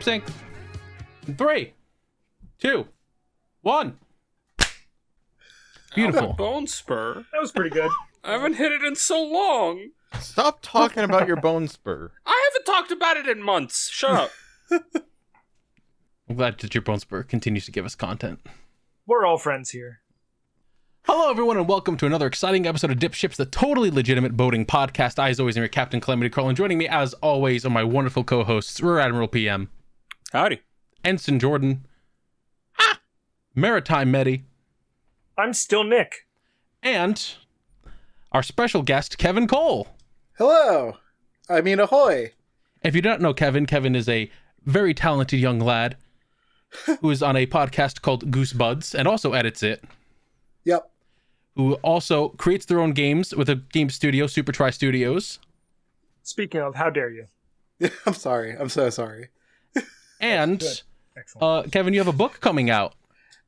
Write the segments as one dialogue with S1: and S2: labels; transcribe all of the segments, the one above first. S1: sync. In three, two, one. Beautiful.
S2: Bone spur.
S3: That was pretty good.
S2: I haven't hit it in so long.
S4: Stop talking about your bone spur.
S2: I haven't talked about it in months. Shut up.
S1: I'm glad that your bone spur continues to give us content.
S3: We're all friends here.
S1: Hello, everyone, and welcome to another exciting episode of Dip Ships, the totally legitimate boating podcast. I, as always, am your Captain Calamity Carl, and joining me, as always, are my wonderful co hosts, Rear Admiral PM,
S2: Howdy.
S1: Ensign Jordan, ah, Maritime Medi,
S3: I'm still Nick.
S1: and our special guest, Kevin Cole.
S5: Hello. I mean, ahoy.
S1: If you don't know Kevin, Kevin is a very talented young lad who is on a podcast called Goose Buds and also edits it,
S5: Yep.
S1: who also creates their own games with a game studio, Super Try Studios.
S3: Speaking of, how dare you?
S5: I'm sorry. I'm so sorry.
S1: And
S3: Excellent.
S1: uh, Kevin, you have a book coming out.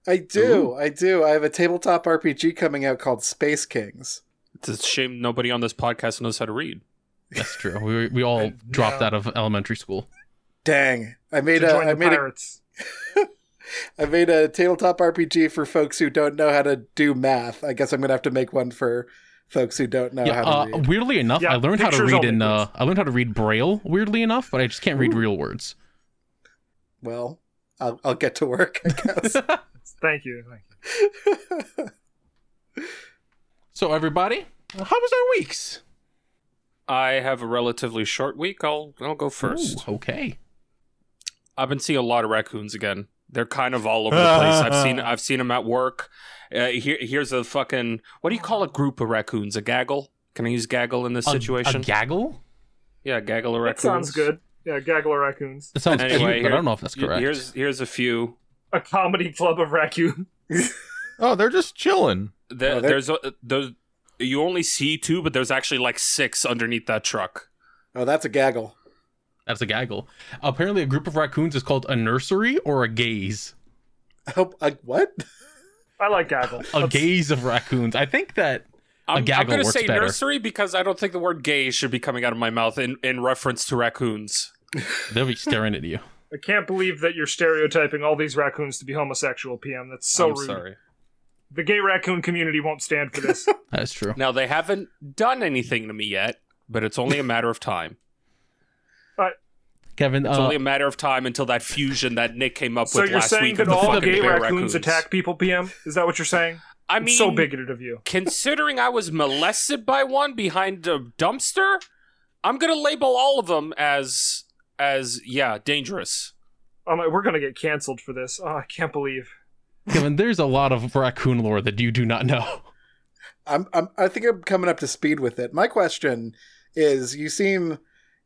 S5: I do. I do. I have a tabletop RPG coming out called Space Kings.
S2: It's a shame nobody on this podcast knows how to read.
S1: That's true. We, we all
S5: uh,
S1: dropped out of elementary school.
S5: Dang. I
S3: To
S5: made a
S3: join
S5: I
S3: the
S5: made a
S3: pirates.
S5: I made a tabletop RPG for folks who don't know how to do math. I guess I'm going to have to make one for folks who don't know
S1: yeah.
S5: how
S1: Uh,
S5: to read.
S1: weirdly enough,
S3: Yeah,
S1: I learned how to
S3: pictures
S1: read
S3: only,
S1: in. Uh,
S3: please.
S1: I learned how to read Braille. Weirdly enough, but I just can't read real words.
S5: Well, I'll, I'll get to work, I guess.
S3: Thank you. Thank you.
S1: So everybody, how was our weeks?
S2: I have a relatively short week. I'll I'll go first.
S1: Ooh, okay.
S2: I've been seeing a lot of raccoons again. They're kind of all over the place. I've seen I've seen them at work. Uh, here here's a fucking what do you call a group of raccoons? A gaggle? Can I use gaggle in this
S1: A-
S2: situation?
S1: A, gaggle.
S2: yeah, gaggle of
S3: That
S2: raccoons.
S3: sounds good. Yeah, gaggle of raccoons.
S1: That sounds
S2: Anyway,
S1: cute, but
S2: here-
S1: I don't know if that's
S2: Y-
S1: correct.
S2: Here's here's a few.
S3: A comedy club of raccoon.
S4: Oh, they're just chilling.
S2: The,
S5: Oh, that-
S2: there's a, there's you only see two, but there's actually like six underneath that truck.
S5: oh, that's a gaggle.
S1: That's a gaggle. Apparently, a group of raccoons is called a nursery or a gaze.
S5: Oh, I, what?
S3: I like gaggle.
S1: A
S3: Let's-
S1: gaze of raccoons. I think that
S2: I'm,
S1: gaggle
S2: I'm gonna
S1: works
S2: say
S1: better.
S2: nursery because I don't think the word gay should be coming out of my mouth in, in reference to raccoons.
S1: they'll be staring at you.
S3: I can't believe that you're stereotyping all these raccoons to be homosexual, PM. That's so
S2: I'm
S3: rude.
S2: sorry.
S3: The gay raccoon community won't stand for this.
S1: That's true.
S2: Now they haven't done anything to me yet, but it's only a matter of time.
S1: Kevin,
S2: It's
S1: uh,
S2: only a matter of time until that fusion that Nick came up
S3: so
S2: with
S3: you're
S2: last
S3: saying
S2: week of
S3: that
S2: the
S3: all
S2: fucking
S3: gay
S2: bear
S3: raccoons, attack people, PM? Is that what you're saying?
S2: I
S3: I'm
S2: mean,
S3: so bigoted of you.
S2: considering I was molested by one behind a dumpster, I'm gonna label all of them as as yeah dangerous.
S3: Oh my, we're gonna get canceled for this. Oh, I can't believe.
S1: Kevin, there's a lot of raccoon lore that you do not know.
S5: I'm, I'm I think I'm coming up to speed with it. My question is you seem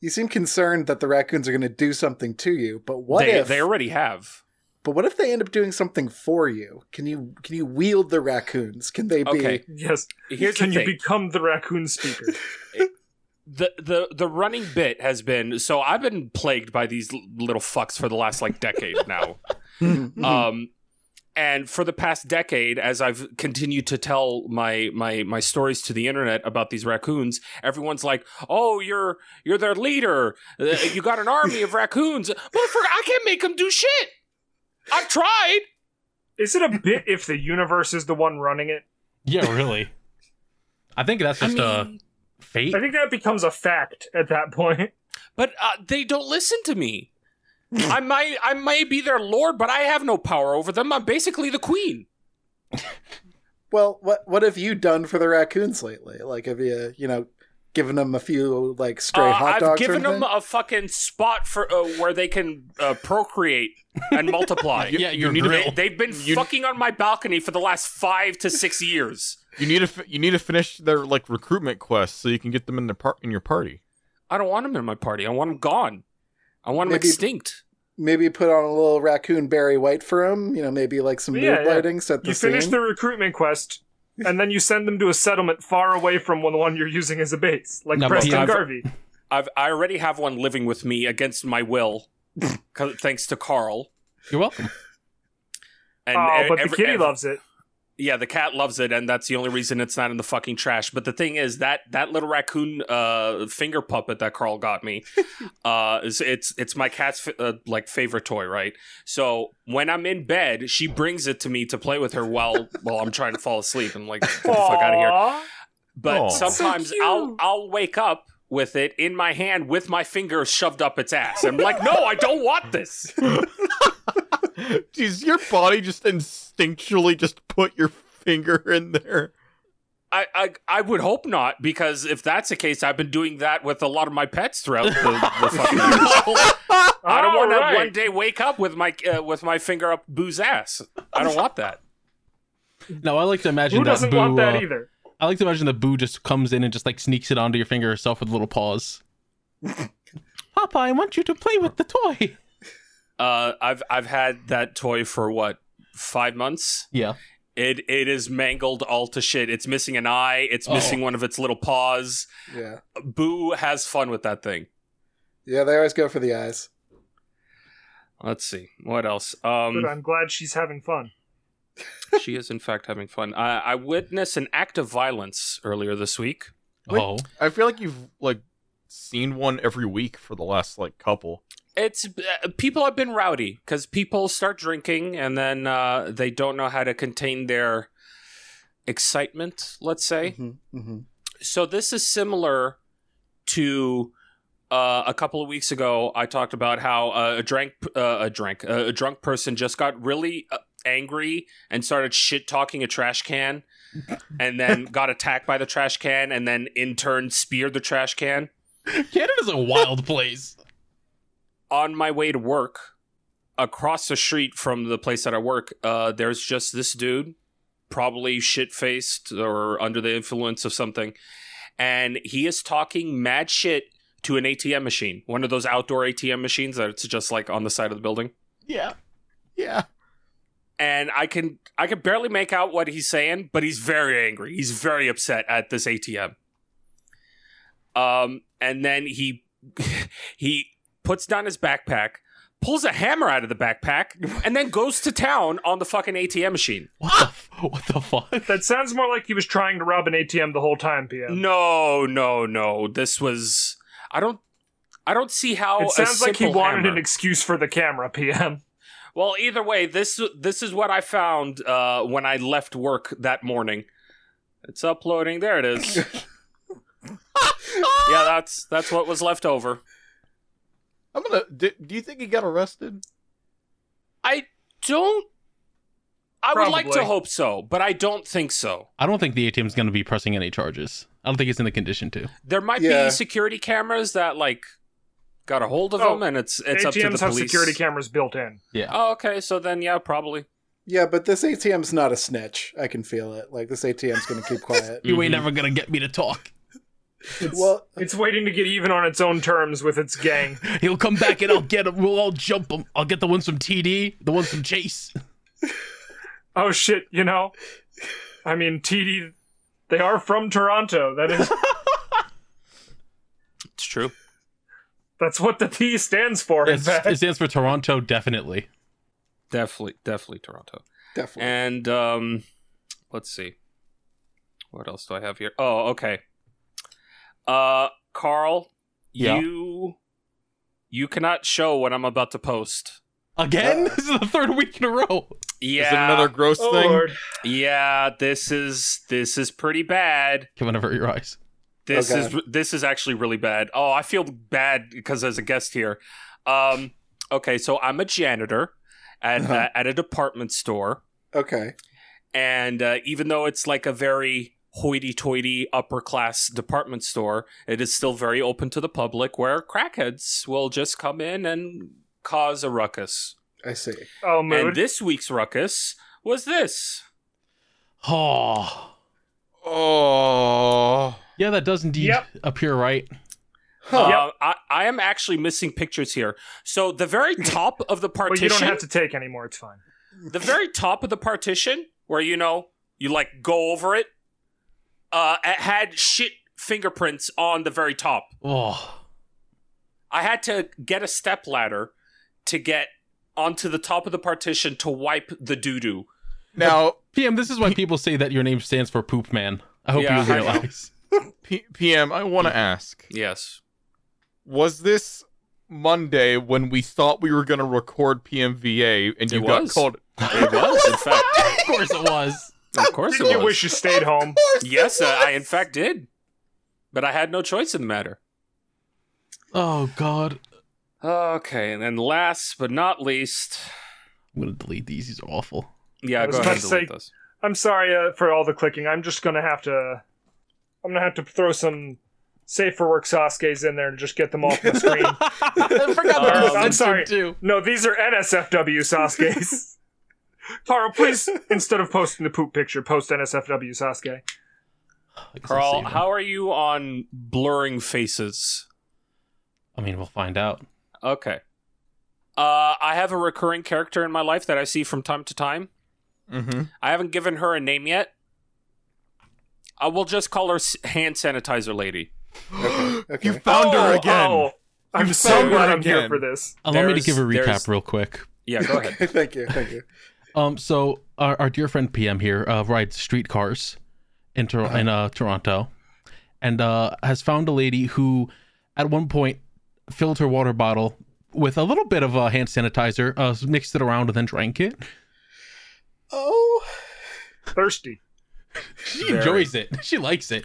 S5: you seem concerned that the raccoons are going to do something to you, but what
S2: they,
S5: if
S2: they already have?
S5: but what if they end up doing something for you? Can you can you wield the raccoons? Can they be
S2: Okay.
S3: Yes.
S2: Here's
S3: Can
S2: the thing.
S3: you become the raccoon speaker?
S2: the the the running bit has been so I've been plagued by these l- little fucks for the last like decade now.
S5: Mm-hmm.
S2: um and for the past decade as I've continued to tell my my my stories to the internet about these raccoons, everyone's like, "Oh, you're you're their leader. Uh, you got an army of raccoons." Motherfucker, I can't make them do shit. I've tried.
S3: is it a bit if the universe is the one running it?
S1: Yeah, really. I think that's just
S2: I
S1: a
S2: mean,
S1: fate.
S3: I think that becomes a fact at that point.
S2: but uh, they don't listen to me. I might I may be their lord, but I have no power over them. I'm basically the queen.
S5: Well, what what have you done for the raccoons lately? Like have you, you know, given them a few like stray
S2: Uh,
S5: hot
S2: I've
S5: dogs
S2: given
S5: or
S2: them
S5: anything?
S2: a fucking spot for uh, where they can uh, procreate and multiply.
S1: yeah, your
S4: need to
S1: grill.
S2: They've been fucking on my balcony for the last five to six years.
S4: You need to fi- you need to finish their like recruitment quest so you can get them in their par- in your party.
S2: I don't want them in my party. I want them gone. I want them
S5: Maybe-
S2: extinct.
S5: Maybe put on a little raccoon Barry White for them, you know, maybe like some
S3: Yeah,
S5: mood
S3: yeah.
S5: lighting set the
S3: You finish
S5: scene.
S3: the recruitment quest, and then you send them to a settlement far away from one- the one you're using as a base, like
S1: No, but
S3: Preston
S2: I've-
S3: Garvey. Oh,
S2: I've I already have one living with me against my will, 'cause- thanks to Carl.
S1: You're welcome.
S2: And
S3: oh,
S2: and e-
S3: but
S2: every-
S3: the kitty
S2: and-
S3: loves it.
S2: yeah, the cat loves it, and that's the only reason it's not in the fucking trash. But the thing is that that little raccoon uh, finger puppet that Carl got me, uh, is, it's it's my cat's f- uh, like favorite toy, right? So when I'm in bed, she brings it to me to play with her while while I'm trying to fall asleep. I'm like, get the fuck out of here.
S3: Aw.
S2: But
S4: Aw.
S3: That's so
S2: sometimes
S3: cute.
S2: I'll I'll wake up with it in my hand with my finger shoved up its ass. I'm like, no, I don't want this.
S4: Jeez, your body just instinctually just put your finger in there.
S2: I, I I would hope not because if that's the case, I've been doing that with a lot of my pets throughout the, the fucking. I don't want
S3: Alright.
S2: to one day wake up with my uh, with my finger up Boo's ass. I don't want that.
S1: No, I like to imagine
S3: Who
S1: that
S3: doesn't
S1: Boo.
S3: want that
S1: uh,
S3: either?
S1: I like to imagine that Boo just comes in and just like sneaks it onto your finger herself with little paws. Papa, I want you to play with the toy.
S2: Uh, I've I've had that toy for what five months.
S1: Yeah.
S2: It it is mangled all to shit. It's missing an eye. It's
S1: Oh.
S2: missing one of its little paws.
S5: Yeah.
S2: Boo has fun with that thing.
S5: Yeah, they always go for the eyes.
S2: Let's see what else. Um,
S3: Good, I'm glad she's having fun.
S2: she is in fact having fun. I, I witnessed an act of violence earlier this week.
S4: Wait.
S1: Oh.
S4: I feel like you've like seen one every week for the last like couple.
S2: It's uh, people have been rowdy because people start drinking and then uh, they don't know how to contain their excitement. Let's say
S5: Mhm, mhm.
S2: so. This is similar to uh, a couple of weeks ago. I talked about how uh, a drank uh, a drink uh, a drunk person just got really uh, angry and started shit talking a trash can, and then got attacked by the trash can, and then in turn speared the trash can.
S1: Canada's a wild place.
S2: on my way to work across the street from the place that I work, uh, there's just this dude, probably shit faced or under the influence of something. And he is talking mad shit to an ATM machine, one of those outdoor ATM machines that it's just like on the side of the building.
S4: Yeah. Yeah.
S2: And I can I can barely make out what he's saying, but he's very angry. He's very upset at this ATM. Um, and then he he puts down his backpack, pulls a hammer out of the backpack, and then goes to town on the fucking ATM machine.
S1: What the, f- what the fuck?
S3: That sounds more like he was trying to rob an ATM the whole time, PM.
S2: No, no, no. This was I don't I don't see how
S3: it
S2: a
S3: sounds like he
S2: simple
S3: wanted
S2: hammer-
S3: an excuse for the camera, PM.
S2: Well, either way, this this is what I found uh, when I left work that morning. It's uploading. There it is. yeah, that's that's what was left over.
S4: I'm gonna. Do, do you think he got arrested?
S2: I don't. I would like to
S3: Probably.
S2: hope so, but I don't think so.
S1: I don't think the ATM's going to be pressing any charges. I don't think it's in the condition to.
S2: There might
S5: Yeah.
S2: be security cameras that like got a hold of
S3: Oh,
S2: them, and it's it's up to the
S3: ATMs
S2: police.
S3: have security cameras built in.
S1: Yeah.
S2: Oh, okay. So then, yeah, probably.
S5: Yeah, but this ATM's not a snitch. I can feel it. Like this ATM's going to keep quiet.
S1: You ain't never going to get me to talk.
S5: well,
S3: It's waiting to get even on its own terms with its gang.
S1: He'll come back and I'll get him. We'll all jump him. I'll get the ones from TD, the ones from Chase.
S3: oh shit, you know? I mean, TD, they are from Toronto. That is,
S2: It's true.
S3: that's what the T stands for. In
S1: It's, it
S3: fact,
S1: stands for Toronto, definitely.
S2: Definitely, definitely Toronto.
S5: definitely.
S2: And um, let's see. What else do I have here? Oh, okay. Uh, Carl,
S1: Yeah.
S2: you you cannot show what I'm about to post.
S1: Again? This is the third week in a row.
S2: Yeah,
S4: Is it another gross
S3: oh
S4: thing?
S3: lord,
S2: yeah. This is this is pretty bad.
S1: Kevin, avert your eyes.
S2: This is
S5: Okay.
S2: this is actually really bad. Oh, I feel bad because as a guest here. Um, okay, so I'm a janitor at
S5: Uh-huh.
S2: uh, at a department store.
S5: okay.
S2: and uh, even though it's like a very hoity-toity upper class department store it is still very open to the public where crackheads will just come in and cause a ruckus
S5: I see.
S3: oh
S2: and
S3: mood.
S2: this week's ruckus was this
S1: Oh.
S4: Oh.
S1: Yeah, that does indeed
S3: Yep.
S1: appear right.
S3: Oh.
S5: Huh.
S2: Uh, I, I am actually missing pictures here so the very top of the
S3: Well, you
S2: partition
S3: don't have to take anymore. It's fine.
S2: the very top of the partition where you know you like go over it uh it had shit fingerprints on the very top
S1: Oh.
S2: I had to get a step ladder to get onto the top of the partition to wipe the doo doo.
S4: Now,
S1: PM, this is why people say that your name stands for Poop Man. I hope
S2: Yeah, I
S1: you
S2: know.
S1: realize.
S4: P- PM, I want to ask:
S2: Yes.
S4: Was this Monday when we thought we were going to record PMVA and you
S2: It
S4: got
S2: was.
S4: called?
S2: It was, in fact.
S1: of course it was.
S2: Of course it
S3: You
S2: was.
S3: wish you stayed home.
S2: yes, uh, I, I in fact did. But I had no choice in the matter.
S1: Oh God,
S2: Okay, and then last but not least,
S1: I'm gonna delete these. These are awful.
S2: yeah,
S3: I was
S2: go ahead and
S3: about to
S2: delete
S3: say-
S2: those.
S3: I'm sorry uh, for all the clicking. I'm just gonna have to. I'm gonna have to throw some safe for work Sasuke's in there and just get them off the screen.
S1: I forgot that
S2: Um,
S1: was
S2: I'm
S1: censored,
S3: sorry.
S1: too.
S3: no, these are NSFW Sasuke's. Carl, please instead of posting the poop picture, post NSFW
S1: I
S3: Sasuke.
S1: guess I'll
S2: Carl,
S1: save it.
S2: how are you on blurring faces?
S1: I mean, we'll find out.
S2: Okay. Uh, I have a recurring character in my life that I see from time to time.
S4: Mm-hmm.
S2: I haven't given her a name yet. I will just call her s- hand sanitizer lady.
S5: Okay, okay.
S4: You found her
S3: Oh,
S4: again.
S3: oh, I'm
S4: You
S3: so
S4: found her
S3: glad I'm here
S4: again.
S3: for this.
S1: Allow Uh, me to
S2: There's-
S1: give a recap
S2: there's-
S1: real quick.
S2: Yeah, go ahead.
S5: Okay, thank you, thank you.
S1: Um, so our, our dear friend PM here uh, rides streetcars in Tor- in uh, Toronto, and uh, has found a lady who, at one point, filled her water bottle with a little bit of uh, hand sanitizer, uh, mixed it around, and then drank it.
S5: Oh,
S3: Thirsty.
S1: She
S2: Very.
S1: enjoys it. She likes it.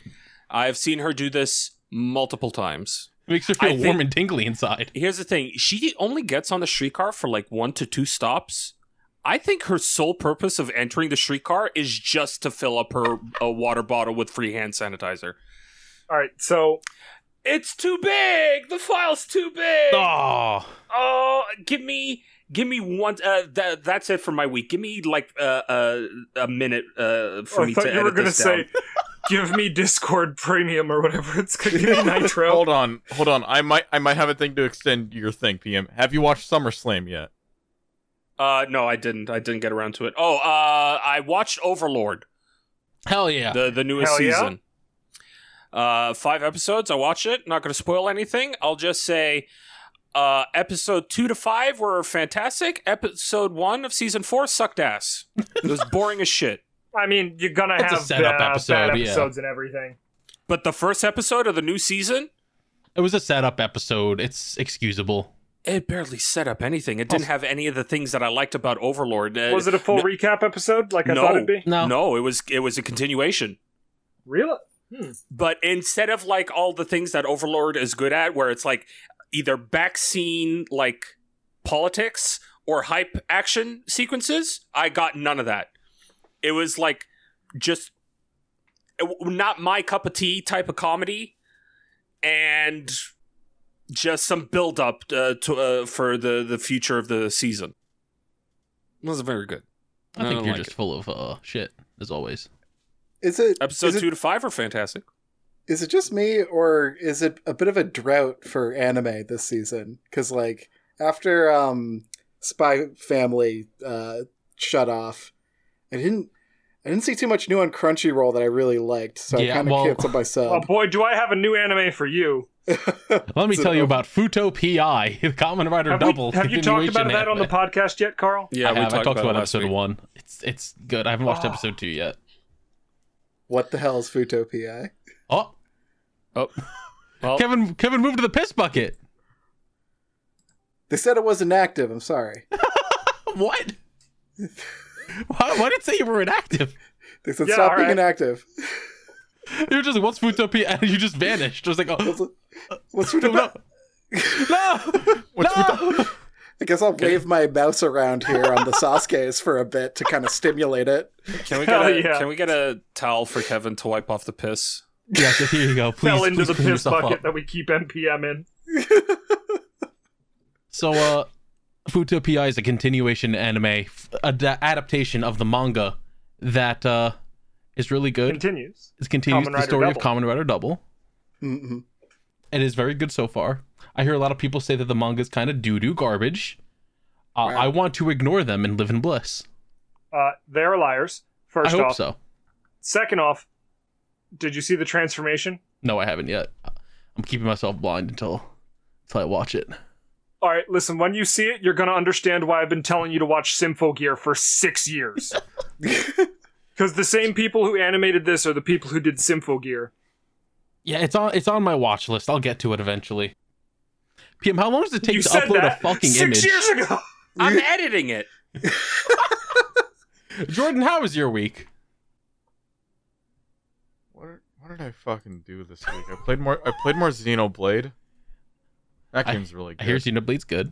S2: I've seen her do this multiple times.
S1: makes her
S2: I
S1: feel
S2: think-
S1: warm and tingly inside.
S2: Here's the thing she only gets on the streetcar for like one to two stops. I think her sole purpose of entering the streetcar is just to fill up her uh, water bottle with free hand sanitizer.
S3: All right, so
S2: It's too big. The file's too big.
S1: Oh,
S2: Oh, give me, give me one. Uh, that that's it for my week. Give me like uh, uh, a minute uh, for
S3: Oh, I
S2: me
S3: thought
S2: to
S3: you were
S2: edit
S3: gonna
S2: this
S3: say,
S2: down.
S3: "Give me Discord Premium or whatever it's called. Give me Nitro."
S4: Hold on, hold on. I might, I might have a thing to extend your thing, PM. Have you watched SummerSlam yet?
S2: Uh, no, I didn't. I didn't get around to it. Oh, uh, I watched Overlord,
S1: hell yeah!
S2: the the newest
S3: Hell yeah.
S2: season. Uh, five episodes. I watch it. Not going to spoil anything. I'll just say, uh, episode two to five were fantastic. Episode one of season four sucked ass. It was boring as shit.
S3: I mean, you're gonna
S1: That's a
S3: have uh,
S1: setup
S3: bad,
S1: episode,
S3: bad
S1: yeah.
S3: episodes and everything.
S2: But the first episode of the new season,
S1: it was a setup episode. It's excusable.
S2: It barely set up anything. It didn't have any of the things that I liked about Overlord. Uh,
S3: Oh. Was it a full
S2: no-
S3: recap episode like I
S2: No.
S3: thought it'd be?
S1: No,
S2: No, it was it was a continuation.
S3: Really?
S2: But instead of like all the things that Overlord is good at, where it's like either back scene like politics or hype action sequences, I got none of that. It was like just it w- not my cup of tea type of comedy, and just some build up uh, to, uh, for the the future of the season. It was very good.
S1: I think
S2: don't
S1: you're
S2: like
S1: just
S2: it.
S1: full of uh, shit as always.
S5: Is it
S2: episode
S5: is it-
S2: two to five are fantastic.
S5: Is it just me, or is it a bit of a drought for anime this season? Because like after um, Spy Family uh, shut off, I didn't I didn't see too much new on Crunchyroll that I really liked, so
S1: Yeah,
S5: I kind of
S1: well-
S5: canceled
S2: Um,
S5: my
S3: Oh
S5: sub.
S3: boy, do I have a new anime for you.
S1: Let me
S5: So-
S1: tell you about Futo PI, the Common Rider
S3: uh, Have,
S1: Double.
S3: we, have you talked about that on the podcast yet, Carl?
S1: Yeah, I, have. I talked about, episode one. It's it's good. I haven't watched
S3: Oh.
S1: episode two yet.
S5: What the hell is Futopia?
S1: Oh,
S2: Oh. Well,
S1: Kevin Kevin moved to the piss bucket.
S5: They said it was inactive. I'm sorry.
S1: What? why, why did it say you were inactive?
S5: They said
S3: Yeah,
S5: stop
S3: all
S5: being
S3: right.
S5: inactive.
S1: You were just like, what's Futo PI? And you just vanished. I was like, oh,
S5: What's, what's
S1: no, no,
S5: Futopia?
S1: no. no!
S5: I guess I'll wave my mouse around here on the Sasuke's for a bit to kind of stimulate it.
S2: can we get a,
S3: Hell yeah.
S2: can we get a towel for Kevin to wipe off the piss?
S1: Yeah, so here you go. Please,
S3: Fell into
S1: please
S3: the
S1: clean
S3: piss
S1: yourself
S3: bucket
S1: up.
S3: that we keep NPM in.
S1: So, uh, Futo PI is a continuation anime, f- ad- adaptation of the manga that uh, is really good.
S3: Continues.
S1: It continues the
S3: Kamen Rider
S1: story of
S3: Double.
S1: Common Rider Double.
S5: Mm-mm.
S1: It is very good so far. I hear a lot of people say that the manga is kind of doo doo garbage. Uh,
S5: Wow.
S1: I want to ignore them and live in bliss.
S3: Uh, they're liars. First
S1: I hope
S3: off.
S1: so.
S3: Second off, did you see the transformation?
S1: No, I haven't yet. I'm keeping myself blind until until I watch it.
S3: All right, listen, when you see it, you're going to understand why I've been telling you to watch Symphogear for six years. Because the same people who animated this are the people who did Symphogear.
S1: Yeah, it's on it's on my watch list. I'll get to it eventually. PM, how long does it take
S3: you
S1: to
S3: said
S1: upload
S3: that
S1: a fucking
S3: six
S1: image?
S3: years ago.
S2: I'm editing it.
S1: Jordan, how was your week?
S4: What, what did I fucking do this week? I played more. I played more Xenoblade. That
S1: I-
S4: game's really
S1: I
S4: good.
S1: hear Xenoblade's good.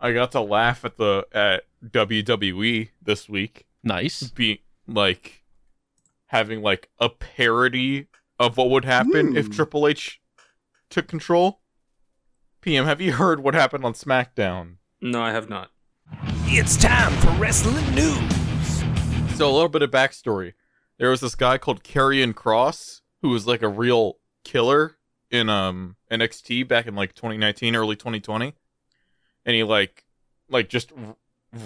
S4: I got to laugh at the at WWE this week,
S1: Nice.
S4: being like having like a parody of what would happen if
S5: Hmm.
S4: Triple H took control. PM, have you heard what happened on SmackDown?
S2: No, I have not.
S6: It's time for wrestling news.
S4: So a little bit of backstory. There was this guy called Karrion Cross who was like a real killer in um NXT back in like 2019, early 2020, and he like like just r-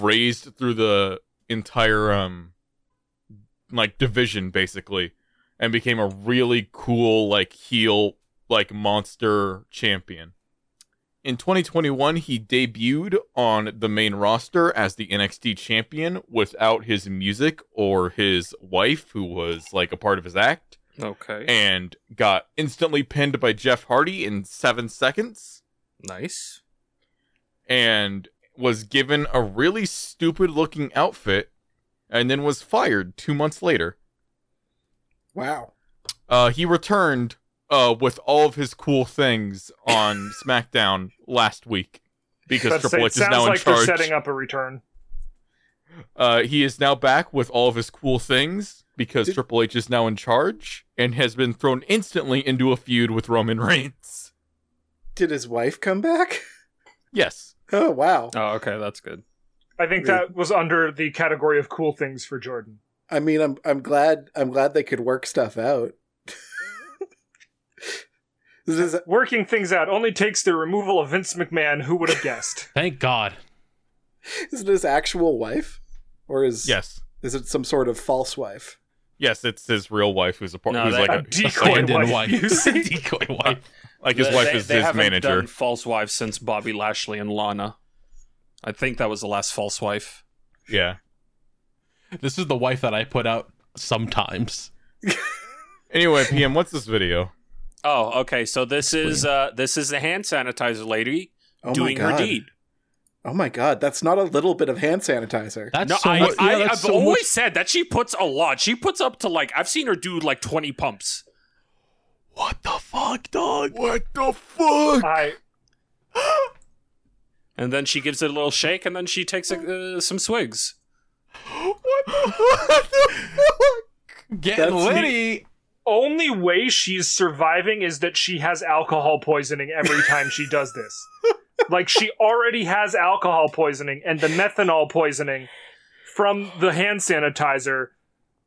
S4: raised through the entire um like division basically, and became a really cool like heel like monster champion. In 2021, he debuted on the main roster as the NXT champion without his music or his wife, who was like a part of his act,
S2: Okay.
S4: and got instantly pinned by Jeff Hardy in seven seconds
S2: Nice.
S4: and was given a really stupid looking outfit and then was fired two months later.
S5: Wow.
S4: Uh, he returned uh, with all of his cool things on SmackDown last week because
S3: But
S4: Triple
S3: it
S4: H is
S3: sounds
S4: now in
S3: like
S4: charge.
S3: they're setting up a return.
S4: Uh, he is now back with all of his cool things because
S5: Did-
S4: Triple H is now in charge and has been thrown instantly into a feud with Roman Reigns.
S5: Did his wife come back?
S4: Yes.
S5: Oh wow.
S2: Oh, okay, that's good.
S3: I think that was under the category of cool things for Jordan.
S5: I mean, I'm I'm glad I'm glad they could work stuff out. this is
S3: Working things out only takes the removal of Vince McMahon, who would have guessed?
S1: Thank God.
S5: is it his actual wife, or is
S4: Yes.
S5: is it some sort of false wife?
S4: Yes, it's his real wife who's a part.
S2: No,
S4: who's
S2: they-
S4: like
S3: A
S4: a,
S3: decoy
S1: Abandoned wife.
S3: wife, you see?
S1: Decoy wife.
S4: like his
S2: They-
S4: wife
S2: they-
S4: is
S2: they
S4: his
S2: haven't
S4: manager.
S2: Done false wives since Bobby Lashley and Lana. I think that was the last false wife.
S4: Yeah.
S1: This is the wife that I put out sometimes.
S4: Anyway, PM, what's this video?
S2: Oh, okay. So this is uh this is the hand sanitizer lady
S5: Oh
S2: doing
S5: my god!
S2: her deed.
S5: Oh my god! That's not a little bit of hand sanitizer.
S1: That's
S2: no,
S1: so
S2: I,
S1: much.
S2: I,
S1: yeah, that's
S2: I've
S1: so much-
S2: always said that she puts a lot. She puts up to like I've seen her do like twenty pumps.
S1: What the fuck, dog?
S4: What the fuck?
S3: I
S2: And then she gives it a little shake, and then she takes uh, some swigs.
S4: What the, what the fuck?
S1: Getting
S5: That's
S1: litty.
S3: only way she's surviving is that she has alcohol poisoning every time she does this. Like she already has alcohol poisoning and the methanol poisoning from the hand sanitizer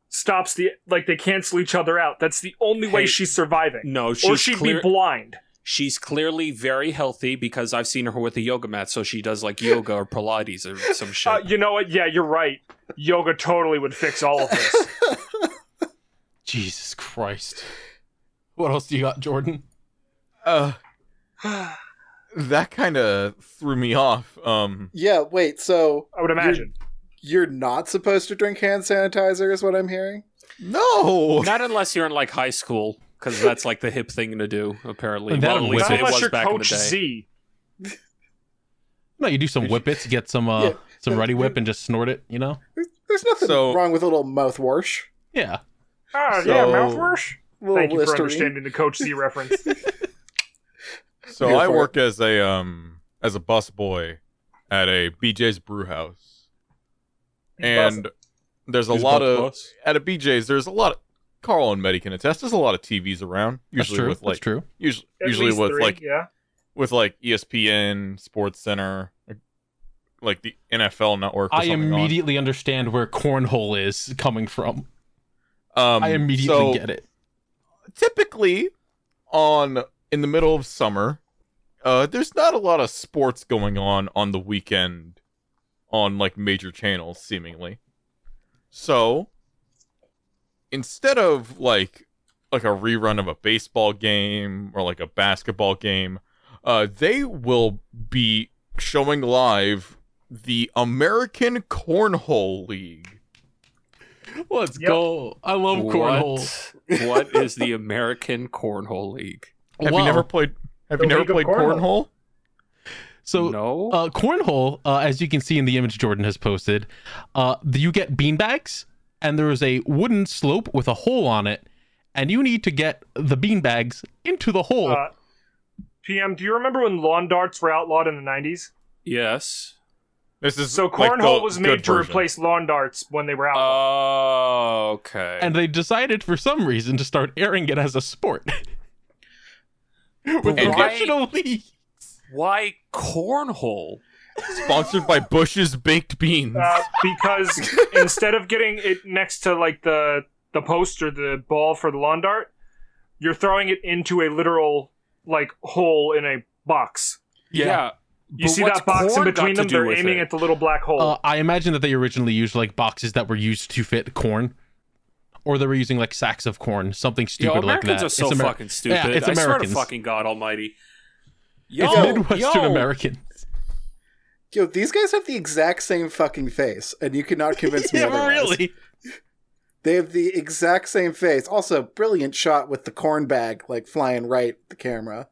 S3: stops the like they cancel each other out. That's the only way
S2: Hey,
S3: she's surviving.
S2: No,
S3: or
S2: she's
S3: she'd
S2: clear-
S3: be blind.
S2: she's clearly very healthy because I've seen her with a yoga mat, so she does like yoga or Pilates or some shit.
S3: Uh, you know what? Yeah, you're right. Yoga totally would fix all of this.
S1: Jesus Christ. What else do you got, Jordan?
S4: Uh, that kind of threw me off. Um,
S5: Yeah. Wait. So
S3: I would imagine.
S5: you're not supposed to drink hand sanitizer, is what I'm hearing.
S4: no.
S2: Not unless you're in like high school, because that's like the hip thing to do. Apparently,
S1: And that and
S2: Well, at least
S1: Whippets.
S3: Not
S1: it
S3: unless you're
S2: back in the
S3: Coach
S2: day.
S3: Z.
S1: No, you do some whippets, get some uh
S5: Yeah.
S1: some ruddy whip and just snort it, you know?
S5: There's nothing
S4: So-
S5: wrong with a little mouthwash.
S1: Yeah.
S3: Ah, yeah,
S4: So-
S3: mouthwash.
S5: Little
S3: Thank you for
S5: Listerine.
S3: understanding the Coach Z reference.
S4: So
S5: Here
S4: I
S5: for it.
S4: work as a um as a bus boy at a BJ's brew house. And there's a
S2: Who's
S4: lot
S2: both
S4: of
S2: us?
S4: at a BJ's there's a lot of Carl and Meddy can attest, there's a lot of TVs around.
S1: That's
S4: Usually
S1: true.
S4: with
S1: That's
S4: like
S1: true.
S4: usually
S3: At
S4: usually
S3: least
S4: with
S3: three,
S4: like
S3: yeah.
S4: with like E ESPN, Sports Center, like the NFL network or
S1: I
S4: something on.
S1: immediately understand where cornhole is coming from.
S4: um,
S1: I immediately
S4: so-
S1: get it.
S4: typically on in the middle of summer uh there's not a lot of sports going on on the weekend on like major channels seemingly so instead of like like a rerun of a baseball game or like a basketball game uh, they will be showing live the American Cornhole League.
S1: Let's
S3: Yep.
S1: go. I love cornhole.
S2: What- what is the American Cornhole League?
S4: Have
S1: Wow.
S4: you never played? Have
S3: The
S4: you never
S3: League of
S4: played
S3: Cornhole.
S4: cornhole?
S1: So
S2: no.
S1: uh, cornhole, uh, as you can see in the image Jordan has posted, uh, you get beanbags, and there is a wooden slope with a hole on it, and you need to get the beanbags into the hole.
S3: Uh, PM, do you remember when lawn darts were outlawed in the 90s?
S2: yes.
S4: This is
S3: So
S4: like,
S3: cornhole
S4: the
S3: was
S4: good
S3: made to
S4: version.
S3: replace lawn darts when they were outlawed.
S2: Uh, Oh, okay.
S1: uh, and they decided for some reason to start airing it as a sport. With
S2: Why-
S1: professional league.
S2: Why cornhole?
S4: sponsored by Bush's Baked Beans.
S3: Uh, because instead of getting it next to like the the post or the ball for the lawn dart, you're throwing it into a literal like hole in a box.
S1: Yeah.
S3: You
S2: but
S3: see
S2: what's
S3: that box in
S2: corn got
S3: between
S2: to
S3: them?
S2: do
S3: They're
S2: with
S3: aiming
S2: it?
S3: at the little black hole.
S1: Uh, I imagine that they originally used like boxes that were used to fit corn, or they were using like sacks of corn, something
S2: Yo,
S1: stupid like
S2: Americans
S1: that.
S2: are so
S1: It's Amer-
S2: fucking stupid.
S1: Yeah, it's
S2: I swear to
S1: Americans.
S2: fucking God Almighty. Yo,
S1: It's Midwestern
S2: yo,
S1: American.
S5: Yo, these guys have the exact same fucking face, and you cannot convince me
S1: yeah,
S5: otherwise.
S1: really.
S5: They have the exact same face. Also, brilliant shot with the corn bag like flying right at the camera.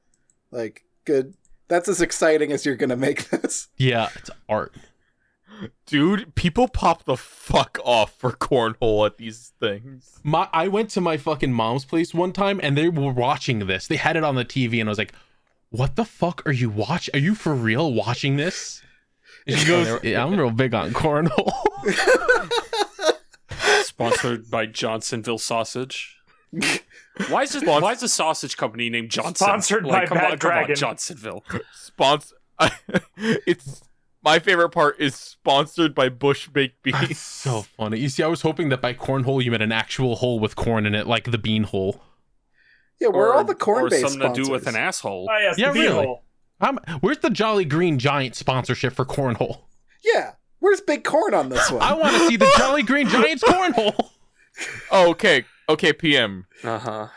S5: Like good. That's as exciting as you're gonna make this.
S1: Yeah, it's art.
S4: Dude, people pop the fuck off for cornhole at these things.
S1: My, I went to my fucking mom's place one time, and they were watching this. They had it on the TV, and I was like, "What the fuck are you watching? Are you for real watching this?" And she goes, yeah, "I'm real big on cornhole."
S2: Sponsored by Johnsonville Sausage. Why is, it, why is the sausage company named Johnson?
S3: Sponsored by
S2: like, come
S3: Bad
S2: on, come on,
S3: Dragon.
S2: Johnsonville.
S4: Spons it's my favorite part is sponsored by Bush Baked
S1: That's
S4: Beans.
S1: so funny. You see, I was hoping that by cornhole you meant an actual hole with corn in it, like the bean hole.
S5: Yeah, we're
S2: or,
S5: all the corn
S2: or
S5: based
S2: something to do with an asshole.
S3: oh, yes,
S1: yeah,
S3: the bee
S1: really.
S3: hole.
S1: Um, where's the Jolly Green Giant sponsorship for cornhole?
S5: Yeah, where's Big Corn on this one?
S1: I want to see the Jolly Green Giants cornhole.
S4: Oh, okay, okay, PM.
S2: Uh huh.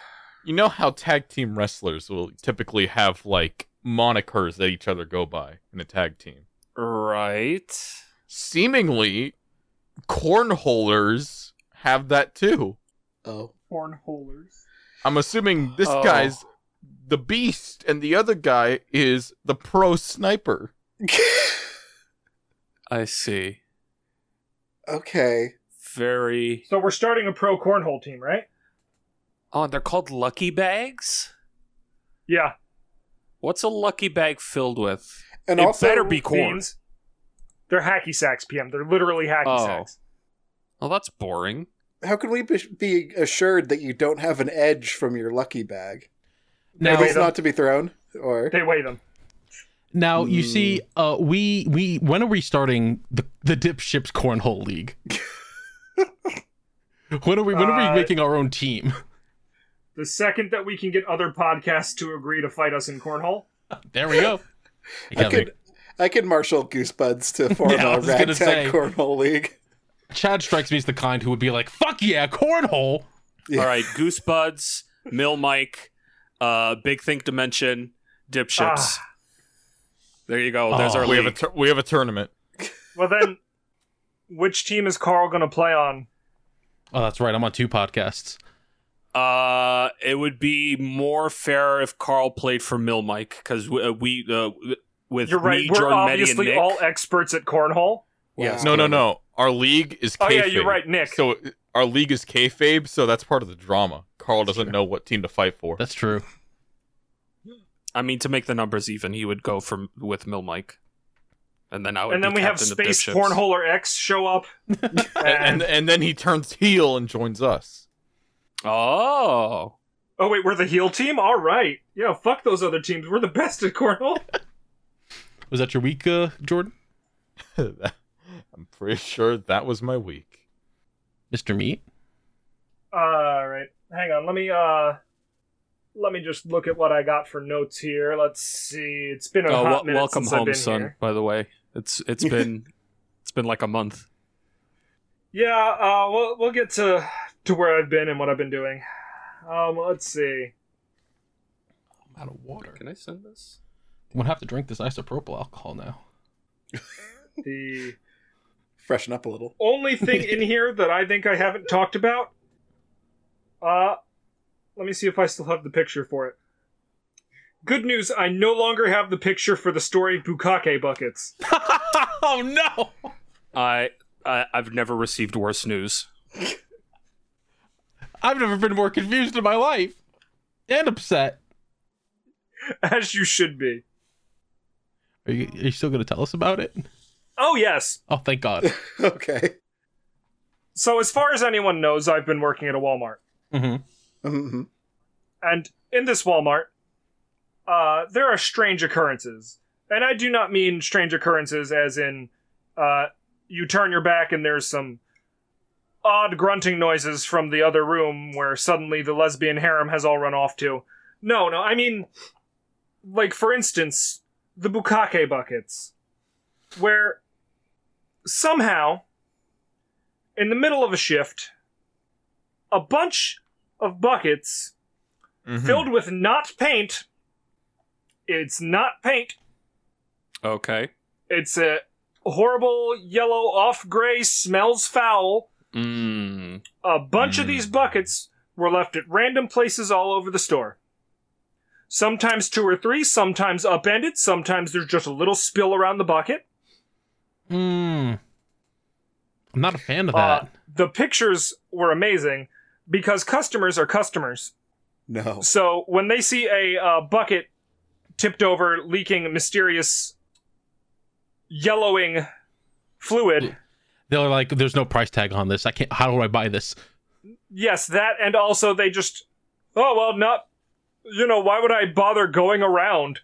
S4: You know how tag team wrestlers will typically have like monikers that each other go by in a tag team.
S2: Right.
S4: Seemingly, cornholers have that too.
S5: oh,
S3: Cornholers.
S4: I'm assuming this
S2: Oh.
S4: guy's the beast, and the other guy is the pro sniper.
S2: I see.
S5: okay.
S2: Very.
S3: So we're starting a pro cornhole team, right?
S2: Oh, they're called lucky bags.
S3: Yeah.
S2: What's a lucky bag filled with?
S5: And
S2: it
S5: also,
S2: better be corn.
S3: Beans. They're hacky sacks, PM. They're literally hacky
S2: Oh.
S3: sacks.
S2: Well, that's boring.
S5: how can we be- be assured that you don't have an edge from your lucky bag?
S1: Now,
S5: Maybe it's not to be thrown, or
S3: They weigh them.
S1: now you see, uh, we we when are we starting the the dip ships cornhole league? when are we when are
S3: Uh,
S1: we making our own team?
S3: The second that we can get other podcasts to agree to fight us in cornhole,
S1: There we go.
S5: I
S1: Together.
S5: could I could marshal Goosebuds to form
S1: Yeah, I
S5: a
S1: was gonna
S5: ragtag
S1: say.
S5: cornhole league.
S1: Chad strikes me as the kind who would be like, "Fuck yeah, cornhole."
S5: Yeah.
S2: All right, Goosebuds, Mill Mike, uh, Big Think Dimension, Dipships.
S3: Ah.
S2: There you go. There's
S1: Oh.
S2: our
S4: We have a
S2: league.
S4: tur- we have a tournament.
S3: well then, which team is Carl going to play on?
S1: Oh, that's right. I'm on two podcasts.
S2: uh, it would be more fair if Carl played for Mill Mike because we, uh, we uh, with
S3: You're right.
S2: me,
S3: we're
S2: Jordan, Meddy, and
S3: obviously
S2: Nick.
S3: all experts at cornhole.
S2: Yes.
S4: No, no, no. Our league is.
S3: Oh yeah,
S4: kayfabe.
S3: you're right, Nick.
S4: So our league is kayfabe, so that's part of the drama. Carl doesn't know what team to fight for.
S1: That's true.
S2: I mean, to make the numbers even, he would go from with Mill Mike, and then I would.
S3: and then
S2: be
S3: we have
S2: captain of
S3: Space
S2: Dipships.
S3: Cornholer X show up.
S4: A- and, and then he turns heel and joins us.
S2: Oh,
S3: oh wait, we're the heel team. All right. Yeah, fuck those other teams. We're the best at cornhole.
S1: Was that your week, uh, Jordan?
S4: I'm pretty sure that was my week.
S1: Mr. Meat?
S3: All right. Hang on. Let me uh let me just look at what I got for notes here. Let's see. It's been a
S2: Oh,
S3: hot
S2: wel-
S3: minute
S2: welcome
S3: since I've
S2: home,
S3: been
S2: son.
S3: here.
S2: By the way, it's it's been it's been like a month.
S3: Yeah, uh, we'll we'll get to to where I've been and what I've been doing. Um, let's see.
S1: I'm out of water.
S2: Can I send this?
S1: I'm gonna have to drink this isopropyl alcohol now.
S3: The
S5: Freshen up a little.
S3: only thing in here that I think I haven't talked about. Uh, let me see if I still have the picture for it. Good news, I no longer have the picture for the story Bukake buckets.
S1: oh no!
S2: I, I I've never received worse news.
S1: I've never been more confused in my life and upset.
S3: As you should be.
S1: Are you, are you still gonna tell us about it?
S3: Oh, yes.
S1: Oh, thank God.
S5: Okay.
S3: So, as far as anyone knows, I've been working at a Walmart.
S1: hmm
S5: hmm
S3: And in this Walmart, uh, there are strange occurrences. And I do not mean strange occurrences as in uh, you turn your back and there's some odd grunting noises from the other room where suddenly the lesbian harem has all run off to. No, no, I mean, like, for instance, the bukake buckets, where somehow, in the middle of a shift, a bunch of buckets
S4: Mhm.
S3: filled with not paint. It's not paint.
S2: Okay.
S3: It's a horrible yellow off gray smells foul.
S2: Mm.
S3: A bunch of
S4: Mm.
S3: these buckets were left at random places all over the store. Sometimes two or three, sometimes upended, sometimes there's just a little spill around the bucket.
S1: Mm. I'm not a fan of
S3: Uh,
S1: that.
S3: the pictures were amazing because customers are customers.
S5: No.
S3: So when they see a uh, bucket tipped over, leaking mysterious yellowing fluid,
S1: They're like, "There's no price tag on this. I can't. How do I buy this?"
S3: yes, that, and also they just, oh well, not, you know, why would I bother going around?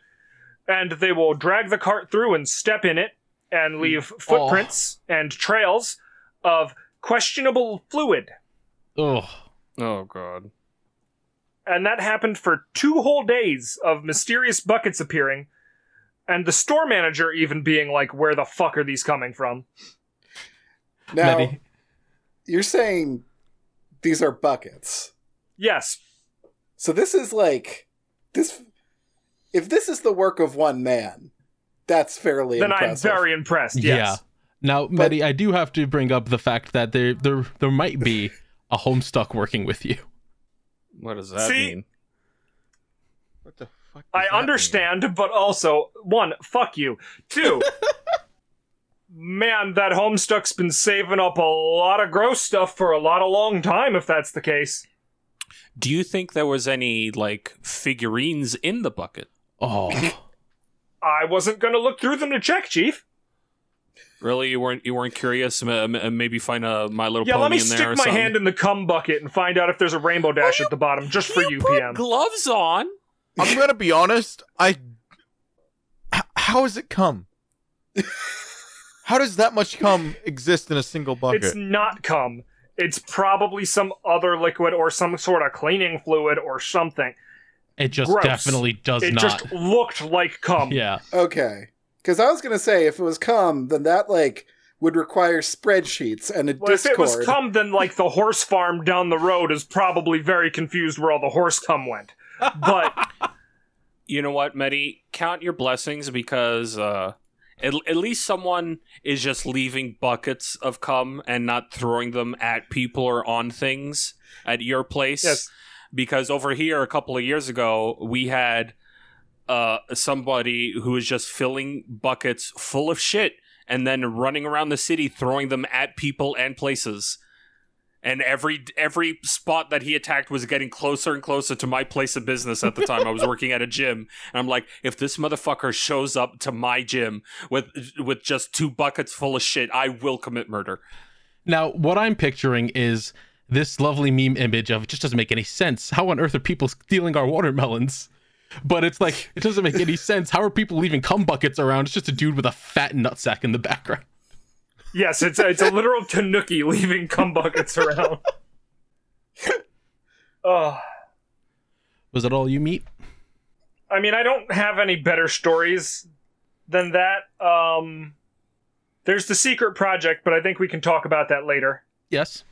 S3: And they will drag the cart through and step in it and leave footprints and trails of questionable fluid.
S1: Oh,
S2: Oh god.
S3: and that happened for two whole days of mysterious buckets appearing and the store manager even being like where the fuck are these coming from
S5: Now
S1: Maybe.
S5: you're saying these are buckets.
S3: yes
S5: So this is like this. If this is the work of one man, that's fairly
S3: then
S5: impressive.
S3: i'm very impressed
S1: yeah.
S3: yes
S1: Now, Medi, I do have to bring up the fact that there, there, there might be a homestuck working with you.
S2: What does that
S3: See?
S2: mean?
S4: What the fuck? does
S3: i
S4: that mean?
S3: understand but also one fuck you two man that homestuck's been saving up a lot of gross stuff for a lot of long time if that's the case
S2: Do you think there was any like figurines in the bucket?
S1: Oh,
S3: i wasn't gonna look through them to check chief
S2: Really, you weren't you weren't curious? M- m- m- Maybe find a My Little
S3: yeah
S2: Pony
S3: let me
S2: in there
S3: stick
S2: or
S3: my
S2: something.
S3: hand in the cum bucket and find out if there's a rainbow dash at the bottom just for you pm
S2: gloves on.
S4: I'm gonna be honest. I. H- how has it come? how does that much cum exist in a single bucket?
S3: It's not cum. It's probably some other liquid or some sort of cleaning fluid or something.
S1: it just
S3: Gross.
S1: definitely does
S3: it
S1: not.
S3: just looked like cum.
S1: yeah.
S5: Okay. Because I was gonna say, if it was cum, then that like would require spreadsheets and a
S3: Well, if it
S5: Discord.
S3: was cum, then like the horse farm down the road is probably very confused where all the horse cum went. But
S2: You know what, Medi? Count your blessings because uh, at, at least someone is just leaving buckets of cum and not throwing them at people or on things at your place.
S3: yes,
S2: because over here a couple of years ago we had uh, somebody who was just filling buckets full of shit and then running around the city throwing them at people and places and every every spot that he attacked was getting closer and closer to my place of business at the time i was working at a gym and i'm like if this motherfucker shows up to my gym with with just two buckets full of shit i will commit murder
S1: Now, what I'm picturing is this lovely meme image of it just doesn't make any sense. How on earth are people stealing our watermelons? But it's like it doesn't make any sense. How are people leaving cum buckets around? It's just a dude with a fat nutsack in the background.
S3: yes, it's a, it's a literal tanuki leaving cum buckets around. Oh,
S1: Was that all you meet?
S3: I mean, I don't have any better stories than that. Um, there's the secret project, but I think we can talk about that later.
S1: Yes.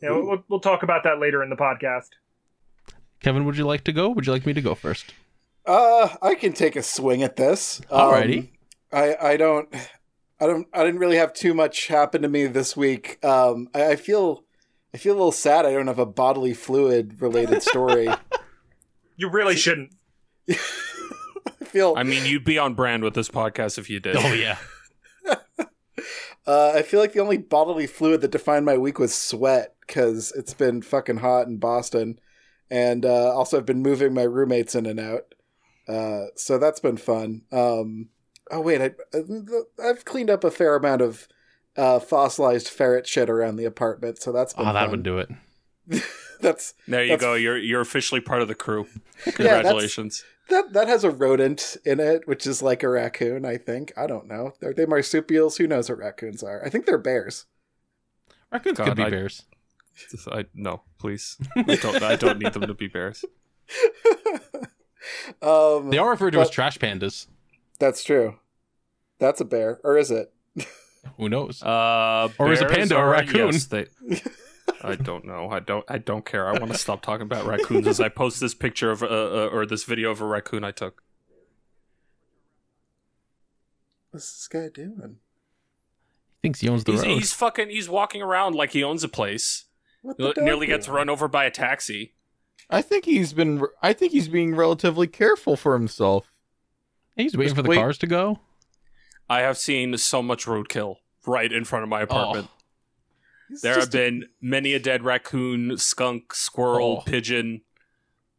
S3: Yeah, we'll- we'll, we'll talk about that later in the podcast.
S1: Kevin, would you like to go? Would you like me to go first?
S5: Uh, I can take a swing at this. Um,
S1: Alrighty.
S5: I I don't I don't I didn't really have too much happen to me this week. Um, I, I feel I feel a little sad. I don't have a bodily fluid related story. I
S3: You really shouldn't.
S5: feel
S2: I mean, you'd be on brand with this podcast if you did.
S1: Oh yeah.
S5: uh, I feel like the only bodily fluid that defined my week was sweat because it's been fucking hot in Boston, and uh, also I've been moving my roommates in and out. Uh, so that's been fun. Um, oh wait, I, I've cleaned up a fair amount of uh, fossilized ferret shit around the apartment, so that's been
S1: Oh, that
S5: fun.
S1: would do it.
S5: that's
S2: There you
S5: That's-
S2: go. You're you're officially part of the crew.
S5: that's-
S2: Congratulations.
S5: That that has a rodent in it, which is like a raccoon. I think. I don't know. Are they marsupials? Who knows what raccoons are? I think they're bears.
S1: Raccoons
S2: God,
S1: could be
S2: I-
S1: bears.
S2: I, no, please. I don't, I don't need them to be bears.
S5: um,
S1: They are referred to as
S5: but-
S1: trash pandas.
S5: That's true. That's a bear, or is it?
S1: Who knows?
S2: Uh,
S1: Or is a
S2: bears
S1: panda a
S2: are-
S1: raccoon?
S2: yes, they- I don't know. I don't. I don't care. I want to stop talking about raccoons as I post this picture of uh, uh, or this video of a raccoon I took.
S5: What's this guy doing?
S1: Thinks he owns the
S2: He's,
S1: road.
S2: he's fucking. He's walking around like he owns a place.
S5: What the
S2: Ne-
S5: dog
S2: Nearly
S5: do?
S2: gets run over by a taxi.
S4: I think he's been. I think he's being relatively careful for himself.
S1: He's waiting
S4: Just
S1: for the
S4: wait-
S1: cars to go.
S2: I have seen so much roadkill right in front of my apartment.
S1: Oh,
S5: He's
S2: there have
S5: just
S2: been many a dead raccoon, skunk, squirrel,
S1: Oh.
S2: pigeon.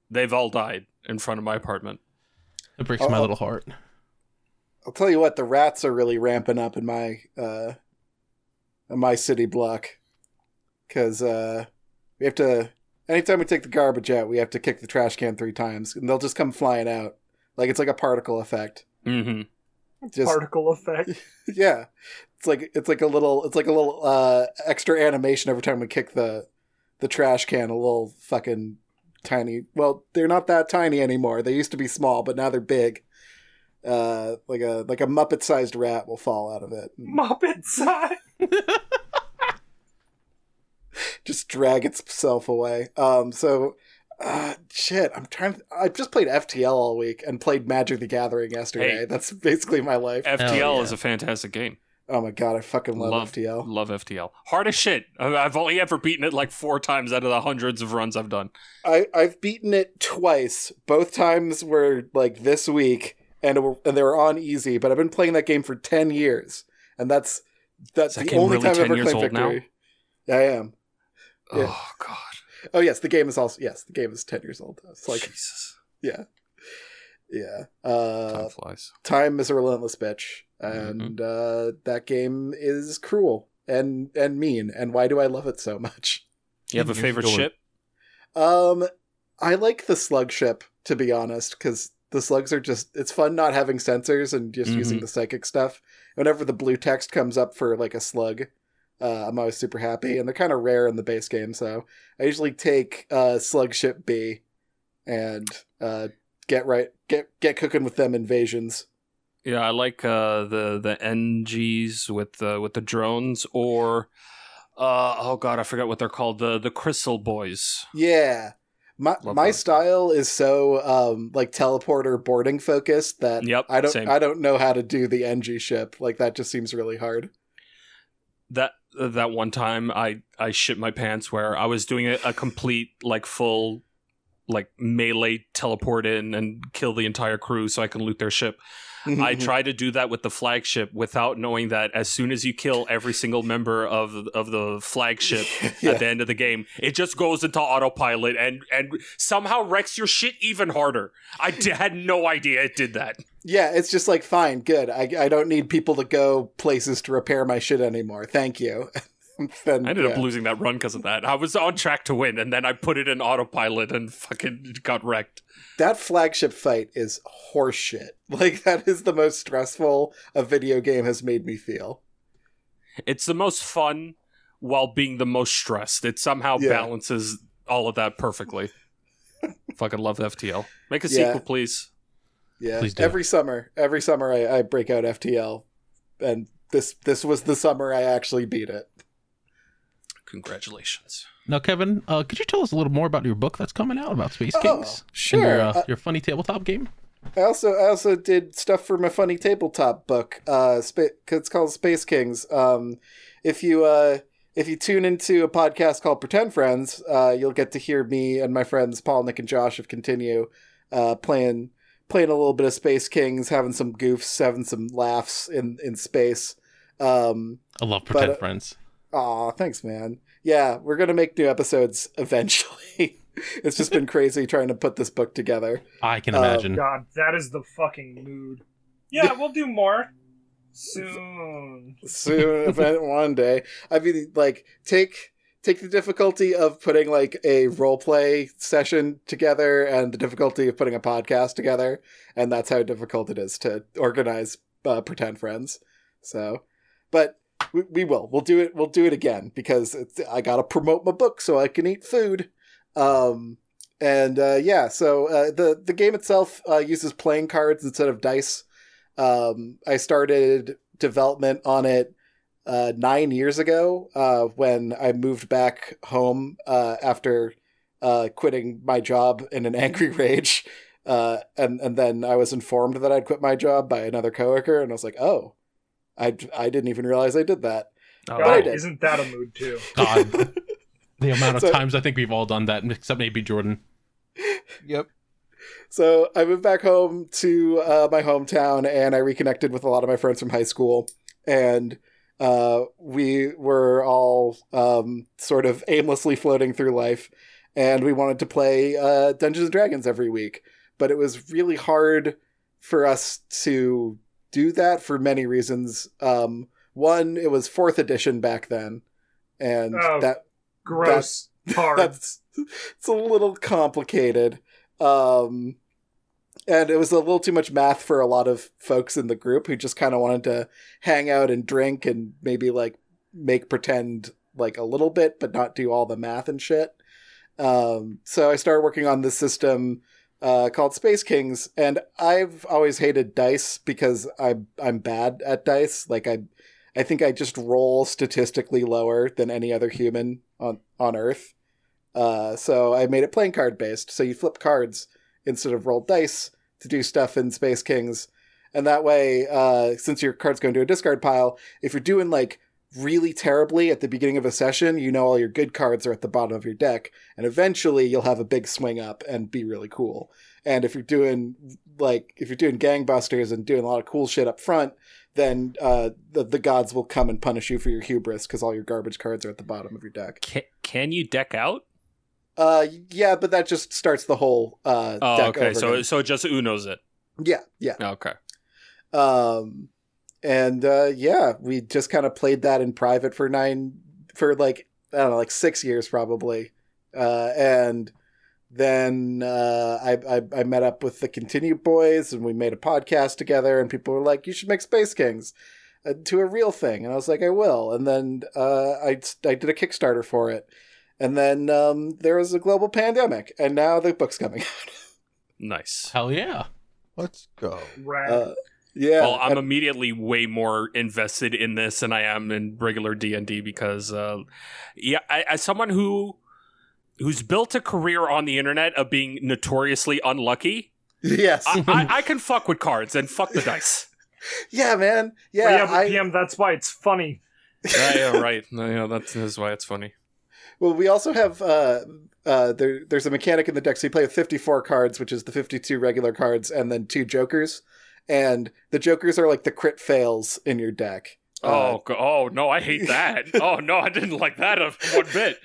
S2: They've all died in front of my apartment.
S1: It breaks my
S5: Uh-oh.
S1: little heart.
S5: A, I'll tell you what. The rats are really ramping up in my uh, in my city block because uh, we have to. Anytime we take the garbage out, we have to kick the trash can three times, and they'll just come flying out. Like it's like a particle effect.
S2: Mm-hmm.
S5: Just
S3: Particle effect.
S5: Yeah, it's like it's like a little it's like a little uh, extra animation every time we kick the the trash can. A little fucking tiny. Well, they're not that tiny anymore. They used to be small, but now they're big. Uh, like a like a muppet sized rat will fall out of it, and
S3: Muppet side.
S5: just drag itself away. Um, so. Uh, shit, I'm trying. I just played FTL all week and played Magic the Gathering yesterday.
S2: Hey.
S5: That's basically my life.
S2: FTL
S1: yeah.
S2: is a fantastic game.
S5: oh my god, I fucking love,
S2: Love-
S5: FTL.
S2: Love FTL. Hard as shit. I- I've only ever beaten it like four times out of the hundreds of runs I've done.
S5: I I've beaten it twice. Both times were like this week, and, it were, and they were on easy. But I've been playing that game for ten years, and that's that's
S2: Is that
S5: the
S2: game
S5: only
S2: really
S5: time I've
S2: 10
S5: ever
S2: years
S5: claimed
S2: old now?
S5: victory. Yeah, I am. Yeah.
S2: Oh god.
S5: Oh yes, the game is also yes, the game is ten years old. It's like
S2: Jesus.
S5: yeah,
S2: Time
S5: uh,
S2: flies.
S5: time is a relentless bitch,
S2: Mm-hmm.
S5: and uh, that game is cruel and and mean. And why do I love it so much?
S2: You have a
S4: You're
S2: favorite
S4: still-
S2: ship?
S5: Um, I like the slug ship to be honest, because the slugs are just—it's fun not having sensors and just using
S2: Mhm.
S5: the psychic stuff. Whenever the blue text comes up for like a slug, uh, I'm always super happy, and they're kind of rare in the base game, so I usually take uh, slug ship B and uh, get right get get cooking with them invasions.
S2: Yeah, I like uh, the the NGs with the with the drones or uh, oh god, I forgot what they're called. The the Crystal Boys.
S5: Yeah. My,
S2: Love
S5: my
S2: those.
S5: style is so um like teleporter boarding focused that
S2: Yep,
S5: I don't
S2: same.
S5: I don't know how to do the NG ship like that just seems really hard.
S2: That that one time I I shit my pants where I was doing a, a complete like full like melee teleport in and kill the entire crew so I can loot their ship. I
S5: Mm-hmm.
S2: try to do that with the flagship without knowing that as soon as you kill every single member of of the flagship
S5: Yeah.
S2: at the end of the game, it just goes into autopilot and and somehow wrecks your shit even harder. I d- had no idea it did that.
S5: Yeah, it's just like fine, good. I, I don't need people to go places to repair my shit anymore. Thank you. then,
S2: I ended
S5: yeah.
S2: up losing that run because of that. I was on track to win, and then I put it in autopilot and fucking got wrecked.
S5: that flagship fight is horseshit. Like that is the most stressful a video game has made me feel.
S2: It's the most fun while being the most stressed. It somehow
S5: Yeah.
S2: balances all of that perfectly. Fucking love FTL. Make a
S5: Yeah.
S2: sequel, please.
S5: Yeah.
S1: Please do.
S5: Every summer, every summer I, I break out FTL, and this this was the summer I actually beat it.
S2: Congratulations.
S1: Now, Kevin, uh, could you tell us a little more about your book that's coming out about Space
S5: Oh,
S1: Kings? and
S5: sure.
S1: Your, uh,
S5: Uh,
S1: your funny tabletop game?
S5: I also I also did stuff for my funny tabletop book. Uh, spa- it's called Space Kings. Um, if you uh, if you tune into a podcast called Pretend Friends, uh, you'll get to hear me and my friends Paul, Nick, and Josh of Continue uh, playing playing a little bit of Space Kings, having some goofs, having some laughs in in space. Um,
S1: I love pretend
S5: uh,
S1: friends.
S5: Aw, thanks, man. Yeah, we're gonna make new episodes eventually. it's just been crazy trying to put this book together.
S1: I can
S5: uh,
S2: Mm.
S1: imagine.
S3: God, that is the fucking mood. Yeah, we'll do more soon.
S5: soon event one day i mean like take take the difficulty of putting like a role play session together and the difficulty of putting a podcast together and that's how difficult it is to organize uh, pretend friends so but we, we will we'll do it we'll do it again because it's, i gotta promote my book so i can eat food um and uh, yeah so uh, the the game itself uh, uses playing cards instead of dice um, I started development on it uh, nine years ago uh, when I moved back home uh, after uh, quitting my job in an angry rage. Uh, and, and then I was informed that I'd quit my job by another coworker, and I was like, oh, I, I didn't even realize I did that.
S1: Oh,
S5: I
S3: God,
S5: did.
S3: isn't that a mood too?
S1: God. the amount of
S5: So-
S1: times I think we've all done that, except maybe Jordan.
S4: Yep.
S5: So I moved back home to uh, my hometown, and I reconnected with a lot of my friends from high school, and uh, we were all um, sort of aimlessly floating through life, and we wanted to play uh, Dungeons and Dragons every week, but it was really hard for us to do that for many reasons. Um, one, it was fourth edition back then, and
S3: Oh,
S5: that
S3: Gross. Hard.
S5: that's it's a little complicated um and it was a little too much math for a lot of folks in the group who just kind of wanted to hang out and drink and maybe like make pretend like a little bit but not do all the math and shit um so i started working on this system uh, called Space Kings, and I've always hated dice because I'm I'm bad at dice. Like I, I think I just roll statistically lower than any other human on on Earth. Uh, so I made it playing card based. So you flip cards instead of roll dice to do stuff in Space Kings, and that way, uh, since your cards go into a discard pile, if you're doing like really terribly at the beginning of a session, you know all your good cards are at the bottom of your deck, and eventually you'll have a big swing up and be really cool. And if you're doing like if you're doing gangbusters and doing a lot of cool shit up front, then uh, the the gods will come and punish you for your hubris because all your garbage cards are at the bottom of your deck.
S2: Can, can you deck out?
S5: Uh, yeah, but that just starts the whole uh.
S2: Oh,
S5: deck
S2: okay.
S5: over
S2: So
S5: again.
S2: so it just Uno's it.
S5: yeah, yeah.
S2: Okay.
S5: um and uh yeah we just kind of played that in private for nine for like i don't know like six years probably uh and then uh I, I i met up with the continue boys and we made a podcast together and people were like you should make space kings uh, to a real thing and i was like i will and then uh i i did a kickstarter for it and then um there was a global pandemic and now the book's coming
S2: Nice.
S1: Hell yeah.
S4: Let's go.
S3: Rad.
S5: uh, yeah
S2: well, I'm immediately way more invested in this than I am in regular D and D because, uh, yeah, I, as someone who who's built a career on the internet of being notoriously unlucky,
S5: yes
S2: I, I, I can fuck with cards and fuck the dice.
S5: yeah man yeah,
S3: Well, yeah, but
S5: I-
S3: PM, that's why it's funny.
S2: yeah, yeah, right. No, yeah, that's, that's why it's funny.
S5: Well, we also have uh, uh, there. There's a mechanic in the deck. So you play with 54 cards, which is the 52 regular cards, and then two jokers. And the jokers are like the crit fails in your deck. Uh,
S2: Oh, go- oh no, I hate that. oh no, I didn't like that a- one bit.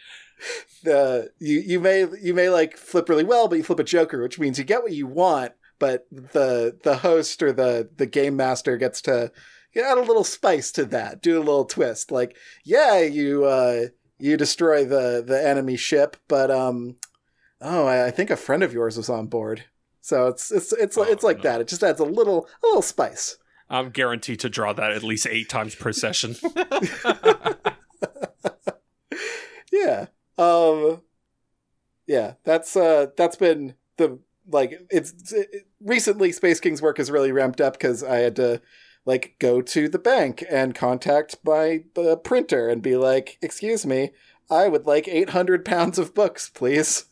S5: the uh, you you may you may like flip really well, but you flip a joker, which means you get what you want, but the the host or the the game master gets to you know, add a little spice to that, do a little twist. Like, yeah, you uh you destroy the the enemy ship, but um oh, I, I think a friend of yours was on board. So it's it's it's it's
S2: Oh,
S5: like
S2: no.
S5: that. It just adds a little a little spice.
S2: I'm guaranteed to draw that at least eight times per session.
S5: yeah um yeah that's uh that's been the like it's it, recently space king's work has really ramped up because i had to like go to the bank and contact my uh, printer and be like excuse me i would like 800 pounds of books please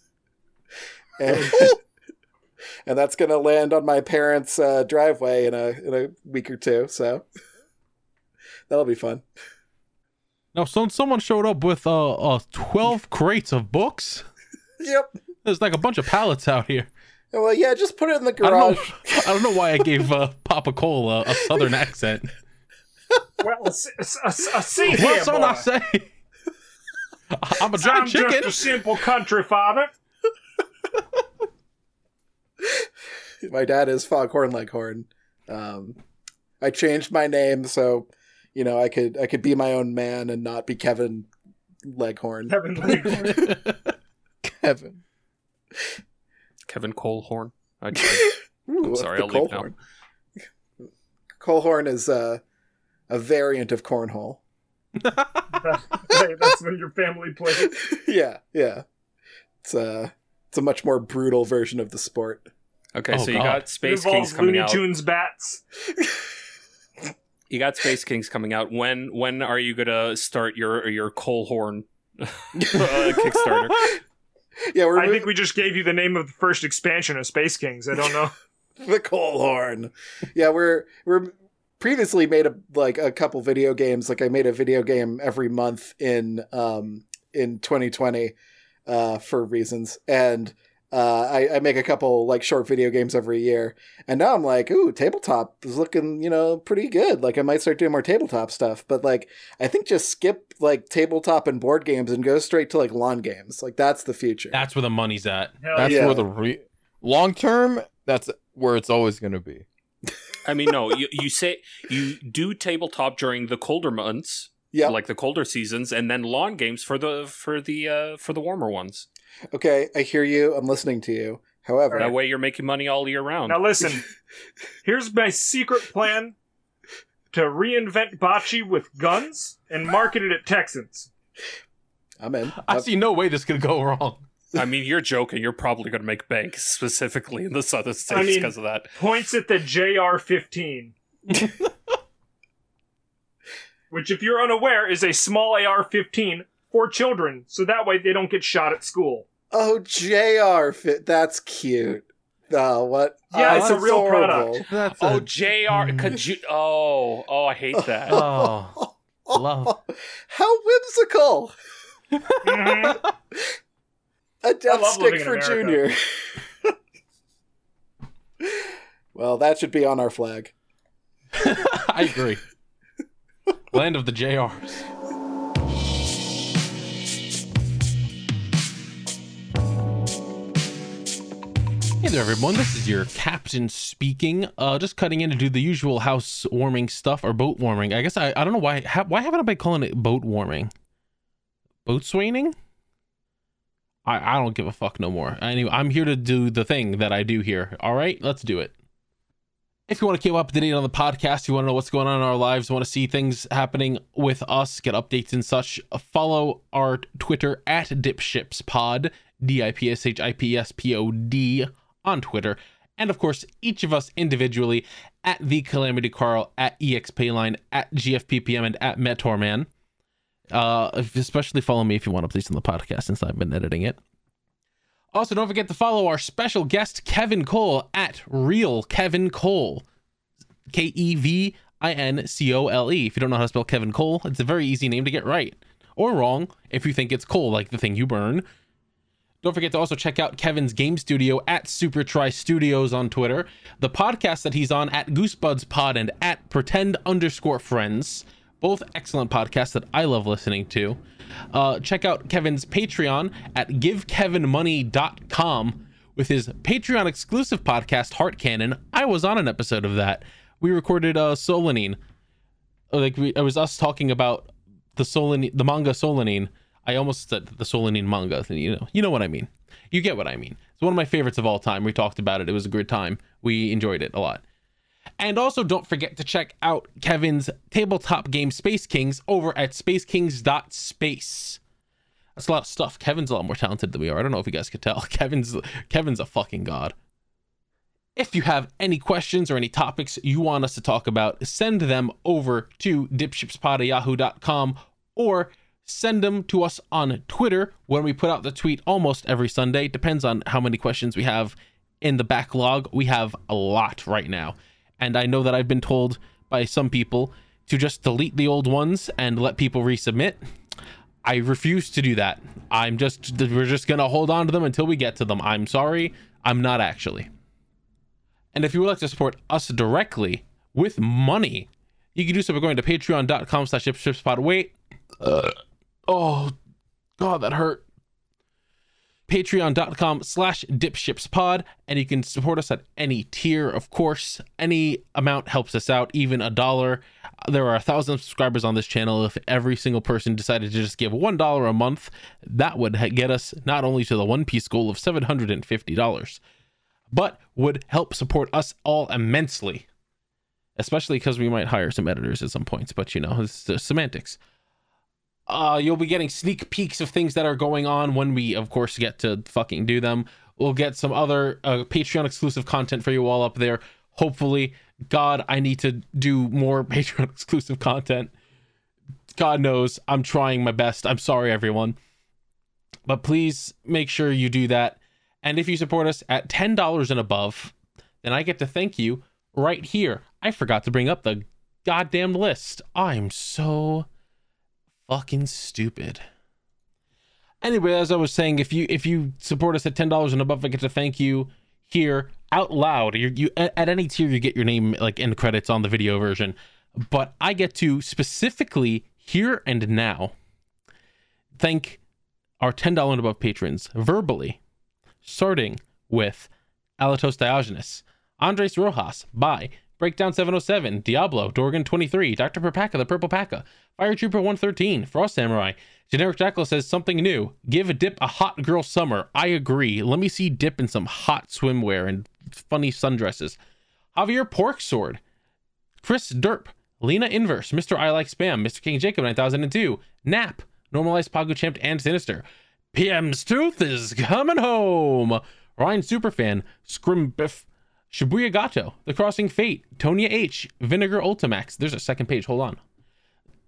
S5: and and that's gonna land on my parents' uh, driveway in a in a week or two. So that'll be fun.
S1: Now, so someone showed up with uh, uh twelve crates of books.
S5: Yep.
S1: There's like a bunch of pallets out here.
S5: Well, yeah, just put it in the
S1: I don't know.
S5: garage.
S1: I don't know why I gave uh, Papa Cola a southern accent.
S3: Well, s- s- s- uh, see here,
S1: What's on
S3: boy.
S1: I say? I- I'm a dry
S3: I'm
S1: chicken.
S3: just a simple country father.
S5: my dad is Foghorn Leghorn. Um, I changed my name so you know I could I could be my own man and not be Kevin Leghorn.
S3: Kevin Leghorn.
S5: Kevin.
S2: Kevin Colehorn. I
S5: Ooh,
S2: I'm sorry,
S5: the
S2: I'll leave now.
S5: Colehorn. Colehorn is a a variant of cornhole.
S3: hey, that's when your family played.
S5: yeah, yeah. It's a it's a much more brutal version of the sport.
S2: Okay,
S1: Oh,
S2: so you
S1: God.
S2: got
S3: It
S2: Space Kings
S3: involves
S2: coming
S3: Looney
S2: out.
S3: Tunes bats.
S2: You got Space Kings coming out. When when are you gonna start your your Colehorn uh, Kickstarter?
S5: Yeah, we're
S3: I
S5: moving
S3: think we just gave you the name of the first expansion of Space Kings. I don't know.
S5: the coal horn. Yeah, we're we're previously made a like a couple video games. Like I made a video game every month in um in 2020 uh for reasons and uh, I, I make a couple like short video games every year, and now I'm like, ooh, tabletop is looking, you know, pretty good. Like I might start doing more tabletop stuff, but like I think just skip like tabletop and board games and go straight to like lawn games. Like that's the future.
S1: That's where the money's at.
S3: Hell
S4: That's
S5: yeah.
S4: where the re- long term. That's where it's always going to be.
S2: I mean, no, you, you say you do tabletop during the colder months,
S5: yeah,
S2: like the colder seasons, and then lawn games for the for the uh, for the warmer ones.
S5: okay, I hear you. I'm listening to you. However,
S2: That way, you're making money all year round.
S3: Now listen, here's my secret plan to reinvent bocce with guns and market it at Texans.
S5: I'm in.
S1: I
S5: I've-
S1: see no way this could go wrong.
S2: I mean, you're joking. You're probably going to make bank specifically in the southern
S3: I
S2: states
S3: mean-
S2: because of that.
S3: Points at the JR15. Which, if you're unaware, is a small AR-15 for children, so that way they don't get shot at school.
S5: Oh, JR fit. That's cute. Oh, what?
S3: Yeah,
S5: Oh,
S3: it's a
S5: that's
S3: real
S5: adorable.
S1: That's
S2: Oh, Jr. Could you? Oh, oh, I hate that.
S1: oh. Love.
S5: How whimsical!
S3: Mhm.
S5: A death
S3: love
S5: stick
S3: living in
S5: for Junior.
S3: America.
S5: well, that should be on our flag.
S1: I agree. Land of the JRs. Hey there, everyone. This is your captain speaking. Uh, just cutting in to do the usual housewarming stuff or boat warming. I guess I, I don't know why. Ha, why haven't I been calling it boat warming? Boat swaining? I, I don't give a fuck no more. Anyway, I'm here to do the thing that I do here. All right, let's do it. If you want to keep up to date on the podcast, you want to know what's going on in our lives, want to see things happening with us, get updates and such, follow our Twitter at dipshipspod, D I P S H I P S P O D on Twitter. And of course, each of us individually at the Calamity Carl, at EXPayline, at GFPPM, and at Metorman. Uh, if- especially follow me if you want updates on the podcast since I've been editing it. Also, don't forget to follow our special guest, Kevin Cole, at Real Kevin Cole. K E V I N C O L E. If you don't know how to spell Kevin Cole, it's a very easy name to get right or wrong if you think it's coal, like the thing you burn. Don't forget to also check out Kevin's game studio at Super Try Studios on Twitter, the podcast that he's on at Goosebuds Pod and at Pretend underscore Friends. Both excellent podcasts that I love listening to. Uh, check out Kevin's Patreon at givekevinmoney.com with his Patreon exclusive podcast, Heart Cannon. I was on an episode of that. We recorded uh, Solanine Uh, like we, it was us talking about the Solanine, the manga Solanine. I almost said the Solanine manga. You know, you know what I mean. You get what I mean. It's one of my favorites of all time. We talked about it. It was a good time. We enjoyed it a lot. And also, don't forget to check out Kevin's tabletop game Space Kings over at spacekings.space. That's a lot of stuff. Kevin's a lot more talented than we are. I don't know if you guys could tell. Kevin's Kevin's a fucking god. If you have any questions or any topics you want us to talk about, send them over to dipshipspod at yahoo.com or send them to us on Twitter when we put out the tweet almost every Sunday. Depends on how many questions we have in the backlog, we have a lot right now. And I know that I've been told by some people to just delete the old ones and let people resubmit. I refuse to do that. I'm just we're just going to hold on to them until we get to them. I'm sorry, I'm not actually. And if you would like to support us directly with money, you can do so by going to patreon.com slash hipstripspot. Wait. Uh, oh, God, that hurt. Patreon.com slash dipshipspod. And you can support us at any tier, of course. Any amount helps us out, even a dollar. There are a thousand subscribers on this channel. If every single person decided to just give one dollar a month, that would ha- get us not only to the One Piece goal of $750 but would help support us all immensely. Especially because we might hire some editors at some points, but you know, it's the semantics. Uh, you'll be getting sneak peeks of things that are going on when we, of course, get to fucking do them. We'll get some other uh, Patreon exclusive content for you all up there. Hopefully, God, I need to do more Patreon exclusive content. God knows I'm trying my best. I'm sorry, everyone. But please make sure you do that. And if you support us at $10 and above, then I get to thank you right here. I forgot to bring up the goddamn list. I'm so fucking stupid. Anyway, as I was saying, if you if you support us at ten dollars and above, I get to thank you here out loud. you you at at any tier, you get your name like in credits on the video version, but I get to specifically here and now thank our ten dollar and above patrons verbally starting with Alatos Diogenes, Andres Rojas, By, Breakdown 707, Diablo, Dorgan 23, Dr. Perpaka, the Purple Paka, Fire Trooper 113, Frost Samurai, Generic Jackal says something new. Give a dip a hot girl summer. I agree. Let me see dip in some hot swimwear and funny sundresses. Javier Pork Sword, Chris Derp, Lena Inverse, Mr. I Like Spam, Mr. King Jacob 9002, Nap, Normalized Pagu Champ and Sinister, PM's Tooth is coming home. Ryan Superfan, Scrimbiff, Shibuya Gato, The Crossing Fate, Tonya H, Vinegar Ultimax. There's a second page, hold on.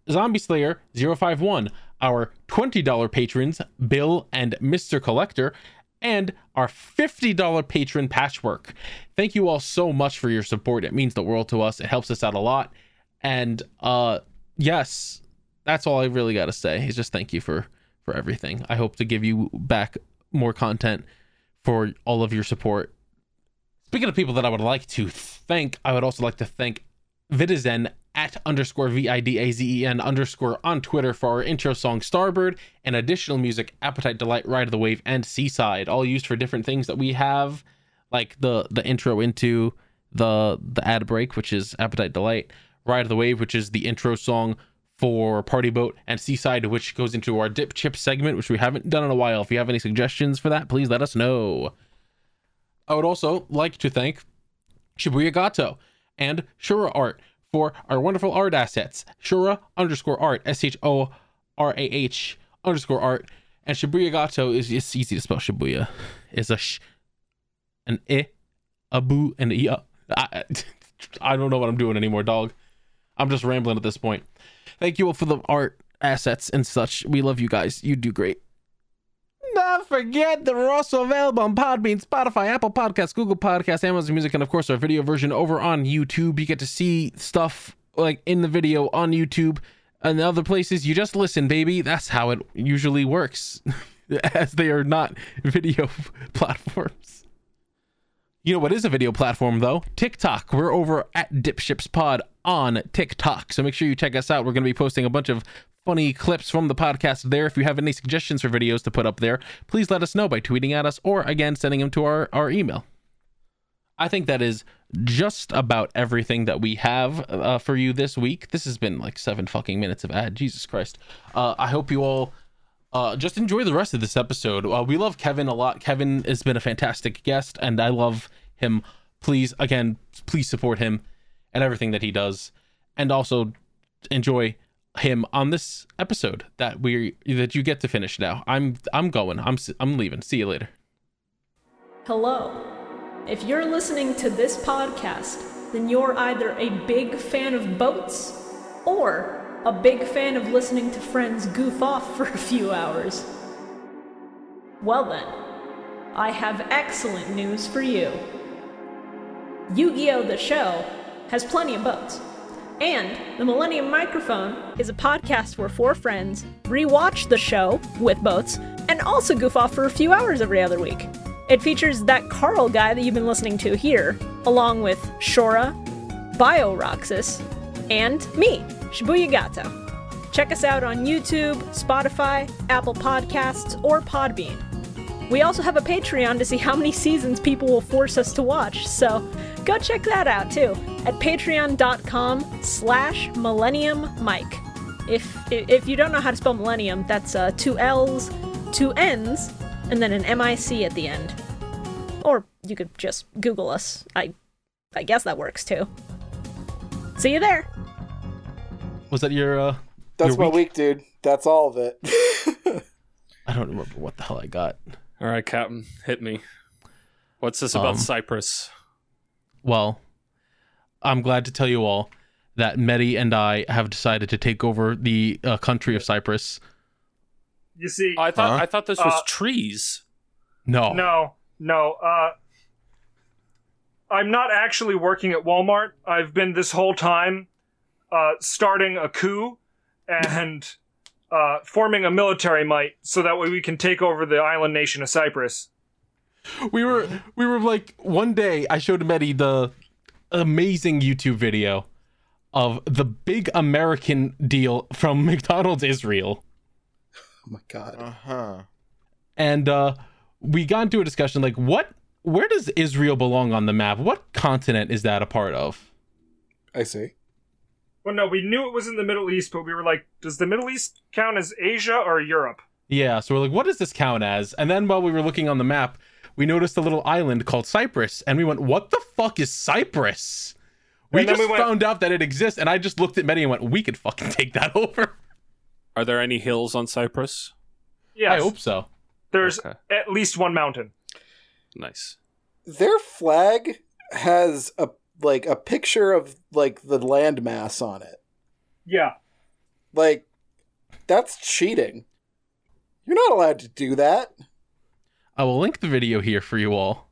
S1: Zombie Slayer 051, our $20 patrons, Bill and Mr. Collector, and our $50 patron, Patchwork. Thank you all so much for your support. It means the world to us. It helps us out a lot. And uh yes, that's all I really got to say. Is just thank you for for everything. I hope to give you back more content for all of your support. Speaking of people that I would like to thank, I would also like to thank Vidazen at underscore V I D A Z E N underscore on Twitter for our intro song Starboard and additional music Appetite Delight, Ride of the Wave, and Seaside, all used for different things that we have, like the the intro into the the ad break, which is Appetite Delight, Ride of the Wave, which is the intro song for Party Boat, and Seaside, which goes into our dip chip segment, which we haven't done in a while. If you have any suggestions for that, please let us know. I would also like to thank Shibuya Gato and Shura Art for our wonderful art assets. Shura underscore art, S H O R A H underscore art. And Shibuya Gato is it's easy to spell Shibuya. It's a sh, an i, a boo, and a. I I, I don't know what I'm doing anymore, dog. I'm just rambling at this point. Thank you all for the art assets and such. We love you guys. You do great. Not forget that we're also available on Podbean, Spotify, Apple Podcasts, Google Podcasts, Amazon Music, and of course our video version over on YouTube. You get to see stuff like in the video on YouTube and other places. You just listen, baby. That's how it usually works, as they are not video platforms. You know what is a video platform though? TikTok. We're over at Dipships Pod on TikTok. So make sure you check us out. We're going to be posting a bunch of funny clips from the podcast there. If you have any suggestions for videos to put up there, please let us know by tweeting at us or again sending them to our, our email. I think that is just about everything that we have uh, for you this week. This has been like seven fucking minutes of ad. Jesus Christ. Uh, I hope you all uh, just enjoy the rest of this episode. Uh, we love Kevin a lot. Kevin has been a fantastic guest, and I love him. Please, again, please support him and everything that he does, and also enjoy him on this episode that we that you get to finish now. I'm I'm going. I'm s- I'm leaving. See you later.
S7: Hello. If you're listening to this podcast, then you're either a big fan of boats or a big fan of listening to friends goof off for a few hours. Well, then, I have excellent news for you. Yu Gi Oh! The Show has plenty of boats. And the Millennium Microphone is a podcast where four friends rewatch the show with boats and also goof off for a few hours every other week. It features that Carl guy that you've been listening to here, along with Shora, BioRoxus, and me, Shibuya Gato. Check us out on YouTube, Spotify, Apple Podcasts, or Podbean. We also have a Patreon to see how many seasons people will force us to watch, so go check that out too at patreon.com slash millennium mike. If, if you don't know how to spell millennium, that's uh, two L's, two N's, and then an M-I-C at the end. Or you could just Google us. I, I guess that works too. See you there!
S1: Was that your? uh
S5: That's
S1: Your
S5: my week, dude. That's all of it. Oh
S1: I don't remember what the hell I got.
S2: All right, Captain, hit me. What's this about
S1: Um,
S2: Cyprus?
S1: Well, I'm glad to tell you all that Medi and I have decided to take over the uh, country of Cyprus.
S3: You see,
S2: I thought
S4: huh?
S2: I thought this was
S3: Uh,
S2: trees.
S1: No,
S3: no, no. Uh, I'm not actually working at Walmart. I've been this whole time uh, starting a coup and uh, forming a military might, so that way we can take over the island nation of Cyprus.
S1: we were we were like one day I showed Medi the amazing YouTube video of the big American deal from McDonald's Israel.
S5: Oh my god.
S4: Uh huh.
S1: and uh, we got into a discussion like what where does israel belong on the map what continent is that a part of
S5: I see.
S3: Well, no, we knew it was in the Middle East, but we were like, does the Middle East count as Asia or Europe?
S1: yeah so we're like what does this count as and then while we were looking on the map we noticed a little island called cyprus and we went what the fuck is cyprus we
S3: And then
S1: just
S3: we went-
S1: found out that it exists and i just looked at many and went we could fucking take that over
S2: Are there any hills on Cyprus?
S1: i
S3: Yes,
S1: hope so
S3: there's
S2: Okay.
S3: at least one mountain.
S2: Nice.
S5: Their flag has a like a picture of like the landmass on it.
S3: Yeah.
S5: Like that's cheating. You're not allowed to do that.
S1: i will link the video here for you all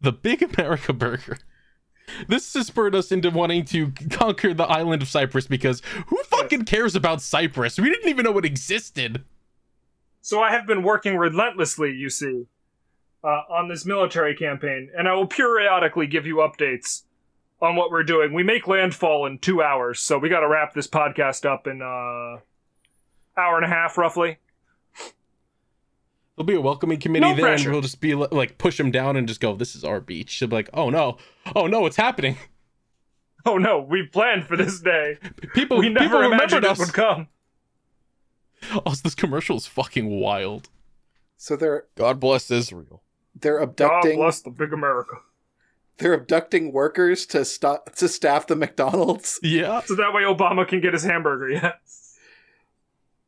S1: the big america burger this has spurred us into wanting to conquer the island of Cyprus because who fucking cares about Cyprus? We didn't even know it existed.
S3: So I have been working relentlessly, you see, uh, on this military campaign, and I will periodically give you updates on what we're doing. We make landfall in two hours, so we got to wrap this podcast up in uh, hour and a half, roughly.
S1: There'll be a welcoming committee
S3: No
S1: there,
S3: pressure.
S1: and we'll just be li- like, push them down and just go, "This is our beach." They'll be like, "Oh no, oh no, it's happening."
S3: Oh no, we planned for this day.
S1: People,
S3: We
S1: people
S3: never
S1: remembered
S3: imagined it
S1: us.
S3: would come.
S1: Also, this commercial is fucking wild.
S5: So they're
S4: God bless Israel.
S5: they're
S3: God
S5: abducting
S3: bless the big America.
S5: they're abducting workers to stop to staff the McDonald's.
S1: Yeah,
S3: So that way Obama can get his hamburger. Yeah,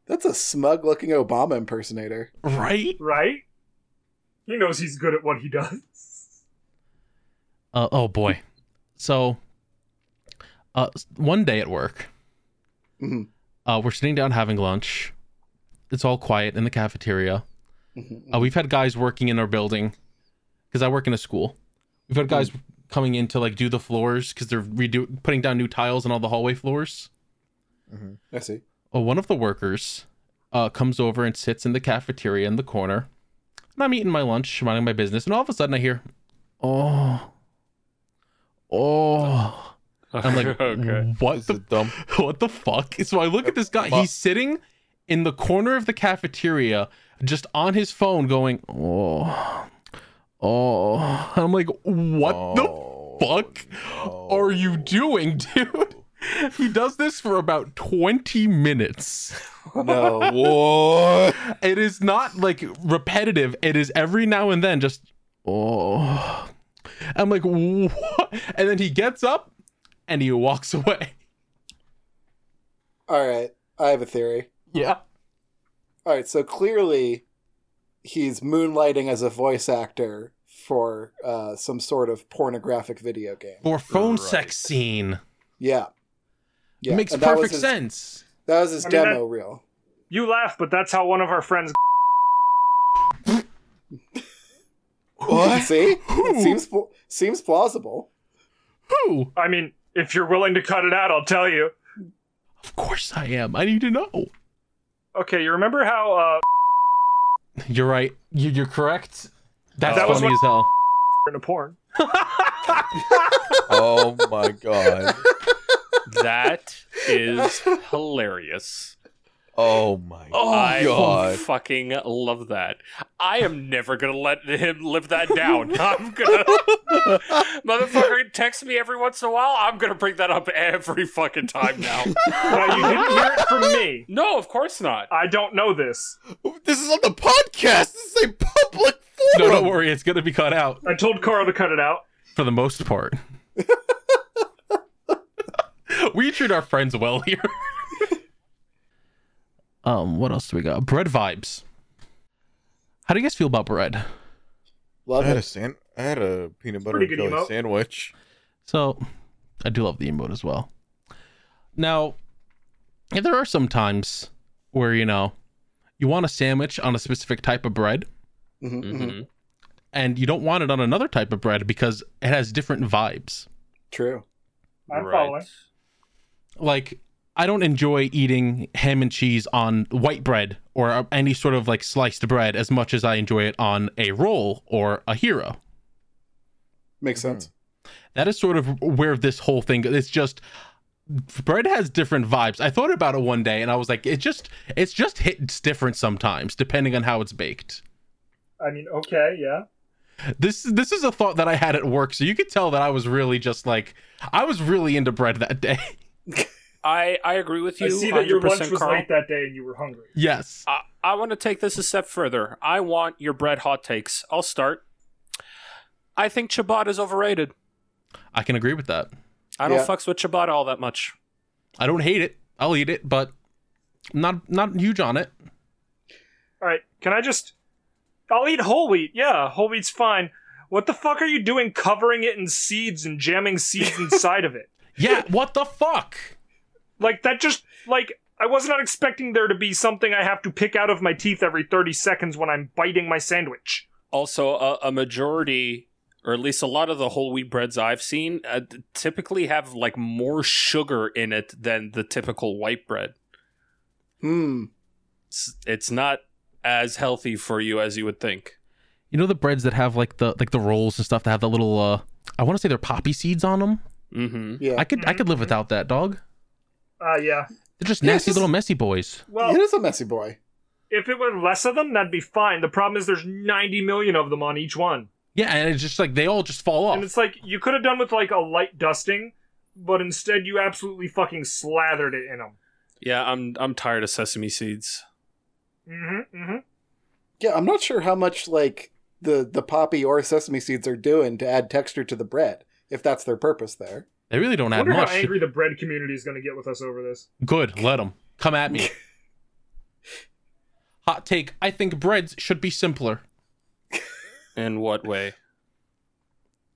S5: That's a smug looking Obama impersonator.
S1: right.
S3: right. He knows he's good at what he does.
S1: Uh, oh boy. So, uh, s- one day at work,
S5: Mhm.
S1: uh, we're sitting down having lunch. It's all quiet in the cafeteria.
S4: Mm-hmm,
S1: Uh, we've had guys working in our building because I work in a school. We've had
S4: Mm.
S1: guys coming in to like do the floors because they're redo putting down new tiles on all the hallway floors.
S5: I see.
S1: Uh, one of the workers uh, comes over and sits in the cafeteria in the corner. And I'm eating my lunch, minding my business, and all of a sudden I hear, "Oh, oh." I'm like,
S2: okay.
S1: what
S4: This
S1: the
S4: is dumb.
S1: what the fuck? So I look at this guy. He's sitting in the corner of the cafeteria, just on his phone, going, "Oh, oh." I'm like, what
S4: Oh,
S1: the fuck
S4: no.
S1: are you doing, dude? He does this for about 20 minutes.
S5: No.
S4: What?
S1: It is not like repetitive. It is every now and then just oh. I'm like what? And then he gets up and he walks away.
S5: All right. I have a theory.
S1: Yeah.
S5: All right, so clearly he's moonlighting as a voice actor for uh, some sort of pornographic video game.
S1: Or phone
S4: Right.
S1: sex scene.
S5: Yeah. Yeah.
S1: It makes
S5: and that was
S1: perfect
S5: his-
S1: sense.
S5: That was his
S3: I mean,
S5: demo reel.
S3: You laugh, but that's how one of our friends
S4: What?
S5: See, it seems pl- seems plausible.
S1: Who?
S3: I mean, if you're willing to cut it out, I'll tell you.
S1: Of course I am. I need to know.
S3: Okay, you remember how uh,
S1: You're right. You, you're correct. That's
S3: That was
S1: funny as
S3: what-
S1: hell.
S3: in a porn?
S4: Oh my god.
S2: That is hilarious.
S4: Oh my
S2: I
S4: god.
S2: fucking love that. I am never gonna let him live that down. I'm gonna motherfucker text me every once in a while. I'm gonna bring that up every fucking time now.
S3: Now, you didn't hear it from me.
S2: No, of course not.
S3: I don't know this.
S4: This is on the podcast. This is a public
S1: No,
S4: forum.
S1: don't worry. It's going to be cut out
S3: I told Carl to cut it out.
S1: for the most part. we treat our friends well here. um, what else do we got? Bread vibes. How do you guys feel about bread?
S5: Love
S4: I had
S5: it.
S4: a sand. I had a peanut butter and
S3: pretty
S4: jelly
S3: good emote.
S4: sandwich.
S1: So I do love the emote as well. Now, if there are some times where, you know, you want a sandwich on a specific type of bread
S5: Mhm,
S1: Mm-hmm.
S5: mhm.
S2: Mhm.
S1: and you don't want it on another type of bread because it has different vibes.
S5: True.
S3: I'm
S2: Right.
S3: following.
S1: Like, I don't enjoy eating ham and cheese on white bread or any sort of like sliced bread as much as I enjoy it on a roll or a hero.
S5: Makes
S1: Mm-hmm.
S5: sense.
S1: That is sort of where this whole thing it's just bread has different vibes. I thought about it one day and I was like it just it's just hits different sometimes depending on how it's baked.
S3: I mean, okay, yeah.
S1: This this is a thought that I had at work so you could tell that I was really just like I was really into bread that day.
S2: I I agree with you.
S3: I see that your
S2: 100%,
S3: lunch was
S2: Carl.
S3: late that day and you were hungry.
S1: yes.
S2: I, I want to take this a step further. I want your bread hot takes. I'll start. I think ciabatta is overrated.
S1: I can agree with that.
S2: I don't
S5: Yeah.
S2: fucks with ciabatta all that much.
S1: I don't hate it. I'll eat it, but not not huge on it.
S3: All right, can I just? I'll eat whole wheat. Yeah, whole wheat's fine. What the fuck are you doing covering it in seeds and jamming seeds inside of it?
S1: Yeah, what the fuck?
S3: Like that just like I was not expecting there to be something I have to pick out of my teeth every 30 seconds when I'm biting my sandwich.
S2: Also, a, a majority, or at least a lot of the whole wheat breads I've seen, uh, t- typically have like more sugar in it than the typical white bread.
S5: Hmm.
S2: It's, it's not as healthy for you as you would think.
S1: You know the breads that have like the like the rolls and stuff that have the little uh I want to say they're poppy seeds on them.
S2: Mm-hmm.
S5: Yeah.
S1: I could I could live without that dog.
S3: Ah, yeah.
S1: They're just
S5: Yeah,
S1: nasty
S5: it's-
S1: little messy boys.
S3: Well,
S5: it is a messy boy.
S3: if it were less of them, that'd be fine. The problem is there's 90 million of them on each one.
S1: Yeah, and it's just like they all just fall
S3: And
S1: off.
S3: it's like you could have done with like a light dusting, but instead you absolutely fucking slathered it in them.
S2: Yeah, I'm I'm tired of sesame seeds.
S3: Mm-hmm. Mm-hmm.
S5: Yeah, I'm not sure how much like the the poppy or sesame seeds are doing to add texture to the bread, if that's their purpose there.
S1: They really don't add
S3: I wonder
S1: much.
S3: how angry the bread community is going to get with us over this.
S1: Good, let them come at me. Hot take: I think breads should be simpler
S2: In what way?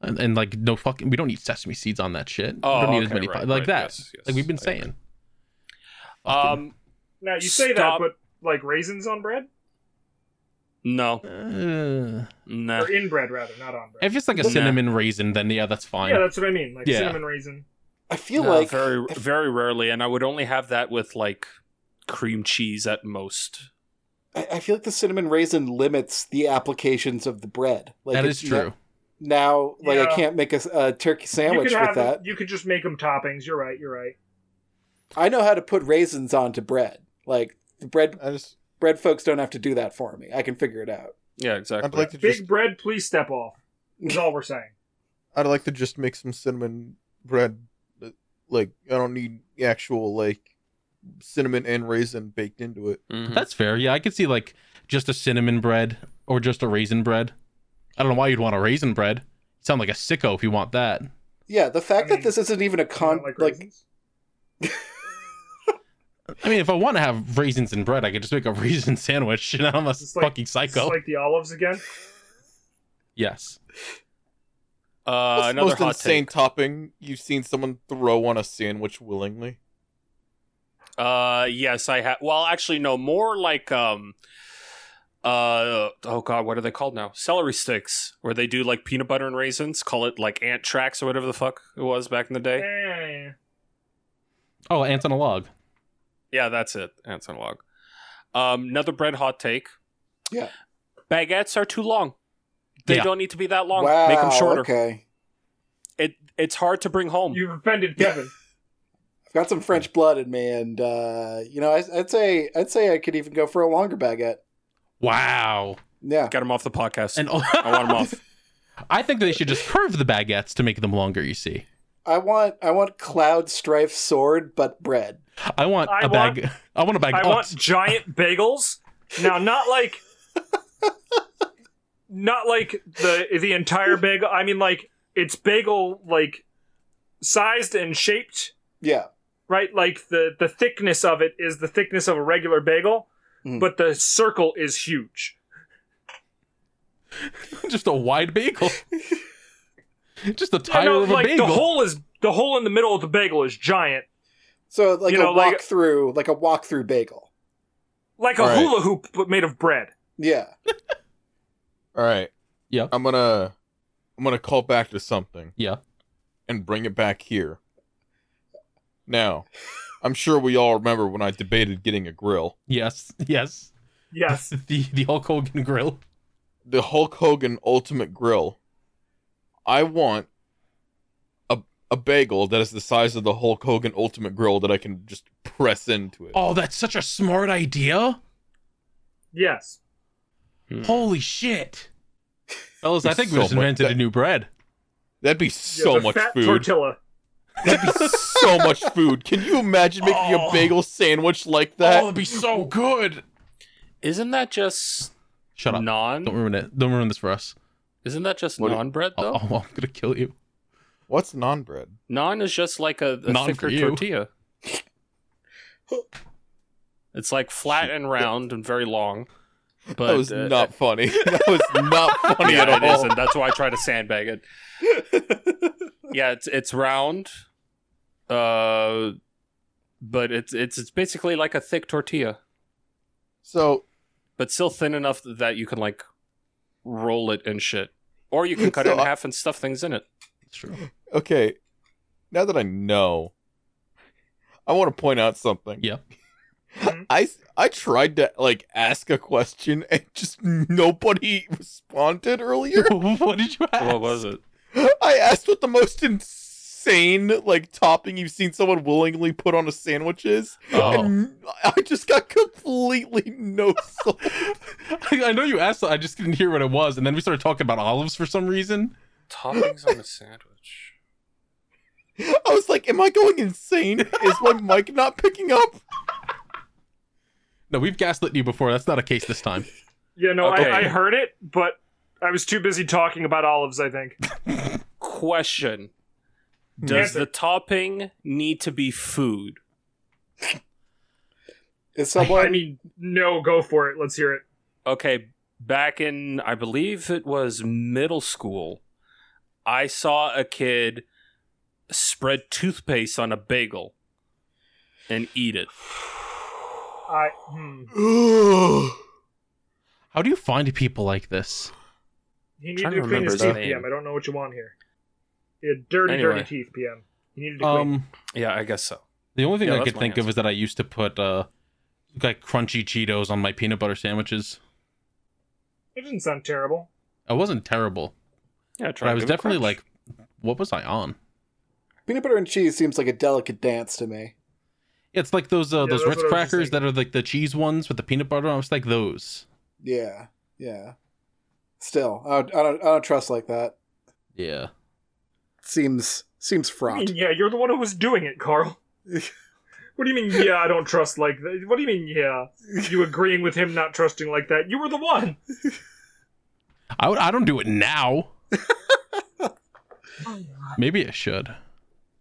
S1: and, and like no fucking. We don't need sesame seeds on that shit.
S2: Oh,
S1: we don't need
S2: okay,
S1: as many
S2: right,
S1: pi-
S2: right,
S1: like that.
S2: yes, yes,
S1: like we've been
S2: I agree.
S1: saying. Fucking-
S2: Um,
S3: Now you say
S2: Stop.
S3: that, but like raisins on bread
S2: no,
S1: Uh,
S2: nah.
S3: or in bread rather, not on bread.
S1: if it's like a
S2: Nah.
S1: cinnamon raisin, then yeah, that's fine.
S3: Yeah, that's what I mean. Like
S1: Yeah.
S3: cinnamon raisin.
S5: I feel
S2: No,
S5: like
S2: very very rarely, and I would only have that with like cream cheese at most.
S5: I, I feel like the cinnamon raisin limits the applications of the bread. Like
S1: that
S5: it's
S1: is true.
S5: no- now, like I
S3: Yeah.
S5: can't make a, s- a turkey
S3: you
S5: sandwich
S3: could
S5: with
S3: have
S5: that.
S3: you could just make them toppings. You're right. You're right.
S5: I know how to put raisins onto bread. Like the bread
S4: I just.
S5: bread folks don't have to do that for me. I can figure it out.
S2: Yeah, exactly.
S4: I'd like to
S3: Big
S4: just.
S3: bread, please step off. Is all we're saying.
S4: I'd like to just make some cinnamon bread. but, Like I don't need actual like cinnamon and raisin baked into it.
S2: Mhm.
S1: That's fair. Yeah, I could see like just a cinnamon bread or just a raisin bread. I don't know why you'd want a raisin bread. You sound like a sicko if you want that.
S5: Yeah, the fact
S3: I mean,
S5: that this isn't even a
S3: You don't
S5: con
S3: like
S5: like,
S3: raisins.
S1: I mean, if I want to have raisins and bread, I could just make a raisin sandwich. You know, I'm a
S3: It's like-
S1: fucking
S3: It's
S1: psycho.
S3: like the olives again.
S1: yes.
S2: uh,
S4: What's the
S2: another
S4: most
S2: hot
S4: insane
S2: take.
S4: topping you've seen someone throw on a sandwich willingly?
S2: Uh, yes, I have. Well, actually, no. More like um, uh oh god, what are they called now? Celery sticks, where they do like peanut butter and raisins. Call it like ant tracks or whatever the fuck it was back in the day.
S3: Eh.
S1: Oh, ants on a log.
S2: Yeah, that's it. Ants on a log. Um, another bread hot take.
S5: Yeah.
S2: baguettes are too long. They
S1: Yeah.
S2: don't need to be that long.
S5: wow.
S2: Make them shorter.
S5: Okay.
S2: It it's hard to bring home.
S3: You've offended Kevin.
S5: I've got some French blood in me, and uh, you know, I, I'd say I'd say I could even go for a longer baguette.
S1: Wow.
S5: Yeah.
S2: Get them off the podcast.
S1: And
S2: I want them off.
S1: I think they should just curve the baguettes to make them longer. You see,
S5: I want I want Cloud Strife sword, but bread.
S1: I want
S3: I
S1: a bag. I want a bag.
S3: I
S1: oh,
S3: want giant bagels. Now, not like, not like the the entire bagel. I mean, like it's bagel like sized and shaped,
S5: Yeah.
S3: right? Like the the thickness of it is the thickness of a regular bagel,
S5: Mm.
S3: but the circle is huge.
S1: just a wide bagel. just a
S3: I
S1: tire
S3: know,
S1: of a
S3: like
S1: bagel.
S3: the hole is the hole in the middle of the bagel is giant,
S5: So like
S3: You
S5: a
S3: know,
S5: walk
S3: like-
S5: through, like a walk through bagel.
S3: like a
S4: Right.
S3: hula hoop but made of bread.
S5: Yeah.
S4: All right.
S1: Yeah.
S4: I'm gonna I'm gonna call back to something.
S1: Yeah.
S4: And bring it back here. Now, I'm sure we all remember when I debated getting a grill.
S1: yes, yes.
S3: Yes,
S1: The the Hulk Hogan grill.
S4: The Hulk Hogan Ultimate Grill. I want a a bagel that is the size of the Hulk Hogan Ultimate Grill that I can just press into it.
S1: Oh, that's such a smart idea.
S3: yes.
S1: Holy shit, fellas! I think we
S4: So
S1: just
S4: much-
S1: invented a
S4: that-
S1: new bread.
S4: That'd be so
S3: The
S4: much
S3: fat
S4: food.
S3: tortilla.
S4: That'd be so much food. Can you imagine making
S1: Oh.
S4: a bagel sandwich
S1: oh,
S4: like that?
S1: it'd be so good.
S2: Isn't that just
S1: Shut up!
S2: non?
S1: Don't ruin it. Don't ruin this for us.
S2: Isn't that just
S4: What do-
S2: non bread
S1: Oh,
S2: though?
S1: I'm gonna kill you.
S4: What's non bread?
S2: Non is just like a, a
S1: Naan for
S2: thicker
S1: you.
S2: tortilla. It's like flat and round and very long. But
S4: that was
S2: uh,
S4: not funny. That was not funny
S2: yeah,
S4: at
S2: it
S4: all.
S2: is, and that's why I try to sandbag it. yeah, it's it's round, uh, but it's it's it's basically like a thick tortilla,
S4: So
S2: but still thin enough that you can like roll it and shit, or you can cut it
S4: So
S2: in
S4: I-
S2: half and stuff things in it.
S1: It's true.
S4: okay, now that I know, I want to point out something.
S1: Yeah.
S4: I s- I tried to like ask a question and just nobody responded earlier.
S1: what did you ask?
S2: What was it?
S4: I asked what the most insane like topping you've seen someone willingly put on a sandwich is,
S1: Oh.
S4: and I just got completely no soul.
S1: I, I know you asked. I just didn't hear what it was, and then we started talking about olives for some reason.
S2: Toppings on a sandwich.
S4: I was like, "Am I going insane? Is my mic not picking up?"
S1: No, we've gaslit you before. That's not a case this time.
S3: Yeah, no,
S2: Okay.
S3: I, I heard it, but I was too busy talking about olives. I think.
S2: Question: Does
S1: Hmm.
S3: Yes.
S2: the topping need to be food?
S5: Is someone
S3: I mean, no, go for it. Let's hear it.
S2: okay, back in I believe it was middle school, I saw a kid spread toothpaste on a bagel and eat it.
S3: I hmm.
S1: How do you find people like this?
S3: he needed
S2: Trying
S3: to
S2: to
S3: clean his
S2: remember
S3: teeth,
S2: his
S3: PM.
S2: name.
S3: I don't know what you want here. He had dirty,
S2: Anyway.
S3: dirty teeth, PM. He needed to clean.
S1: Um,
S2: Yeah, I guess so.
S1: the only thing
S2: Yeah,
S1: I
S2: that's
S1: could
S2: my
S1: think of
S2: answer.
S1: is that I used to put uh, like crunchy Cheetos on my peanut butter sandwiches.
S3: It didn't sound terrible.
S1: It wasn't terrible,
S2: Yeah,
S1: but I was definitely like, what was I on?
S5: peanut butter and cheese seems like a delicate dance to me.
S1: It's like those uh,
S3: Yeah,
S1: those Ritz
S3: that's what I was just
S1: crackers that
S3: thinking.
S1: are like the cheese ones with the peanut butter. I was like those.
S5: Yeah. Yeah. Still, I don't, I don't, I don't trust like that.
S1: Yeah.
S5: Seems seems
S3: What do
S5: fraught.
S3: you mean, yeah, you're the one who was doing it, Carl. what do you mean? Yeah, I don't trust like that. What do you mean? Yeah, you agreeing with him not trusting like that? You were the one.
S1: I would, I don't do it now. Maybe I should.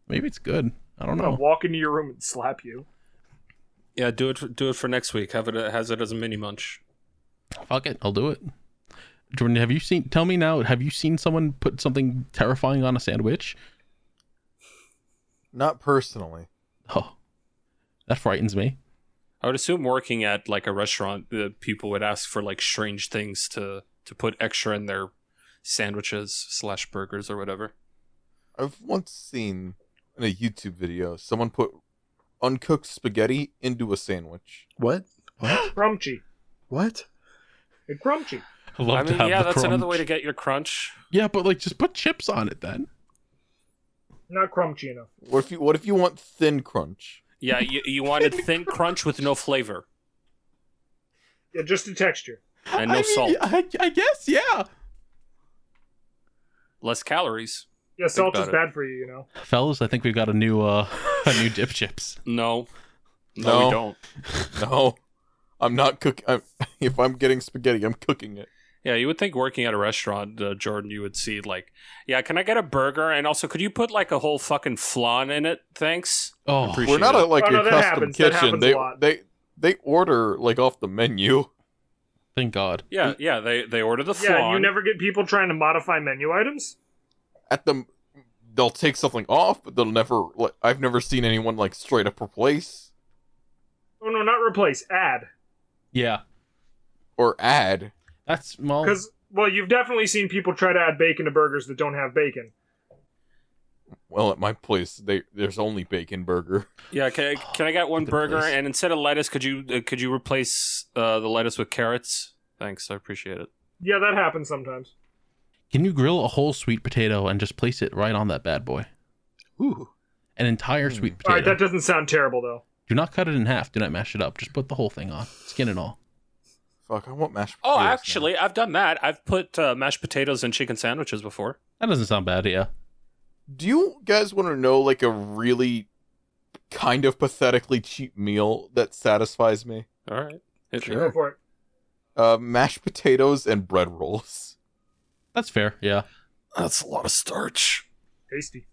S1: Maybe it's good. I don't
S3: I'm gonna
S1: know.
S3: walk into your room and slap you.
S2: yeah, do it do it for next week. Have it has it as a mini munch.
S1: Fuck it. I'll do it. Jordan, have you seen? Tell me now. Have you seen someone put something terrifying on a sandwich?
S4: Not personally.
S1: Oh, that frightens me.
S2: I would assume working at like a restaurant, the people would ask for like strange things to to put extra in their sandwiches slash burgers or whatever.
S4: I've once seen in a YouTube video someone put uncooked spaghetti into a sandwich.
S5: What? What?
S3: Crunchy.
S5: What?
S3: A crunchy.
S1: I love
S2: I
S1: to
S2: mean,
S1: have
S2: yeah,
S1: the
S2: that's another way to
S1: crunch.
S2: get your crunch.
S1: Yeah, but like just put chips on it then.
S3: Not crunchy enough.
S4: What if you What if you want thin crunch?
S2: Yeah, you, you wanted thin crunch with no flavor
S3: Yeah, just a texture.
S2: and no
S1: I mean,
S2: salt,
S1: I, I guess, yeah.
S2: less calories.
S3: Yeah, salt is
S2: about it.
S3: bad for you, you know.
S1: Fellas, I think we've got a new uh a new dip chips.
S2: No, no,
S4: No.
S2: we don't.
S4: No, I'm not cooking. I'm, if I'm getting spaghetti, I'm cooking it.
S2: Yeah, you would think working at a restaurant, uh, Jordan, you would see like, yeah, can I get a burger? And also, could you put like a whole fucking flan in it? Thanks.
S1: Oh,
S2: Appreciate
S4: We're not
S2: it.
S4: at like
S3: Oh, no,
S4: a
S3: that
S4: custom
S3: happens. That
S4: kitchen.
S3: happens a
S4: They
S3: lot.
S4: they they order like off the menu.
S1: thank God.
S2: Yeah, yeah, they they order the flan.
S3: Yeah, you never get people trying to modify menu items.
S4: At the they'll take something off, but they'll never. Like, I've never seen anyone like straight up replace
S3: Oh no, not replace, add.
S1: Yeah,
S4: or add.
S1: that's well.
S3: Because well, you've definitely seen people try to add bacon to burgers that don't have bacon.
S4: Well, at my place, they there's only bacon burger.
S2: Yeah, can, I- can I get one
S1: Good
S2: burger
S1: place.
S2: and instead of lettuce, could you uh, could you replace uh, the lettuce with carrots? Thanks, I appreciate it.
S3: Yeah, that happens sometimes.
S1: Can you grill a whole sweet potato and just place it right on that bad boy?
S5: Ooh.
S1: An entire sweet
S3: All
S1: potato.
S3: right, that doesn't sound terrible though.
S1: Do not cut it in half. Do not mash it up. Just put the whole thing on, skin and all.
S4: Fuck, I want mashed.
S2: Oh,
S4: potatoes now.
S2: actually, I've done that. I've put uh, mashed potatoes and chicken sandwiches before.
S1: That doesn't sound bad, yeah.
S4: do you guys want to know like a really kind of pathetically cheap meal that satisfies me?
S2: All right, Hit me.
S5: Sure.
S3: Go for it.
S4: Uh, mashed potatoes and bread rolls.
S1: That's fair, yeah.
S2: That's a lot of starch.
S3: Tasty.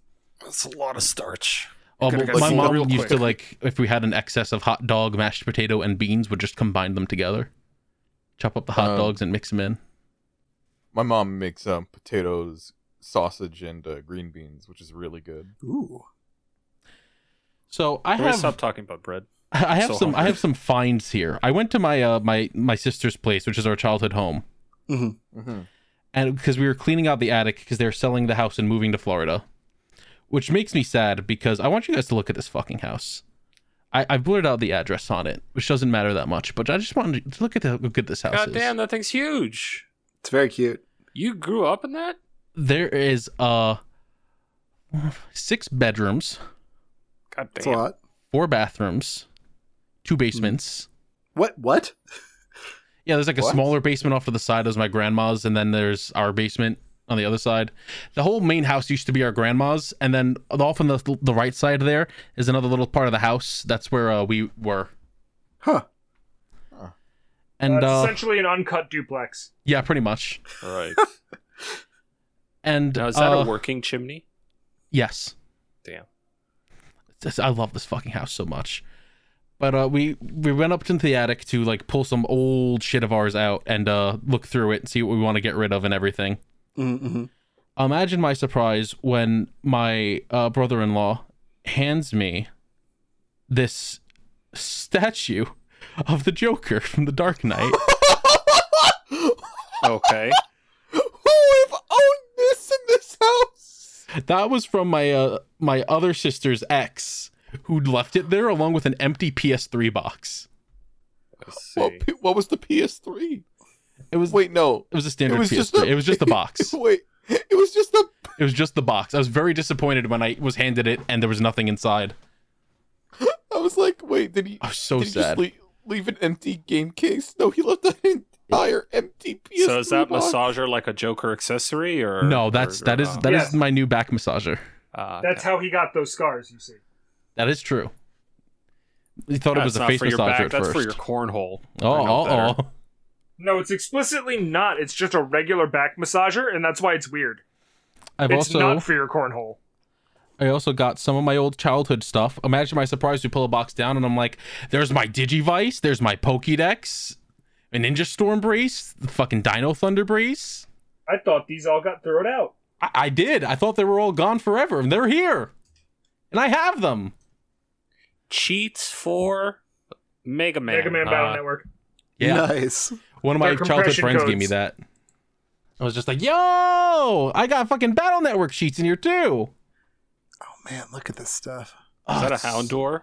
S2: That's a lot of starch.
S1: Oh,
S2: Could've
S1: but
S2: got
S1: my
S2: some
S1: mom
S2: real
S1: used to
S2: quick.
S1: like if we had an excess of hot dog, mashed potato, and beans, would just combine them together, chop up the hot
S4: Um,
S1: dogs and mix them in.
S4: My mom makes um potatoes, sausage, and uh, green beans, which is really good.
S5: Ooh.
S1: So I
S2: Can we
S1: have
S2: stop talking about bread?
S1: I have
S2: So
S1: some I
S2: hungry.
S1: have some finds here. I went to my uh, my my sister's place, which is our childhood home,
S4: Mm-hmm.
S1: and because we were cleaning out the attic because they're selling the house and moving to Florida, which makes me sad because I want you guys to look at this fucking house. I, I blurred out the address on it, which doesn't matter that much, but I just wanted to look at the, how good this house
S2: God
S1: is.
S2: damn, that thing's huge.
S5: It's very cute.
S2: You grew up in that?
S1: There is uh six bedrooms,
S2: God
S5: It's
S2: damn.
S5: a lot.
S1: four bathrooms, two basements.
S5: What? What?
S1: Yeah, there's like a
S4: What?
S1: smaller basement off to the side as my grandma's, and then there's our basement on the other side. The whole main house used to be our grandma's, and then off on the the right side there is another little part of the house. That's where uh, we were.
S5: Huh.
S1: And
S3: That's
S1: uh,
S3: essentially an uncut duplex.
S1: yeah, pretty much.
S2: All right.
S1: And
S2: Now, is that
S1: uh,
S2: a working chimney?
S1: Yes.
S2: Damn.
S1: This- I love this fucking house so much. But uh, we we went up into the attic to like pull some old shit of ours out and uh, look through it and see what we want to get rid of and everything.
S5: Mm-hmm.
S1: Imagine my surprise when my uh, brother-in-law hands me this statue of the Joker from The Dark Knight.
S2: Okay.
S4: Who have owned this in this house?
S1: That was from my uh, my other sister's ex, who left it there along with an empty PS3 box.
S2: Let's
S4: What,
S2: see.
S4: P- what was the PS3?
S1: It was
S4: Wait, no.
S1: it was a standard
S4: it was
S1: PS3.
S4: just the,
S1: it was just the box.
S4: Wait, it was just the.
S1: It was just the box. I was very disappointed when I was handed it and there was nothing inside.
S4: I was like, wait, did he?
S1: I was so
S4: did he
S1: sad.
S4: Just leave, leave an empty game case? No, he left an entire empty PS3
S2: so is that
S4: box.
S2: massager like a Joker accessory or
S1: no, that's
S2: or-
S1: that is
S2: or
S1: that is
S3: Yes.
S1: my new back massager.
S2: not? Ah, okay.
S3: That's how he got those scars, you see.
S1: That is true. You thought it
S2: That's
S1: was a
S2: not
S1: face
S2: for your
S1: massager
S2: back,
S1: at
S2: That's
S1: first.
S2: for your cornhole. I know
S1: oh, oh,
S2: better.
S1: oh.
S3: No, it's explicitly not. It's just a regular back massager, and that's why it's weird.
S1: I've
S3: it's
S1: also
S3: not for your cornhole.
S1: I also got some of my old childhood stuff. Imagine my surprise! We pull a box down, and I'm like, "There's my Digivice. There's my Pokédex, a Ninja Storm brace, the fucking Dino Thunder brace."
S3: I thought these all got thrown out.
S1: I, I did. I thought they were all gone forever, and they're here, and I have them.
S2: Cheats for Mega Man.
S3: Mega Man Battle
S1: uh,
S3: Network.
S1: Yeah.
S5: Nice. Oh,
S1: One of my
S3: Their
S1: childhood
S3: compression
S1: friends gave
S3: codes.
S1: me that. I was just like, yo, I got fucking Battle Network sheets in here too.
S5: Oh man, look at this stuff.
S2: Is that a Houndour?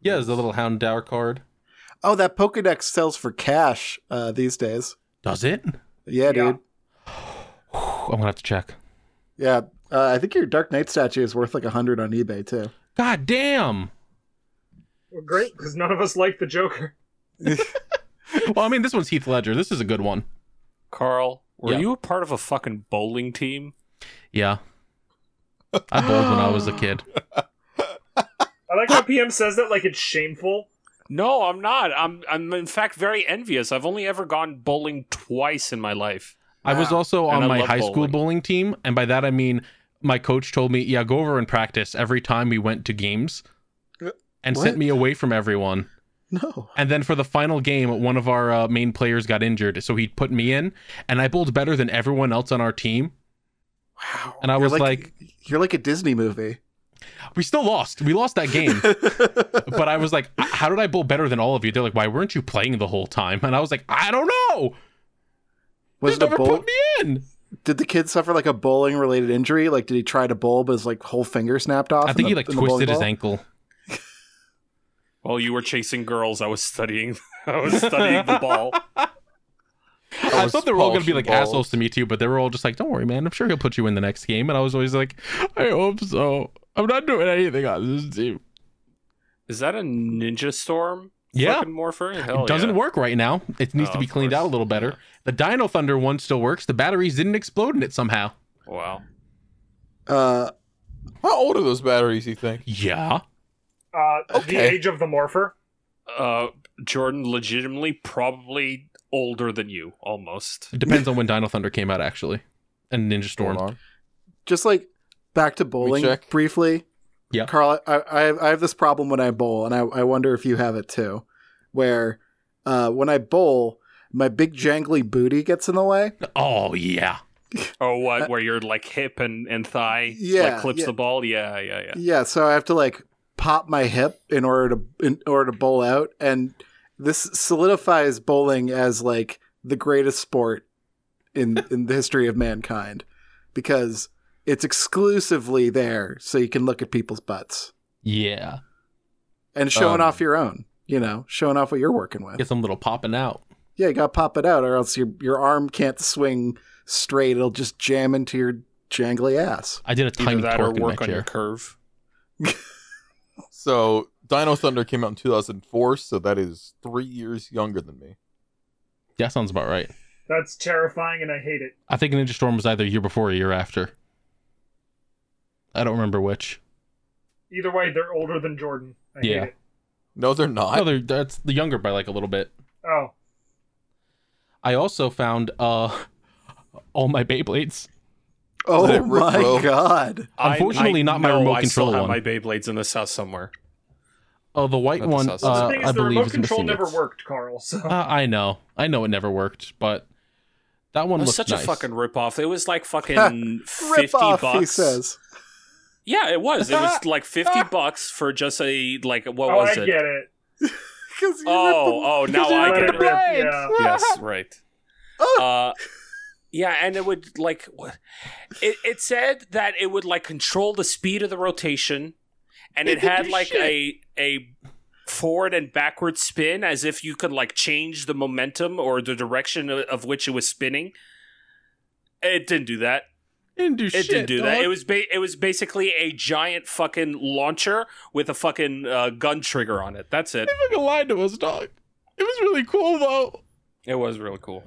S1: Yeah, it's the little Hound Dower card.
S5: Oh, that Pokedex sells for cash uh, these days.
S1: Does it?
S5: Yeah, dude.
S1: I'm gonna have to check.
S5: Yeah, uh, I think your Dark Knight statue is worth like a hundred on eBay too.
S1: God damn.
S3: Well, great, because none of us like the Joker.
S1: Well, I mean, this one's Heath Ledger. This is a good one.
S2: Carl, were
S1: Yeah.
S2: you a part of a fucking bowling team?
S1: Yeah. I bowled when I was a kid.
S3: I like how PM says that like it's shameful.
S2: No, I'm not. I'm I'm in fact very envious. I've only ever gone bowling twice in my life.
S1: I was also
S2: And
S1: on
S2: I
S1: my
S2: love
S1: high school
S2: bowling.
S1: bowling team, and by that I mean my coach told me, "Yeah, go over and practice every time we went to games," and
S5: What?
S1: sent me away from everyone.
S5: No.
S1: And then for the final game, one of our uh, main players got injured, so he put me in, and I bowled better than everyone else on our team.
S5: Wow.
S1: And I was
S5: you're like a Disney movie.
S1: We still lost. We lost that game. but I was like, "I- "How did I bowl better than all of you?" They're like, "Why weren't you playing the whole time?" And I was like, "I don't know.
S5: Was
S1: they
S5: it a
S1: never
S5: bowl?
S1: put me in."
S5: Did the kid suffer like a bowling related injury? Like, did he try to bowl, but his like whole finger snapped off?
S1: I
S5: in
S1: think
S5: the-
S1: he like
S5: in the bowling
S1: twisted his
S5: ball?
S1: ankle.
S2: While you were chasing girls, I was studying. I was studying the ball.
S1: I thought they were all going to be like
S4: Expulsion
S1: assholes to me too, but they were all just like, "Don't worry, man. I'm sure he'll put you in the next game." And I was always like, "I hope so. I'm not doing anything on this team.
S2: Is that a ninja storm?
S1: Yeah.
S2: Fucking morpher?
S5: Oh,
S2: Hell
S1: it doesn't
S2: yeah.
S1: work right now. It needs
S2: Oh,
S1: to be
S2: of
S1: cleaned
S2: course.
S1: out a little better. The Dino Thunder one still works. The batteries didn't explode in it somehow.
S2: Wow.
S5: Uh,
S4: How old are those batteries? You think?
S1: Yeah,
S3: Uh, The
S4: Okay.
S3: Age of the Morpher.
S2: Uh, Jordan, legitimately, probably older than you, almost.
S1: it depends on when Dino Thunder came out actually, and Ninja Storm.
S4: Hold on.
S5: just like back to bowling
S4: check.
S5: briefly.
S1: Yeah.
S5: Carl, I, I I have this problem when I bowl, and I, I wonder if you have it too, where uh, when I bowl, my big jangly booty gets in the way.
S1: Oh yeah,
S2: Oh, what? Where your like hip and and thigh
S5: Uh, Yeah,
S2: like clips
S5: yeah.
S2: the ball? Yeah, yeah, yeah.
S5: Yeah, so I have to like pop my hip in order to in order to bowl out, and this solidifies bowling as like the greatest sport in in the history of mankind because it's exclusively there so you can look at people's butts
S1: yeah.
S5: and showing
S4: Um,
S5: off your own, you know, showing off what you're working with.
S1: Get some little popping out.
S5: Yeah, you got to pop it out, or else your your arm can't swing straight; it'll just jam into your jangly ass.
S1: I did a
S2: Either
S1: tiny
S2: that or
S1: torque in my
S2: work on your
S1: chair.
S2: curve.
S4: So Dino Thunder came out in 2004, so that is three years younger than me.
S1: Yeah, sounds about right.
S3: That's terrifying, and I hate it.
S1: I think Ninja Storm was either a year before or a year after. I don't remember which.
S3: Either way, they're older than Jordan. I
S1: Yeah.
S3: hate it.
S4: No, they're not.
S1: No, they're, that's the younger by like a little bit.
S3: Oh,
S1: I also found uh all my Beyblades.
S5: Oh
S4: Let it rip,
S5: my
S4: bro.
S5: god!
S2: I-
S1: Unfortunately,
S2: I
S1: not my
S2: know
S1: remote
S2: I
S1: control
S2: still have
S1: one.
S2: my Beyblades in this house somewhere.
S1: Oh, the white
S4: That's
S1: one.
S4: awesome.
S1: uh,
S3: the thing is,
S1: I
S3: the
S1: believe
S3: remote
S1: is
S3: control
S1: missing
S3: never
S1: its-
S3: worked, Carl. So
S1: Uh, I know, I know, it never worked, but that one
S2: It was
S1: looks
S2: such
S1: nice.
S2: a fucking ripoff. It was like fucking
S5: Rip
S2: fifty
S5: off,
S2: bucks.
S5: he says.
S2: Yeah, it was. It was like fifty bucks for just a like what
S3: oh, I
S2: was it?
S3: get it.
S5: 'Cause you
S2: Oh, oh, now I
S3: Let
S2: get
S3: it
S2: it.
S3: rip,
S1: Blades.
S3: yeah.
S2: yes, right. Uh, yeah, and it would like what- it. It said that it would like control the speed of the rotation, and it had like a a forward and backward spin as if you could like change the momentum or the direction of, of which it was spinning. It didn't do that.
S1: Didn't do
S2: It
S1: shit,
S2: didn't do that.
S1: dog.
S2: It was ba- it was basically a giant fucking launcher with a fucking uh, gun trigger on it. That's it.
S1: They fucking lied to us, dog. It was really cool though.
S2: It was really cool.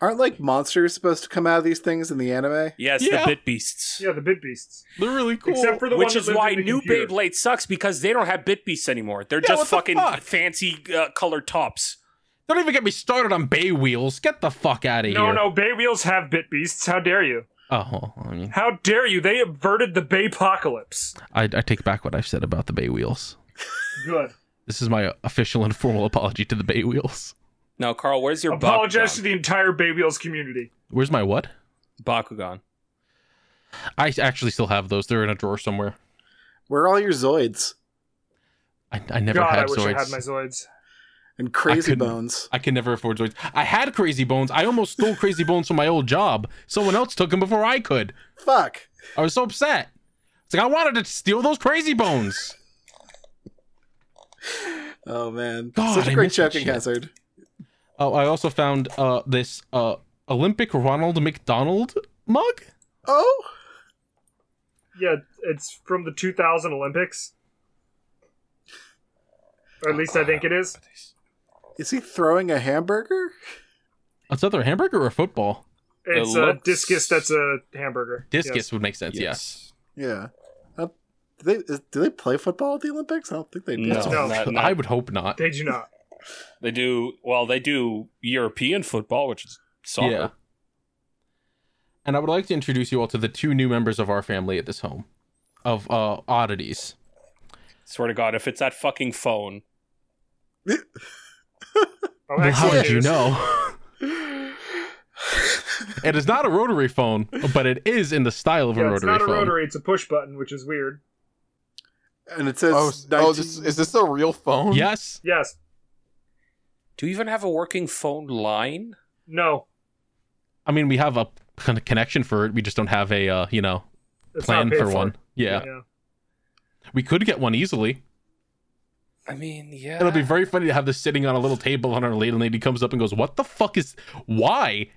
S5: Aren't like monsters supposed to come out of these things in the anime?
S2: Yes,
S1: Yeah.
S2: the Bit Beasts.
S3: Yeah, the Bit Beasts.
S1: They're really cool.
S3: Except for the one
S2: Which
S3: that
S2: is
S3: lived
S2: why
S3: in the
S2: new
S3: computer.
S2: Beyblade sucks because they don't have bit beasts anymore. They're
S1: Yeah, what
S2: just
S1: the
S2: fucking
S1: fuck?
S2: fancy uh, colored tops.
S1: Don't even get me started on Bay Wheels. Get the fuck out of
S3: No,
S1: here.
S3: no, Bay Wheels have Bit Beasts. How dare you?
S1: Oh, well, I mean,
S3: How dare you? They averted the Bay Apocalypse.
S1: I, I take back what I've said about the Bay Wheels.
S3: Good.
S1: This is my official and formal apology to the Bay Wheels.
S2: Now, Carl, where's your
S3: Apologize to
S2: Bakugan?
S3: the entire Bay Wheels community.
S1: Where's my what?
S2: Bakugan.
S1: I actually still have those. They're in a drawer somewhere.
S5: Where are all your Zoids?
S1: I, I never
S3: God,
S1: had
S3: I wish
S1: Zoids.
S3: I had my Zoids.
S5: and Crazy
S1: couldn't-
S5: Bones.
S1: I can never afford joints. I had Crazy Bones. I almost stole Crazy Bones from my old job. Someone else took them before I could.
S5: Fuck.
S1: I was so upset. It's like I wanted to steal those Crazy Bones.
S5: Oh man,
S1: God,
S5: such a
S1: I
S5: great
S1: miss that
S5: choking
S1: shit.
S5: hazard.
S1: Oh, I also found uh, this uh, Olympic Ronald McDonald mug.
S5: Oh,
S3: Yeah, it's from the 2000 Olympics. Or at least I think it is.
S5: is he throwing a hamburger?
S1: It's either a hamburger or football.
S3: It's
S4: It
S3: a
S4: looks-
S3: discus that's a hamburger.
S1: Discus
S3: Yes.
S1: would make sense. Yeah.
S5: Yeah. Uh, do they is, do they play football at the Olympics? I don't think they do.
S4: No,
S3: No.
S4: not- not-
S1: I would hope not.
S3: They do not.
S4: They do
S2: Well, they do European football, which is soccer.
S1: Yeah. And I would like to introduce you all to the two new members of our family at this home of uh, oddities.
S2: Swear to God, if it's that fucking phone,
S3: Oh,
S1: Well, how
S3: excellent
S1: did you
S3: news.
S1: know? it is not a rotary phone, but it is in the style of a
S3: Yeah,
S1: rotary
S3: it's not a
S1: phone.
S3: rotary, it's a push button, which is weird.
S5: And it says
S4: Oh, s- oh,
S5: 19
S4: this, is this a real phone?
S1: Yes.
S3: Yes.
S2: do you even have a working phone line?
S3: No.
S1: I mean, we have a kind of connection for it. We just don't have a, uh, you know,
S3: It's
S1: plan
S3: not paid
S1: for one. Yeah.
S3: Yeah.
S1: We could get one easily.
S2: I mean, yeah.
S1: It'll be very funny to have this sitting on a little table on our lady, and lady comes up and goes, "What the fuck is? Why?"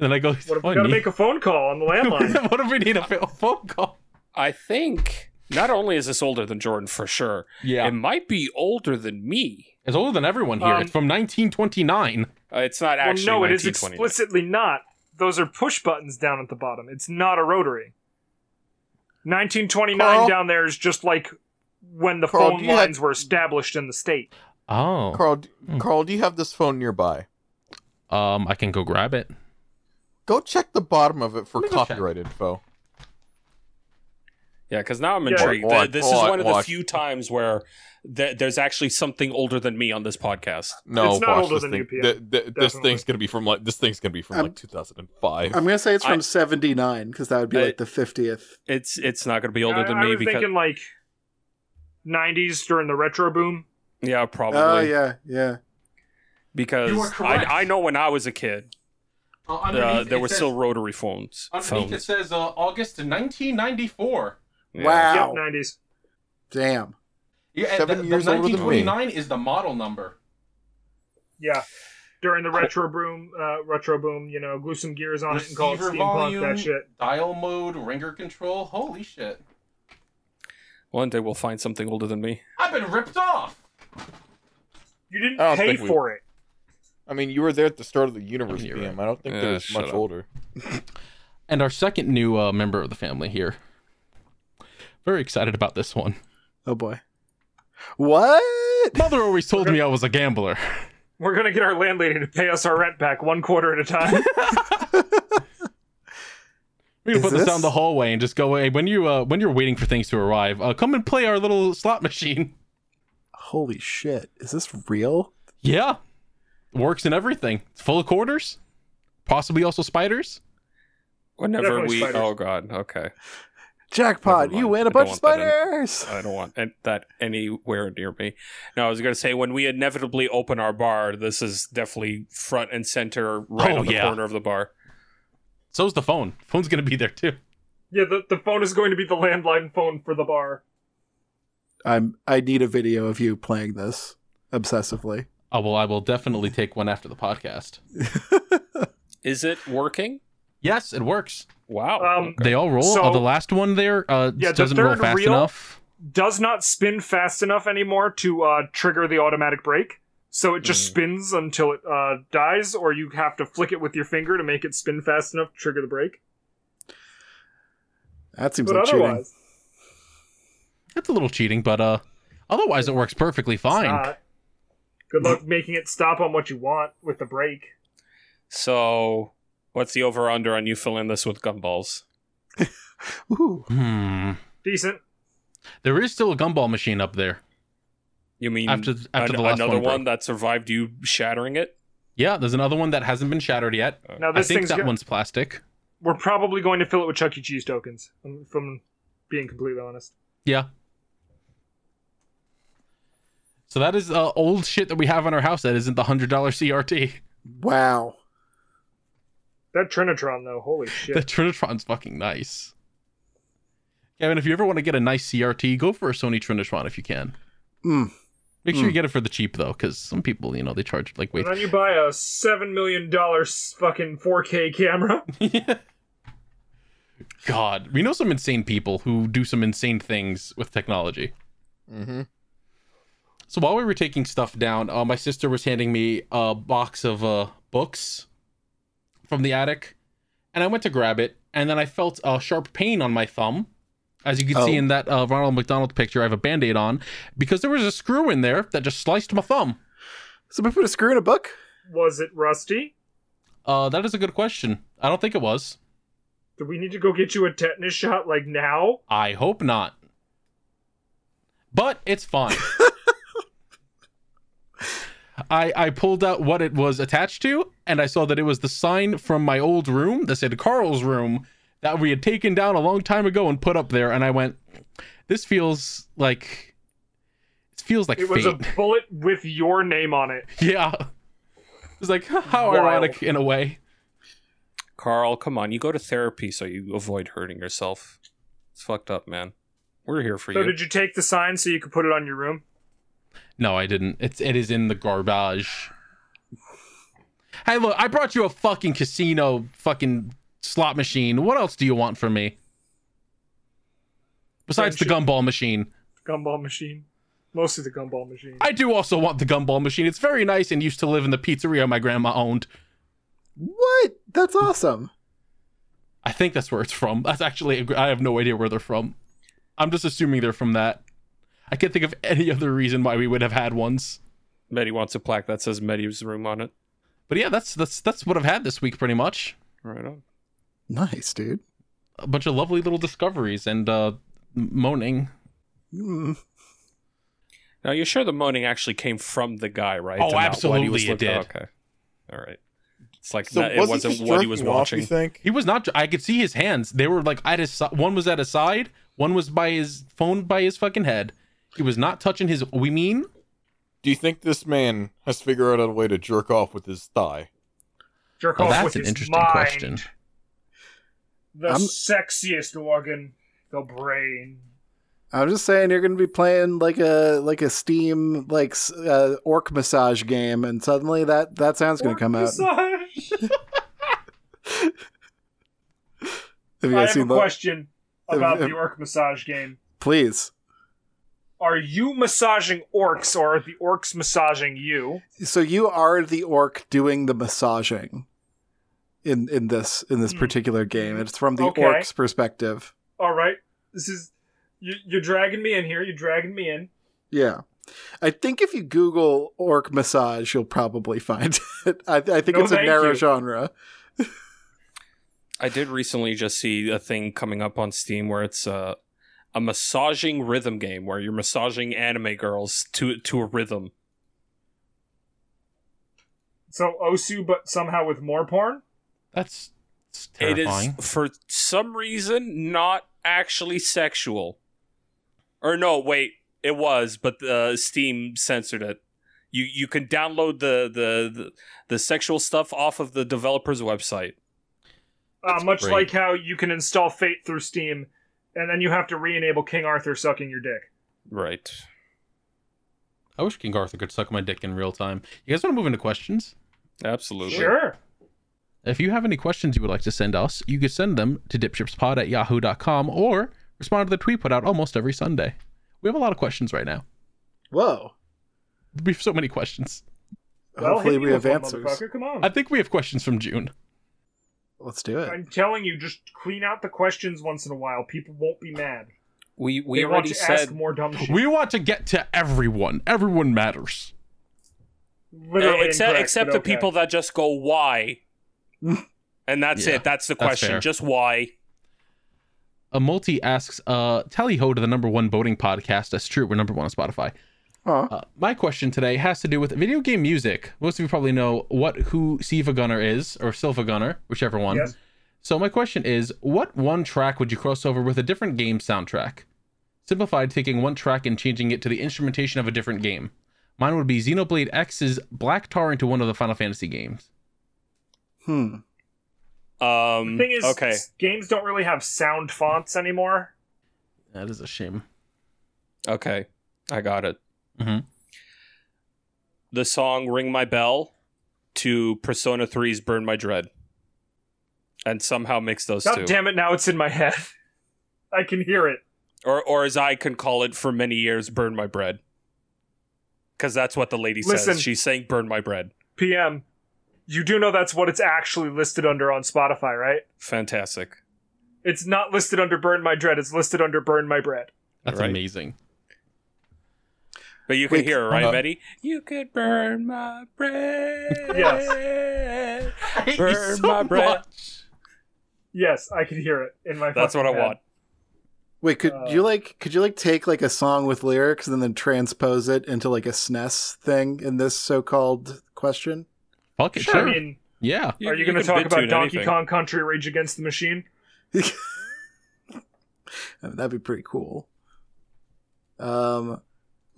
S1: And I go,
S3: What if
S1: "Oh,
S3: we gotta
S1: nee-
S3: make a phone call on the landline?
S1: what if we need a fa- phone call?"
S2: I think not only is this older than Jordan for sure,
S1: Yeah,
S2: it might be older than me.
S1: it's older than everyone here.
S3: Um,
S1: it's from 1929.
S2: Uh, it's not
S3: well,
S2: actually.
S3: no, it is
S2: 1929.
S3: explicitly not. Those are push buttons down at the bottom. It's not a rotary. 1929
S4: Carl?
S3: down there is just like when the
S4: Carl,
S3: phone
S4: do you have-
S3: lines were established in the state.
S1: Oh,
S4: Carl, d- Carl, do you have this phone nearby?
S1: um, I can go grab it.
S4: Go check the bottom of it for
S1: Let me go check.
S4: copyright info.
S2: Yeah, because now I'm
S3: Yeah.
S2: intrigued.
S4: Hold on,
S2: Th- this
S4: hold
S2: is
S4: on,
S2: one of the
S4: watch.
S2: few times where th- there's actually something older than me on this podcast.
S4: No,
S3: It's not
S4: watch
S3: older
S4: this
S3: than
S4: thing.
S3: UPN,
S4: Th- th- this
S3: definitely.
S4: thing's gonna be from like this thing's gonna be from
S5: I'm-
S4: like 2005.
S5: I'm gonna say it's
S2: I-
S5: from seventy nine because that would be
S2: I-
S5: like the fiftieth.
S2: It's it's not going to be older
S3: I,
S2: than
S3: I
S2: me
S3: was
S2: because
S3: thinking like 90s during the retro boom.
S2: yeah, probably.
S5: Oh yeah, yeah.
S1: You are
S2: Because I,
S1: correct.
S2: I know when I was a kid, uh, there were still rotary phones.
S1: it
S2: phones.
S1: says uh, August 1994.
S2: Yeah.
S5: Wow,
S3: Yep, 90s.
S5: damn.
S1: Yeah,
S4: and Seven the- the years older than me. 1929
S1: is the model number.
S3: Yeah. During the retro boom, uh, retro boom, you know, glue some gears on it and call it steampunk. that shit.
S1: dial mode, ringer control. Holy shit!
S2: One day we'll find something older than me.
S1: I've been ripped off.
S3: You didn't
S4: I don't
S3: pay
S4: think we-
S3: for it.
S4: I mean, you were there at the start of the universe,
S1: I mean, you're
S4: PM. I don't think
S2: Yeah,
S4: there was
S2: shut
S4: much
S2: up.
S4: older.
S1: And our second new uh, member of the family here. Very excited about this one.
S5: Oh boy. What?
S1: Mother always told me I was a gambler.
S3: We're gonna get our landlady to pay us our rent back one quarter at a time.
S1: We're gonna
S5: Is
S1: put this, down
S5: this-
S1: the hallway and just go away. When you uh, when you're waiting for things to arrive, uh, come and play our little slot machine.
S5: Holy shit! Is this real?
S1: Yeah, works and everything. It's full of quarters, possibly also spiders.
S2: Whenever
S3: Definitely
S2: we,
S3: spiders.
S2: oh god, okay.
S5: Jackpot!
S2: Never
S5: You
S2: mind.
S5: win
S2: I
S5: a
S2: don't
S5: bunch of
S2: want that
S5: spiders.
S2: I don't want an- that anywhere near me. No, I was gonna say when we inevitably open our bar, this is definitely front and center, right
S1: Oh,
S2: on the
S1: yeah.
S2: corner of the bar.
S1: So's the phone. Phone's gonna be there too.
S3: yeah, the, the phone is going to be the landline phone for the bar.
S5: I'm. I need a video of you playing this obsessively.
S1: Oh well, I will definitely take one after the podcast.
S2: Is it working?
S1: Yes, it works.
S2: Wow.
S3: Um,
S2: okay.
S1: They all roll.
S3: So-
S1: oh, the last one there uh,
S3: Yeah, the
S1: doesn't roll
S3: third
S1: fast
S3: reel-
S1: enough.
S3: Does not spin fast enough anymore to uh, trigger the automatic brake, so it
S1: Mm.
S3: just spins until it uh, dies, or you have to flick it with your finger to make it spin fast enough to trigger the brake.
S5: That seems
S3: But
S5: like cheating.
S3: otherwise,
S1: That's a little cheating, but uh, otherwise it works perfectly fine.
S3: uh, good luck making it stop on what you want with the brake.
S2: so, what's the over under on you filling this with gumballs?
S5: Ooh.
S1: Hmm.
S3: Decent.
S1: There is still a gumball machine up there.
S2: You mean
S1: After- after
S2: an-
S1: the last
S2: another
S1: one broke.
S2: one, that survived you shattering it?
S1: Yeah, there's another one that hasn't been shattered yet. I
S3: Now Uh, this
S1: think
S3: thing's
S1: that
S3: go-
S1: one's plastic.
S3: we're probably going to fill it with Chuck E. Cheese tokens. If I'm being completely honest.
S1: Yeah. So that is uh, old shit that we have in our house that isn't the hundred dollar CRT.
S5: Wow.
S3: That Trinitron though, holy
S1: The
S3: shit!
S1: Trinitron's fucking nice. Kevin, if you ever want to get a nice CRT, go for a Sony Trinitron if you can.
S5: Mm.
S1: Make sure you get it for the cheap though, because some people, you know, they charge like wait.
S3: And then you buy a seven million dollars fucking 4K camera.
S1: God, we know some insane people who do some insane things with technology.
S4: Mm-hmm.
S1: So while we were taking stuff down, uh, my sister was handing me a box of uh, books from the attic, and I went to grab it, and then I felt a sharp pain on my thumb. As you can see
S5: Oh.
S1: in that uh, Ronald McDonald picture, I have a band aid on because there was a screw in there that just sliced my thumb.
S5: Somebody put a screw in a book?
S3: Was it rusty?
S1: Uh, that is a good question. I don't think it was.
S3: Do we need to go get you a tetanus shot like now?
S1: I hope not. But it's fine. I I pulled out what it was attached to, and I saw that it was the sign from my old room that said Carl's room that we had taken down a long time ago and put up there. And I went, "This feels like it feels like
S3: It was
S1: fate."
S3: a bullet with your name on it.
S1: yeah, it's like how
S3: Wild.
S1: ironic in a way.
S2: Carl, come on. You go to therapy so you avoid hurting yourself. It's fucked up, man. We're here for
S3: So
S2: you.
S3: did you take the sign so you could put it on your room?
S1: No, I didn't. It's it is in the garbage. Hey, look, I brought you a fucking casino fucking slot machine. What else do you want from me? Besides the
S3: Friendship.
S1: gumball machine.
S3: Gumball machine. Mostly the gumball machine.
S1: I do also want the gumball machine. It's very nice and used to live in the pizzeria my grandma owned.
S5: What? That's awesome.
S1: I think that's where it's from. That's actually I have no idea where they're from. I'm just assuming they're from that. I can't think of any other reason why we would have had ones.
S2: Medi wants a plaque that says Medi's room on it.
S1: But yeah, that's that's that's what I've had this week pretty much.
S2: Right on.
S5: Nice, dude.
S1: a bunch of lovely little discoveries and uh, m- moaning.
S5: Mm.
S2: Now you're sure the moaning actually came from the guy, right?
S1: Oh,
S2: And not what he
S1: absolutely
S2: was
S1: it
S2: looking-
S1: did.
S2: okay. All right. It's like
S4: So
S2: no, it wasn't what he was watching.
S4: you think?
S1: He was not. dr- I could see his hands. They were like at his. si- One was at his side. One was by his phone by his fucking head. He was not touching his. We mean.
S4: Do you think this man has figured out a way to jerk off with his thigh?
S3: Jerk
S1: Well,
S3: off
S1: Oh, that's
S3: with
S1: an
S3: his
S1: interesting
S3: mind.
S1: question.
S3: The
S5: I'm-
S3: sexiest organ, the brain.
S5: I'm just saying you're going to be playing like a like a steam like s- uh, orc massage game and suddenly that that sound's going to come out.
S3: Massage.
S5: Have you
S3: I
S5: guys
S3: have a
S5: seen that?
S3: question
S5: Have-
S3: about
S5: have-
S3: the orc massage game.
S5: Please.
S3: Are you massaging orcs or are the orcs massaging you?
S5: So you are the orc doing the massaging in in this in this
S3: Hmm.
S5: particular game. It's from the
S3: Okay.
S5: orc's perspective.
S3: All right. This is you, you're dragging me in here. You're dragging me in.
S5: Yeah. I think if you Google orc massage, you'll probably find it. I, I think
S3: No,
S5: it's a
S3: thank
S5: narrow
S3: you.
S5: genre.
S2: I did recently just see a thing coming up on Steam where it's a a massaging rhythm game where you're massaging anime girls to to a rhythm.
S3: So Osu, but somehow with more porn.
S1: That's, that's
S2: It is
S1: terrifying.
S2: for some reason not actually sexual. Or no, wait, it was, but uh, Steam censored it. You you can download the the, the the sexual stuff off of the developer's website.
S3: Uh,
S1: That's
S3: much
S1: great.
S3: like how you can install Fate through Steam, and then you have to re-enable King Arthur sucking your dick.
S2: Right.
S1: I wish King Arthur could suck my dick in real time. You guys want to move into questions?
S2: Absolutely.
S3: Sure.
S1: If you have any questions you would like to send us, you could send them to dipshipspod at yahoo.com or respond to the tweet put out almost every Sunday. We have a lot of questions right now.
S5: Whoa.
S1: We have so many questions.
S3: Well,
S5: Hopefully
S3: hit me
S5: we
S3: with
S5: have
S3: one,
S5: answers.
S3: motherfucker. Come on.
S1: I think we have questions from June.
S5: Let's do it.
S3: I'm telling you, just clean out the questions once in a while. People won't be mad.
S2: We we
S3: they want
S2: already
S3: to
S2: said
S3: ask more dumb shit.
S1: We want to get to everyone. Everyone matters.
S3: Literally
S2: E, except
S3: incorrect,
S2: except
S3: but
S2: the
S3: okay.
S2: people that just go why, and that's
S1: Yeah,
S2: it. That's the
S1: that's
S2: question.
S1: fair.
S2: just why.
S1: A multi asks, uh, tally ho to the number one voting podcast. That's true. We're number one on Spotify.
S5: Aw.
S1: Uh, my question today has to do with video game music. Most of you probably know what who Siva Gunner is, or Silva Gunner, whichever one.
S3: Yes.
S1: So my question is, what one track would you cross over with a different game soundtrack? Simplified, taking one track and changing it to the instrumentation of a different game. Mine would be Xenoblade X's Black Tar into one of the Final Fantasy games.
S5: Hmm.
S2: Um,
S3: Thing is,
S2: okay.
S3: s- games don't really have sound fonts anymore.
S1: That is a shame.
S2: Okay. I got it.
S1: Mhm.
S2: The song Ring My Bell to Persona 3's Burn My Dread. And somehow mix those
S3: God
S2: two.
S3: damn it! Now it's in my head. I can hear it.
S2: or, or as I can call it for many years, Burn My Bread. Because that's what the lady
S3: Listen.
S2: says. She's saying Burn My Bread.
S3: PM, you do know that's what it's actually listed under on Spotify, right?
S2: Fantastic.
S3: It's not listed under Burn My Dread. It's listed under Burn My Bread.
S1: That's
S2: Right.
S1: amazing.
S2: But you can
S5: Wait,
S2: hear her, right,
S4: uh,
S2: Betty? You could burn my bread. yes.
S1: I hate
S2: Burn my bread.
S1: much.
S3: Yes, I can hear it in my.
S2: That's what I
S3: fucking
S2: want.
S5: Wait, could
S3: Uh,
S5: you like could you like take like a song with lyrics and then transpose it into like a SNES thing in this so-called question?
S1: Fuck it,
S3: head.
S1: sure.
S3: I mean,
S1: yeah.
S3: are you, going to
S2: can
S3: talk
S2: bit
S3: about
S2: tune
S3: Donkey
S2: anything.
S3: Kong Country Rage Against the Machine?
S5: I mean, that'd be pretty cool. Um,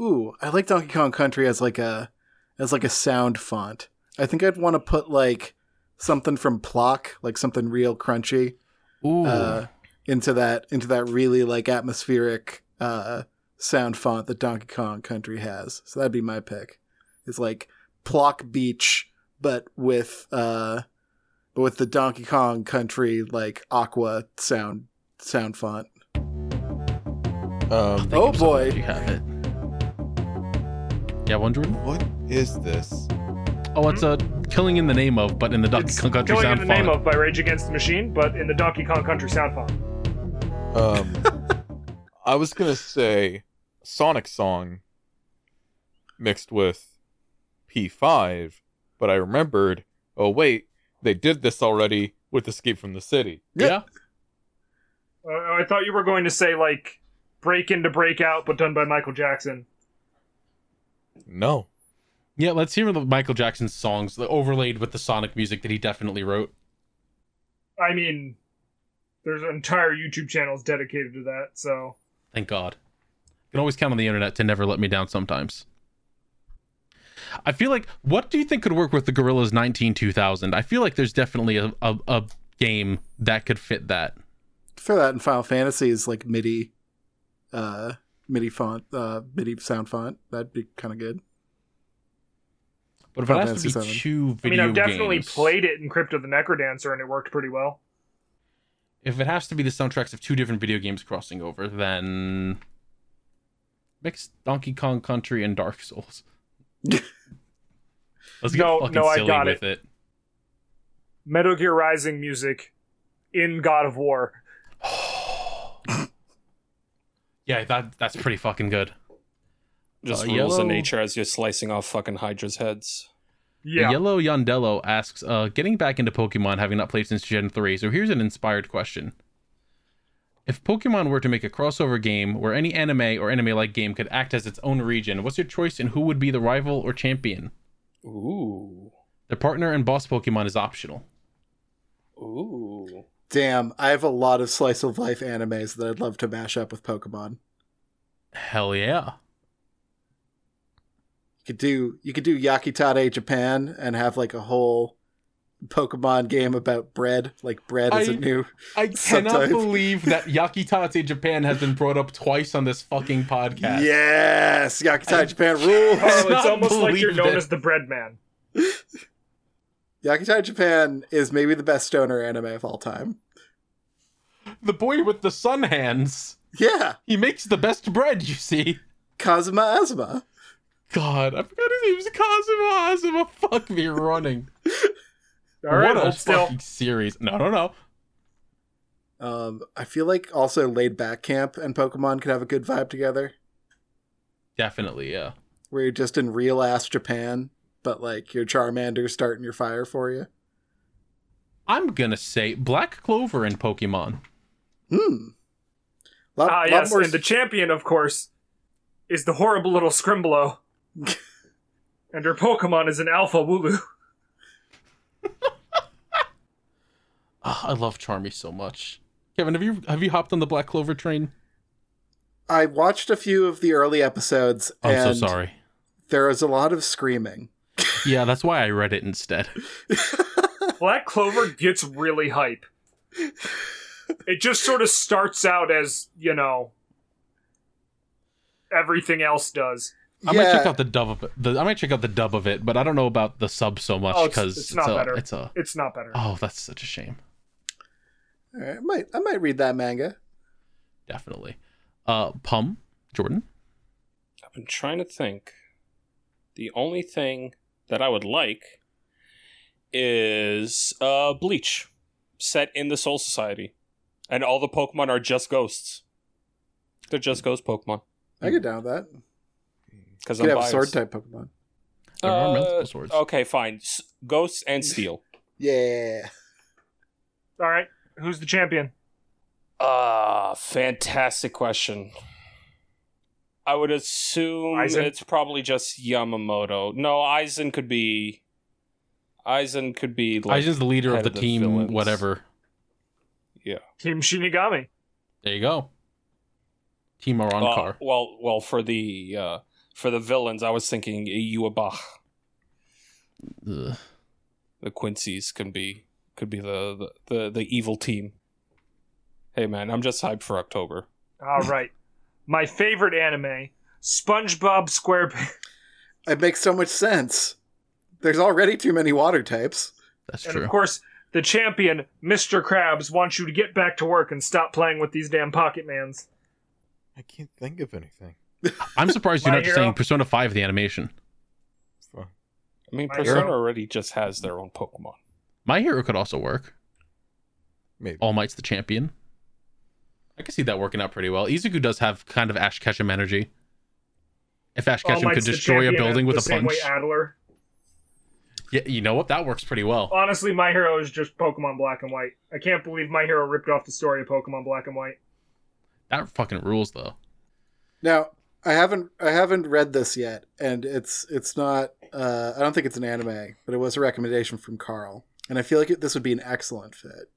S5: ooh, I like Donkey Kong Country as like a as like a sound font. I think I'd want to put like something from Plock, like something real crunchy,
S1: Ooh.
S5: uh, into that into that really like atmospheric uh, sound font that Donkey Kong Country has. So that'd be my pick. It's like Plock Beach, but with uh, but with the Donkey Kong Country like aqua sound sound font.
S4: Um,
S5: Oh boy.
S1: you have it. Yeah, one Jordan?
S4: what is this?
S1: Oh, it's a killing in the name of, but in the Donkey
S3: It's
S1: Kong Country
S3: going
S1: sound
S3: in the
S1: font.
S3: name of by Rage Against the Machine, but in the Donkey Kong Country sound font.
S4: Um, I was gonna say Sonic song mixed with P5, but I remembered. Oh wait, they did this already with Escape from the City.
S1: yeah.
S3: Uh, I thought you were going to say like break into break out, but done by Michael Jackson.
S4: No,
S1: Yeah, let's hear the Michael Jackson songs the overlaid with the Sonic music that he definitely wrote.
S3: I mean, there's entire YouTube channels dedicated to that. So
S1: Thank God. Can always count on the internet to never let me down sometimes. I feel like what do you think could work with the Gorillas 19 2000? I feel like there's definitely a, a, a game that could fit that.
S5: throw that in Final Fantasy is like MIDI, uh, MIDI font, uh, MIDI sound font. That'd be kind of good.
S1: But if it
S5: Final
S1: has to be
S5: Fantasy VII.
S1: two
S3: I mean,
S1: video
S3: I've definitely
S1: games-
S3: played it in Crypt of the Necrodancer, and it worked pretty well.
S1: if it has to be the soundtracks of two different video games crossing over, then mix Donkey Kong Country and Dark Souls. Let's get
S3: No,
S1: fucking
S3: no, I
S1: silly
S3: got
S1: with it.
S3: Metal Gear Rising music in God of War.
S1: Yeah, that that's pretty fucking good.
S2: Just
S1: Uh,
S2: rules
S1: yellow.
S2: of nature as you're slicing off fucking Hydra's heads.
S3: Yeah,
S1: Yellow Yondello asks, uh, getting back into Pokemon having not played since Gen 3, so here's an inspired question. If Pokemon were to make a crossover game where any anime or anime like game could act as its own region, what's your choice and who would be the rival or champion?
S2: Ooh.
S1: Their partner and boss Pokemon is optional.
S2: Ooh.
S5: Damn, I have a lot of slice of life animes that I'd love to mash up with Pokemon.
S1: Hell yeah.
S5: You could do you could do Yakitate Japan and have like a whole Pokemon game about bread. Like bread is a
S1: I-
S5: new.
S1: I cannot
S5: Sometimes.
S1: believe that Yakitate Japan has been brought up twice on this fucking podcast.
S5: Yes, Yakitate Japan
S3: Carl,
S5: rules.
S1: cannot
S3: Oh, it's almost like you're
S1: believe
S3: known
S1: it.
S3: as the bread man.
S5: Yakitate Japan is maybe the best stoner anime of all time.
S1: The boy with the sun hands.
S5: Yeah,
S1: He makes the best bread, you see.
S5: Kazuma Azuma.
S1: God, I forgot his name was Kazuma Azuma. Fuck me running.
S3: All right,
S1: what a
S3: hold still.
S1: fucking series. No, no, no.
S5: Um, I feel like also laid back camp and Pokemon could have a good vibe together,
S1: Definitely, yeah.
S5: where you're just in real ass Japan, but like your Charmander starting your fire for you.
S1: I'm gonna say Black Clover in Pokemon.
S5: Hmm. Lot,
S3: Ah,
S5: lot
S3: yes,
S5: more
S3: and the champion, of course, is the horrible little Scrimblow. and her Pokemon is an Alpha Wooloo.
S1: Ah, I love Charmy so much. Kevin, have you have you hopped on the Black Clover train?
S5: I watched a few of the early episodes.
S1: I'm
S5: and
S1: so sorry.
S5: there is a lot of screaming.
S1: Yeah, that's why I read it instead.
S3: Black Clover gets really hype. It just sort of starts out as, you know, everything else does.
S1: I might check out the dub of it. The, I might check out the dub of it, but I don't know about the sub so much
S3: Oh, it's-
S1: because
S3: it's not
S1: a,
S3: better.
S1: It's a
S3: It's not better.
S1: oh, that's such a shame.
S5: All right, I might I might read that manga.
S1: Definitely. Uh, Pum, Jordan.
S2: I've been trying to think. The only thing that I would like is uh, Bleach, set in the Soul Society, and all the Pokemon are just ghosts. They're just ghost Pokemon
S1: Hmm.
S5: I get down with that.
S2: because
S5: You
S2: I'm
S5: could have
S2: biased.
S5: sword type Pokemon.
S1: There are
S2: Uh,
S1: multiple swords.
S2: Okay, fine. S- ghosts and steel.
S5: Yeah.
S3: All right. Who's the champion?
S2: Ah, fantastic question. I would assume
S3: Aizen?
S2: it's probably just Yamamoto. No, Aizen could be. Aizen could be like.
S1: Aizen's the leader
S2: head
S1: of the,
S2: of the
S1: team.
S2: villains.
S1: Whatever.
S3: Team Shinigami.
S1: There you go. Team Aronkar.
S2: well, uh, well, well, for the uh, for the villains, I was thinking Uabach.
S3: Uh,
S1: Ugh.
S2: The Quincy's can be could be the the, the the evil team. Hey man, I'm just hyped for October.
S3: All right. My favorite anime, SpongeBob SquarePants.
S5: It makes so much sense. There's already too many water types.
S1: That's
S3: And
S1: true.
S3: of course, the champion, Mr. Krabs, wants you to get back to work and stop playing with these damn Pocket Mans.
S4: I can't think of anything.
S1: I'm surprised you're
S3: My
S1: not just
S3: hero.
S1: saying Persona 5 the animation.
S4: Fuck.
S2: I mean,
S3: My
S2: Persona
S3: hero.
S2: already just has their own Pokemon.
S1: My hero could also work.
S4: Maybe.
S1: All Might's the champion. I can see that working out pretty well. Izuku does have kind of Ash Ketchum energy. If Ash
S3: All
S1: Ketchum could
S3: Might's the
S1: destroy a
S3: champion,
S1: building with
S3: the
S1: a
S3: same
S1: punch,
S3: Way Adler.
S1: yeah, you know what? That works pretty well.
S3: Honestly, My Hero is just Pokemon Black and White. I can't believe My Hero ripped off the story of Pokemon Black and White.
S1: That fucking rules, though.
S5: Now, I haven't I haven't read this yet, and it's it's not uh, I don't think it's an anime, but it was a recommendation from Carl, and I feel like it, this would be an excellent fit.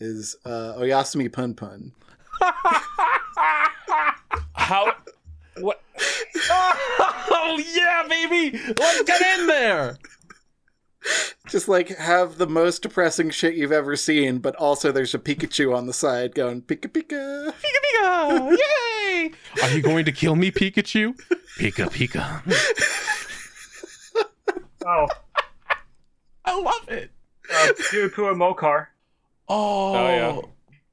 S5: Is uh, Oyasumi Pun Pun?
S2: How? What?
S1: Oh yeah, baby! Let's get in there.
S5: Just like have the most depressing shit you've ever seen, but also there's a Pikachu on the side going Pika
S1: Pika
S5: Pika.
S1: Pika! Yay! Are you going to kill me, Pikachu? Pika Pika.
S3: Oh,
S1: I love it.
S3: uh, Suicune Mokar.
S1: Oh,
S2: Oh, yeah.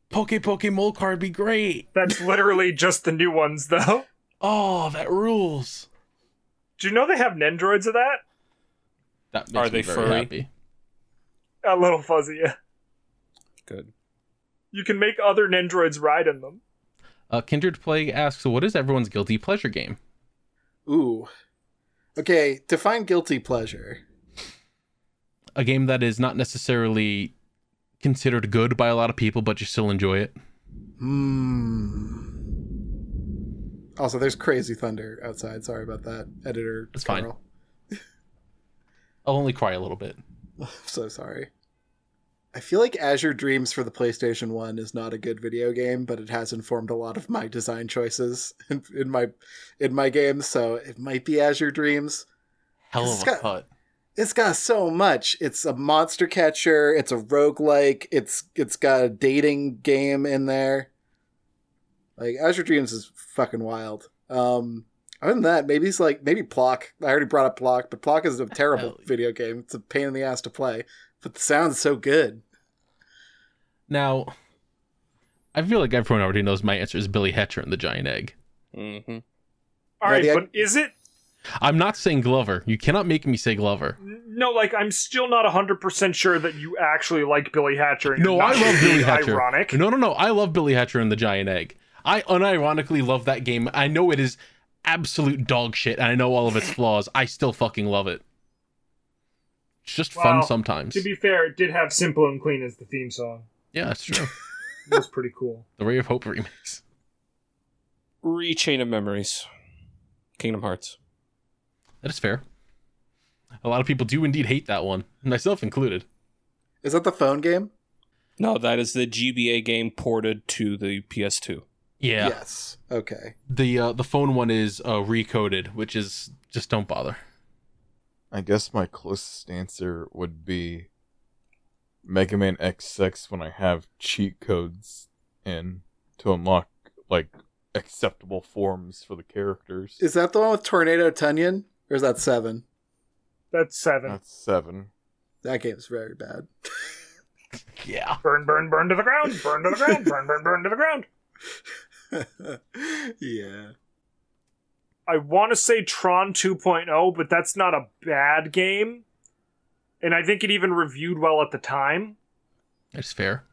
S1: Poke Poke Molcar would be great.
S3: That's literally just the new ones, though.
S1: Oh, that rules.
S3: Do you know they have Nendroids of that?
S1: That makes
S2: Are
S1: me
S2: they
S1: very
S2: furry?
S1: happy.
S3: A little fuzzy, yeah.
S2: Good.
S3: You can make other Nendroids ride in them.
S1: Uh, Kindred Plague asks, "What is everyone's guilty pleasure game?"
S5: Ooh. Okay, define guilty pleasure.
S1: A game that is not necessarily considered good by a lot of people, but you still enjoy it.
S5: Hmm. Also, there's crazy thunder outside. Sorry about that, editor.
S1: It's fine.
S5: Carl.
S1: I'll only cry a little bit.
S5: I'm so sorry. I feel like Azure Dreams for the PlayStation 1 is not a good video game, but it has informed a lot of my design choices in, in my in my games, so it might be Azure Dreams.
S1: Hell
S5: It's
S1: of a
S5: got-
S1: cut.
S5: It's got so much. It's a monster catcher, it's a roguelike, it's it's got a dating game in there. Like Azure Dreams is fucking wild. Um other than that, maybe it's like maybe Plock. I already brought up Plock, but Plock is a terrible
S1: Hell yeah.
S5: video game. It's a pain in the ass to play, but the sound's so good.
S1: Now, I feel like everyone already knows my answer is Billy Hatcher and the Giant Egg.
S2: Mm-hmm.
S3: All
S5: Yeah,
S3: right,
S5: the-
S3: but is it?
S1: I'm not saying Glover. You cannot make me say Glover.
S3: No, like I'm still not 100% sure that you actually like Billy Hatcher. And
S1: No,
S3: you're
S1: I
S3: not
S1: love
S3: being
S1: Billy Hatcher.
S3: Ironic.
S1: No, no, no. I love Billy Hatcher and the Giant Egg. I unironically love that game. I know it is absolute dog shit, and I know all of its flaws. I still fucking love it. It's just fun
S3: Well,
S1: sometimes.
S3: To be fair, it did have "Simple and Clean" as the theme song.
S1: yeah, that's true.
S3: It was pretty cool.
S1: the Ray of Hope remix.
S2: Rechain of memories. Kingdom Hearts.
S1: That is fair. A lot of people do indeed hate that one, myself included.
S5: Is that the phone game?
S2: No, that is the GBA game ported to the PS2.
S1: Yeah.
S5: Yes. Okay.
S1: The uh, the phone one is uh, recoded, which is just don't bother.
S4: I guess my closest answer would be Mega Man X6 when I have cheat codes in to unlock like acceptable forms for the characters.
S5: Is that the one with Tornado Tunyon? Or is that seven?
S3: That's seven.
S4: That's seven.
S5: That game's very bad.
S1: Yeah.
S3: Burn, burn, burn to the ground. Burn to the ground. Burn, burn, burn to the ground.
S5: yeah.
S3: I want to say Tron 2.0, but that's not a bad game. And I think it even reviewed well at the time.
S1: It's fair.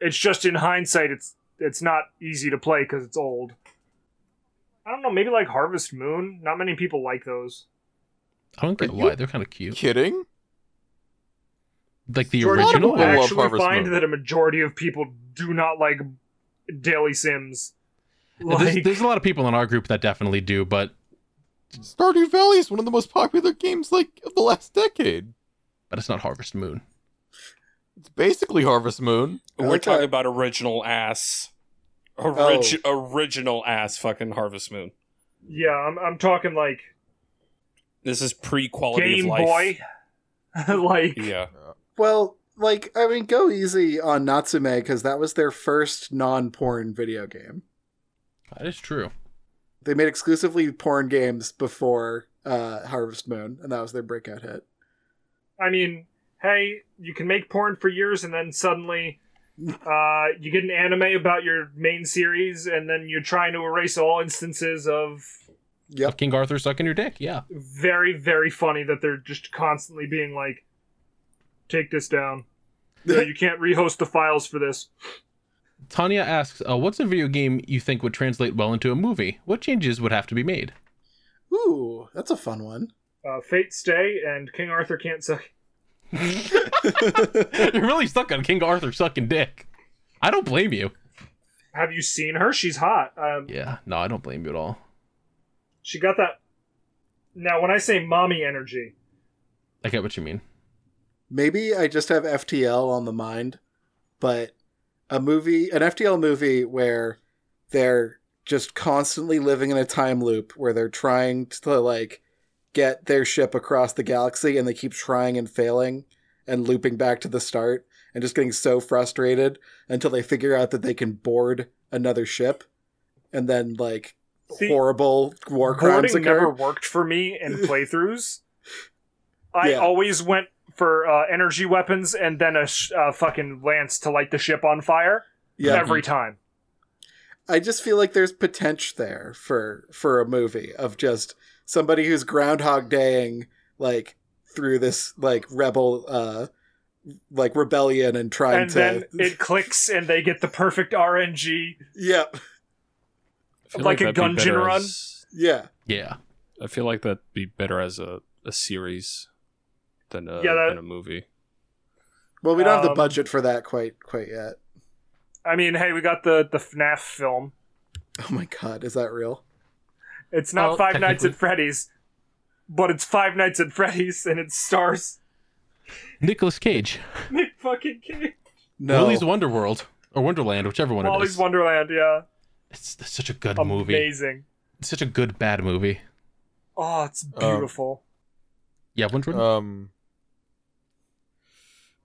S3: It's just in hindsight, it's it's not easy to play because it's old. I don't know, maybe like Harvest Moon. Not many people like those.
S1: I don't get
S4: Are
S1: why
S4: you
S1: they're kind of cute.
S4: Kidding?
S1: Like the
S3: Jordan,
S1: original.
S4: I
S3: I
S4: love
S3: actually
S4: Harvest
S3: find
S4: Moon.
S3: that a majority of people do not like Daily Sims.
S1: There's-
S3: Like,
S1: there's, a lot of people in our group that definitely do, but
S4: Stardew Valley is one of the most popular games like of the last decade.
S1: but it's not Harvest Moon.
S4: It's basically Harvest Moon.
S2: We're
S5: Okay.
S2: talking about original ass.
S5: Oh.
S2: Orig- Original ass fucking Harvest Moon.
S3: yeah, I'm, I'm talking like
S2: This is pre quality of
S3: Game
S2: life.
S3: Boy. like,
S2: Yeah.
S5: Well, like, I mean, go easy on Natsume because that was their first non porn video game.
S1: That is true.
S5: They made exclusively porn games before uh, Harvest Moon, and that was their breakout hit.
S3: I mean, hey, you can make porn for years and then suddenly uh, you get an anime about your main series and then you're trying to erase all instances of
S5: Yep.
S1: King Arthur sucking your dick. Yeah.
S3: very, very funny that they're just constantly being like, take this down. No, you can't rehost the files for this.
S1: Tanya asks, uh, "What's a video game you think would translate well into a movie? What changes would have to be made?"
S5: Ooh, that's a fun one.
S3: Uh, Fate Stay and King Arthur can't suck.
S1: You're really stuck on King Arthur sucking dick. I don't blame you.
S3: Have you seen her? She's hot. Um,
S1: Yeah. No, I don't blame you at all.
S3: She got that. Now, when I say mommy energy,
S1: I get what you mean.
S5: Maybe I just have FTL on the mind, but a movie, an FTL movie where they're just constantly living in a time loop where they're trying to like get their ship across the galaxy and they keep trying and failing and looping back to the start and just getting so frustrated until they figure out that they can board another ship and then like
S3: See,
S5: horrible war crimes
S3: Boarding never
S5: occur.
S3: worked for me in playthroughs. I
S5: Yeah.
S3: always went for uh, energy weapons and then a sh- uh, fucking lance to light the ship on fire
S5: Yeah.
S3: every time.
S5: I just feel like there's potential there for for a movie of just somebody who's groundhog daying like through this like rebel uh like rebellion and trying
S3: And
S5: to
S3: then it clicks and they get the perfect RNG.
S5: yep
S2: I feel
S3: Like a
S2: that'd be
S3: Gungeon
S2: better
S3: run?
S2: as-
S5: yeah
S1: Yeah.
S2: I feel like that'd be better as a, a series than a,
S3: Yeah, that-
S2: than a movie.
S5: well we don't have the
S3: Um,
S5: budget for that quite quite yet
S3: I mean, hey, we got the the FNAF film.
S5: oh my god is that real
S3: It's not
S1: Well,
S3: Five Nights
S1: technically-
S3: at Freddy's, but it's Five Nights at Freddy's and it stars
S1: Nicholas Cage,
S3: Nick fucking Cage.
S5: no
S1: Willy's Wonderworld or Wonderland, whichever one it
S3: Wally's
S1: is.
S3: Wonderland, yeah.
S1: it's, it's such a good movie.
S3: Amazing.
S1: It's such a good bad movie.
S3: Oh, it's
S1: Uh,
S4: Um,
S3: beautiful.
S1: Yeah, one
S5: Uh,
S1: Jordan?
S4: Um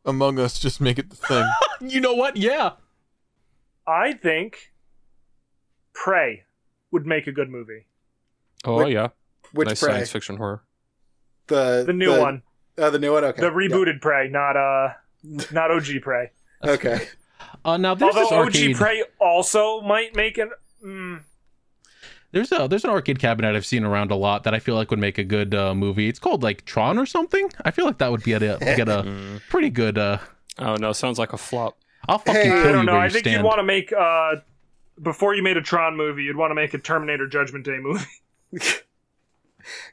S4: Among Us just make it the thing.
S1: you know what? Yeah.
S3: I think Prey would make a good movie.
S2: Oh
S5: Like,
S2: yeah,
S5: which
S2: nice
S5: prey
S2: science fiction horror.
S5: the
S3: The new one.
S5: oh the new one okay
S3: The
S5: yeah.
S3: rebooted Prey, not uh not OG Prey.
S5: okay
S1: Uh, now there's this
S3: Although
S1: arcade.
S3: OG Prey also might make an mm,
S1: there's a there's an arcade cabinet I've seen around a lot that I feel like would make a good uh, movie. It's called like Tron or something. I feel like that would be at a get a
S2: Mm.
S1: pretty good. uh
S2: Oh no, sounds like a flop.
S1: I'll fucking
S5: Hey,
S1: kill
S5: I
S1: you
S3: I don't know.
S1: where
S3: I
S1: you
S3: think
S1: stand.
S3: you'd want to make uh before you made a Tron movie, you'd want to make a Terminator Judgment Day movie.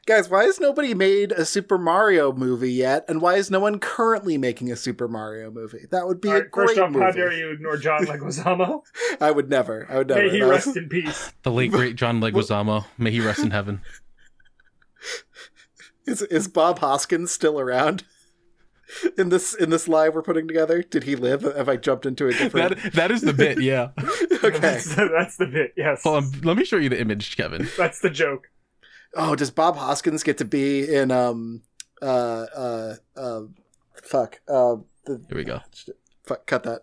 S5: Guys, why has nobody made a Super Mario movie yet? And why is no one currently making a Super Mario movie? That would be
S3: All
S5: a
S3: right,
S5: great
S3: first off,
S5: movie.
S3: how dare you ignore John Leguizamo?
S5: I would never. I would never.
S3: May he
S5: That was-
S3: rest in peace.
S1: the late great John Leguizamo. May he rest in heaven.
S5: Is is Bob Hoskins still around? In this in this live we're putting together, did he live? Have I jumped into a different?
S1: That that is the bit. Yeah.
S5: Okay.
S3: That's, the, that's the bit. Yes.
S1: Hold on, let me show you the image, Kevin.
S3: That's the joke.
S5: Oh, does Bob Hoskins get to be in um uh uh uh fuck uh the
S1: Here we go.
S5: fuck, cut that.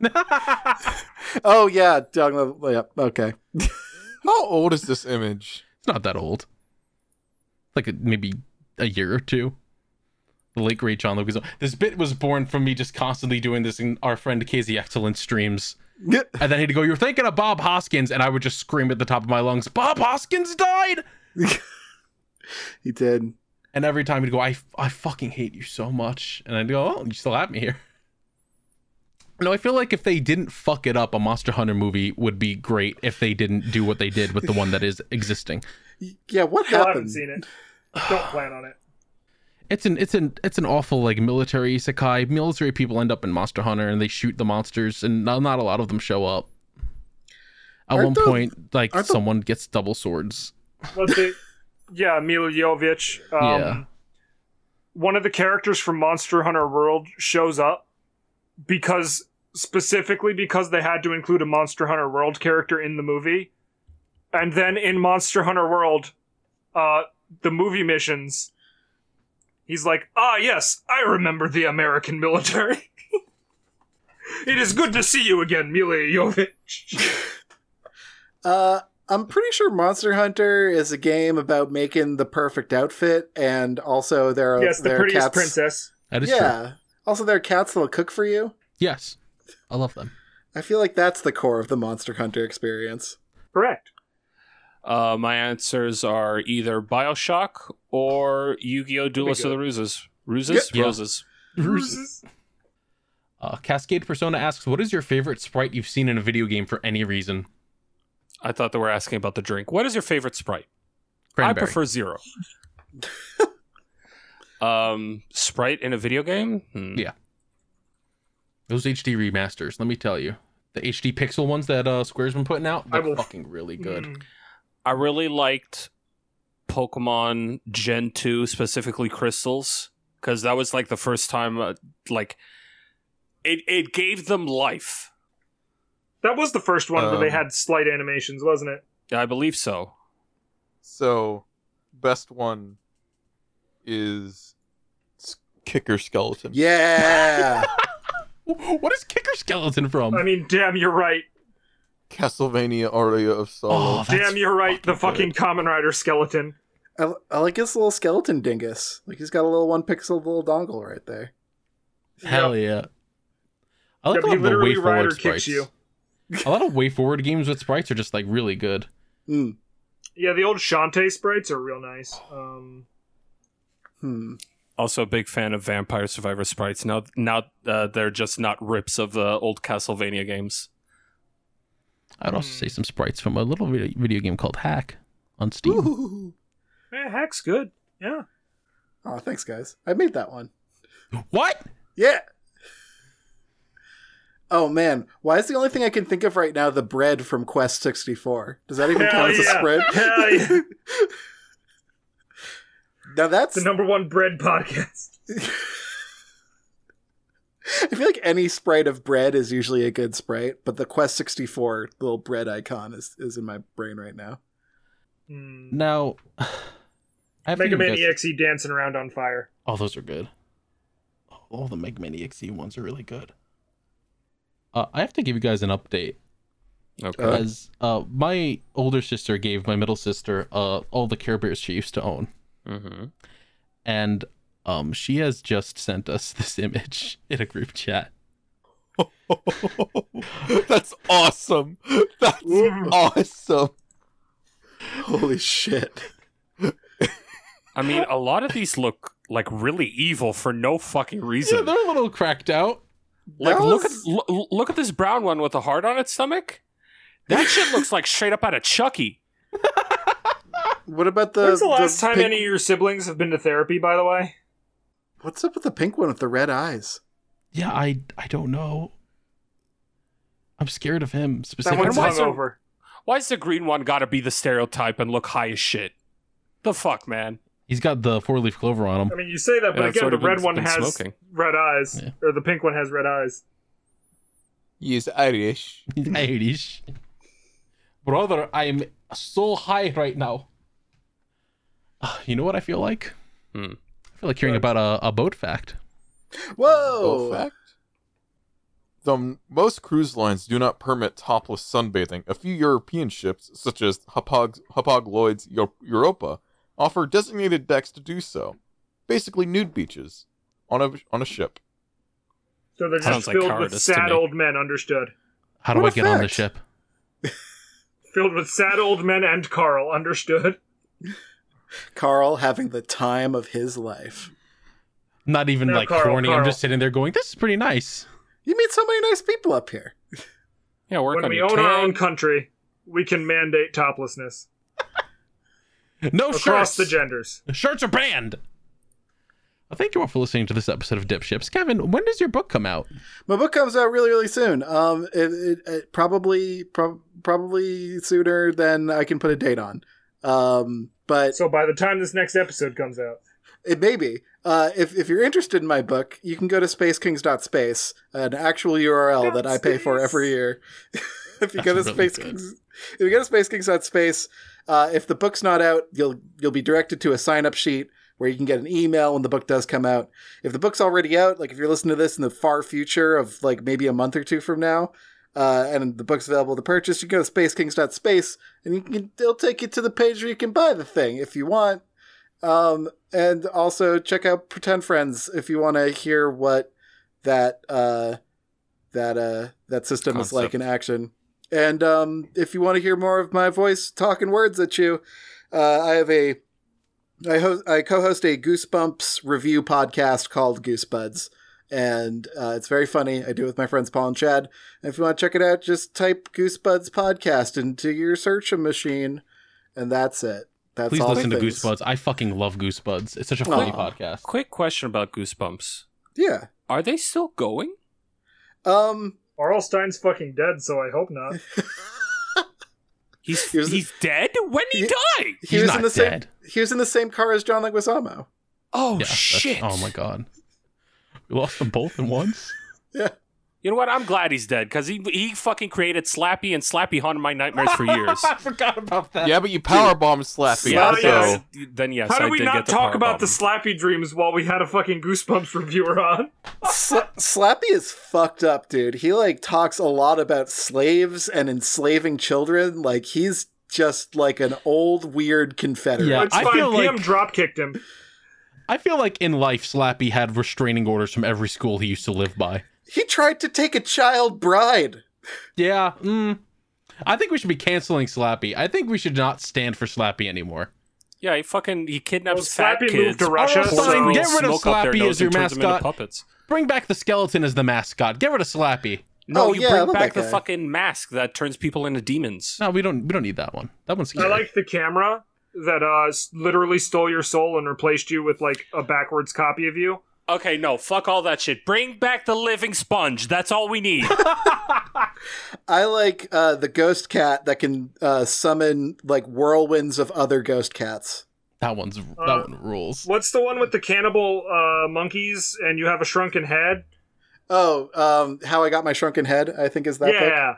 S5: oh yeah, Doug. Lev- Yeah, okay.
S4: How old is this image?
S1: It's not that old. Like a, maybe a year or two. The late great John Lucas. This bit was born from me just constantly doing this in our friend Casey Excellent streams. And then he'd go, You're thinking of Bob Hoskins. And I would just scream at the top of my lungs, Bob Hoskins died.
S5: he did.
S1: And every time he'd go, I, I fucking hate you so much. And I'd go, Oh, you still have me here. No, I feel like if they didn't fuck it up, a Monster Hunter movie would be great if they didn't do what they did with the one that is existing.
S5: Yeah, what
S3: Still haven't
S5: happened?
S3: seen it. Don't plan on it.
S1: It's an it's an it's an awful like military isekai. Military people end up in Monster Hunter and they shoot the monsters, and not, not a lot of them show up. At
S5: Aren't
S1: one
S5: the-
S1: point, like
S5: aren't the-
S1: someone gets double swords.
S3: Let's see. Yeah, Milijovic. Um,
S1: Yeah.
S3: One of the characters from Monster Hunter World shows up because specifically because they had to include a Monster Hunter World character in the movie, and then in Monster Hunter World, uh, the movie missions. He's like, ah, yes, I remember the American military. it is good to see you again, Milijovic.
S5: Uh, I'm pretty sure Monster Hunter is a game about making the perfect outfit, and also there are
S3: yes, the
S5: there are
S3: prettiest
S5: cats.
S3: princess.
S1: That is true.
S5: yeah. Also, there are cats that'll cook for you.
S1: Yes, I love them.
S5: I feel like that's the core of the Monster Hunter experience.
S3: Correct.
S2: Uh, my answers are either Bioshock or Yu Gi Oh! Duelist of the Ruses. Ruses?
S1: Yeah.
S2: Roses.
S1: Uh, Cascade Persona asks, "What is your favorite sprite you've seen in a video game for any reason?"
S2: I thought they were asking about the drink. What is your favorite Sprite?
S1: Cranberry.
S2: I prefer zero. um, Sprite in a video game? Hmm.
S1: Yeah. those HD remasters. Let me tell you, the HD pixel ones that uh, Square's been putting out,
S3: I
S1: they're
S3: will-
S1: fucking really good.
S3: Mm.
S2: I really liked Pokemon Gen 2, specifically Crystals, because that was like the first time, uh, like, it, it gave them life.
S3: That was the first one where they
S4: Um,
S3: had slight animations, wasn't it?
S2: I believe so.
S4: So, best one is s- kicker skeleton.
S5: Yeah.
S1: Wh- What is Kicker Skeleton from?
S3: I mean, damn, you're right.
S4: Castlevania Aria of
S1: oh,
S4: Sorrow.
S1: that's
S3: damn, you're right. the
S1: fucking
S3: fucking Common Rider skeleton.
S5: I, I like his little skeleton dingus. Like he's got a little one pixel little dongle right there.
S1: Hell yeah. I like a lot of
S3: Yeah, but he
S1: the way
S3: literally rider
S1: forward
S3: kicks
S1: sprites.
S3: you.
S1: a lot of way forward games with sprites are just like really good.
S5: Mm,
S3: Yeah, the old Shantae sprites are real nice. Um,
S5: hmm.
S2: Also, a big fan of Vampire Survivor sprites. Now, now uh, they're just not rips of the old Castlevania games.
S1: I'd also
S3: Mm.
S1: say some sprites from a little video, video game called Hack on Steam.
S3: eh, heck's good. Yeah.
S5: Oh, thanks guys. I made that one.
S1: What?
S5: Yeah. Oh man, why is the only thing I can think of right now the bread from Quest 64? Does that even
S3: Hell
S5: count as a
S3: yeah.
S5: spread?
S3: Hell yeah.
S5: now that's
S3: The number one bread podcast.
S5: I feel like any sprite of bread is usually a good sprite, but the Quest 64 little bread icon is, is in my brain right now.
S3: Hmm.
S1: Now, I have
S3: Mega
S1: to give
S3: Man
S1: you guys-
S3: EXE dancing around on fire.
S1: Oh, those are good. All the Mega Man EXE E ones are really good. Uh, I have to give you guys an update.
S2: Okay.
S5: Uh,
S1: As uh, my older sister gave my middle sister uh, all the Care Bears she used to own.
S2: mm-hmm.
S1: and um she has just sent us this image in a group chat
S4: that's awesome. That's awesome.
S5: Holy shit.
S2: I mean, a lot of these look like really evil for no fucking
S1: yeah
S2: reason.
S1: they're a little cracked out
S2: like,
S5: That
S2: look at
S5: was-
S2: lo- look at this brown one with a heart on its stomach. That shit looks like straight up out of Chucky.
S5: What about the
S3: When's the last time
S5: pink-
S3: any of your siblings have been to therapy, by the way?
S5: What's up with the pink one with the red eyes?
S1: yeah i i don't know i'm scared of him
S3: That
S1: specifically
S3: one's
S2: one's why is there-
S3: hungover.
S2: Why's the green one got to be the stereotype and look high as shit? The fuck, man.
S1: he's got the four leaf clover on him
S3: I mean, you say that, but
S2: Yeah, it's
S3: again, the
S2: already
S3: red
S2: been-
S3: one
S2: been
S3: has
S2: smoking.
S3: red eyes,
S1: Yeah.
S3: or the pink one has red eyes.
S8: He's Irish.
S1: He's Irish. Brother, I'm so high right now. Ah, You know what I feel like?
S2: Hmm.
S1: I feel like hearing about a, a boat fact.
S5: Whoa!
S4: fact. Though m- most cruise lines do not permit topless sunbathing, a few European ships, such as Hapag, Hapag Lloyd's Yo- Europa, offer designated decks to do so. Basically, nude beaches on a on a ship.
S3: So they're just
S2: Sounds like
S3: filled with
S2: cowardice to
S3: sad
S2: me.
S3: old men, understood.
S1: How do
S5: What
S1: I get on the
S5: fact?
S1: ship?
S3: Filled with sad old men and Carl, understood.
S5: Carl having the time of his life.
S1: Not even
S3: No,
S1: like
S3: Carl,
S1: corny. I'm
S3: Carl.
S1: just sitting there going, this is pretty nice.
S5: You meet so many nice people up here.
S2: Yeah, work
S3: when
S2: on
S3: we
S2: your
S3: own our own
S2: tan.
S3: country, we can mandate toplessness
S2: Oh,
S1: No shirts.
S3: across the genders.
S1: Shirts are banned. Well, thank you all for listening to this episode of Dip Ships. Kevin, when does your book come out?
S5: My book comes out really, really soon. Um, it, it, it probably, prob probably sooner than I can put a date on. Um, but
S3: So by the time this next episode comes out,
S5: It may be. Uh, if, if you're interested in my book, you can go to spacekings.space, an actual URL that I pay for every year. if you go to
S1: That's really
S5: Space
S1: good.
S5: Kings, if you go to spacekings.space, uh, if the book's not out, you'll you'll be directed to a sign up sheet where you can get an email when the book does come out. If the book's already out, like if you're listening to this in the far future of like maybe a month or two from now, uh, and the book's available to purchase, you can go to spacekings.space and you can they'll take you to the page where you can buy the thing if you want. Um, and also check out Pretend Friends if you want to hear what that uh, that uh, that system is like in action. And um, if you want to hear more of my voice talking words at you, uh, I have a I host I co-host a Goosebumps review podcast called Goosebuds, and uh, it's very funny. I do it with my friends Paul and Chad. And if you want to check it out, just type Goosebuds podcast into your search machine, and that's it. That's
S1: Please
S5: all
S1: listen to
S5: things.
S1: Goosebuds. I fucking love Goosebuds. It's such a funny
S5: Aw.
S1: podcast.
S2: Quick question about Goosebumps.
S5: Yeah.
S2: Are they still going?
S5: Um.
S3: Arl Stein's fucking dead, so I hope not.
S2: He's
S5: He was-
S2: he's dead? When did he
S5: He-
S2: die?
S5: He
S1: He's
S5: was
S1: not
S5: in the
S1: dead.
S5: same. He was in the same car as John Leguizamo.
S2: Oh
S1: Yeah, that's-
S2: shit.
S1: Oh my god. We lost them both in once.
S2: You know what? I'm glad he's dead because he he fucking created Slappy and Slappy haunted my nightmares for years.
S1: forgot about that.
S4: Yeah, but you powerbombed Slappy.
S2: Yeah,
S3: Slappy-
S4: so
S2: yes. then yes.
S3: How
S2: I
S3: do we
S2: did
S3: not
S2: get the
S3: talk
S2: power
S3: about the
S2: bomb.
S3: slappy dreams while we had a fucking Goosebumps reviewer on?
S5: Sla- Slappy is fucked up, dude. He like talks a lot about slaves and enslaving children. Like he's just like an old weird Confederate.
S1: Yeah.
S3: It's
S1: I
S3: fine.
S1: feel
S3: PM
S1: like-
S3: drop kicked him.
S1: I feel like in life, Slappy had restraining orders from every school he used to live by.
S5: He tried to take a child bride.
S1: Yeah. Mm. I think we should be canceling Slappy. I think we should not stand for Slappy anymore.
S2: Yeah, he fucking he kidnaps
S3: Well,
S2: fat
S3: Slappy
S2: kids.
S3: moved to Russia,
S2: pours
S1: so-
S2: their own
S1: Get rid of
S2: smoke up their
S1: Slappy
S2: nose
S1: as your
S2: and turns them into
S1: mascot.
S2: Puppets.
S1: Bring back the skeleton as the mascot. Get rid of Slappy.
S2: No,
S5: Oh,
S2: you
S5: yeah, I
S2: bring
S5: love
S2: back
S5: that
S2: the
S5: guy.
S2: fucking mask that turns people into demons.
S1: No, we don't. We don't need that one. That one's
S3: I
S1: scary.
S3: like the camera that uh s- literally stole your soul and replaced you with like a backwards copy of you.
S2: Okay, no, fuck all that shit. Bring back the living sponge. That's all we need.
S5: I like uh, the ghost cat that can uh, summon like whirlwinds of other ghost cats.
S1: that one's.
S3: Uh,
S1: that one rules.
S3: What's the one with the cannibal uh, monkeys and you have a shrunken head?
S5: Oh, um, how I got my shrunken head. I think is that. book.
S3: yeah,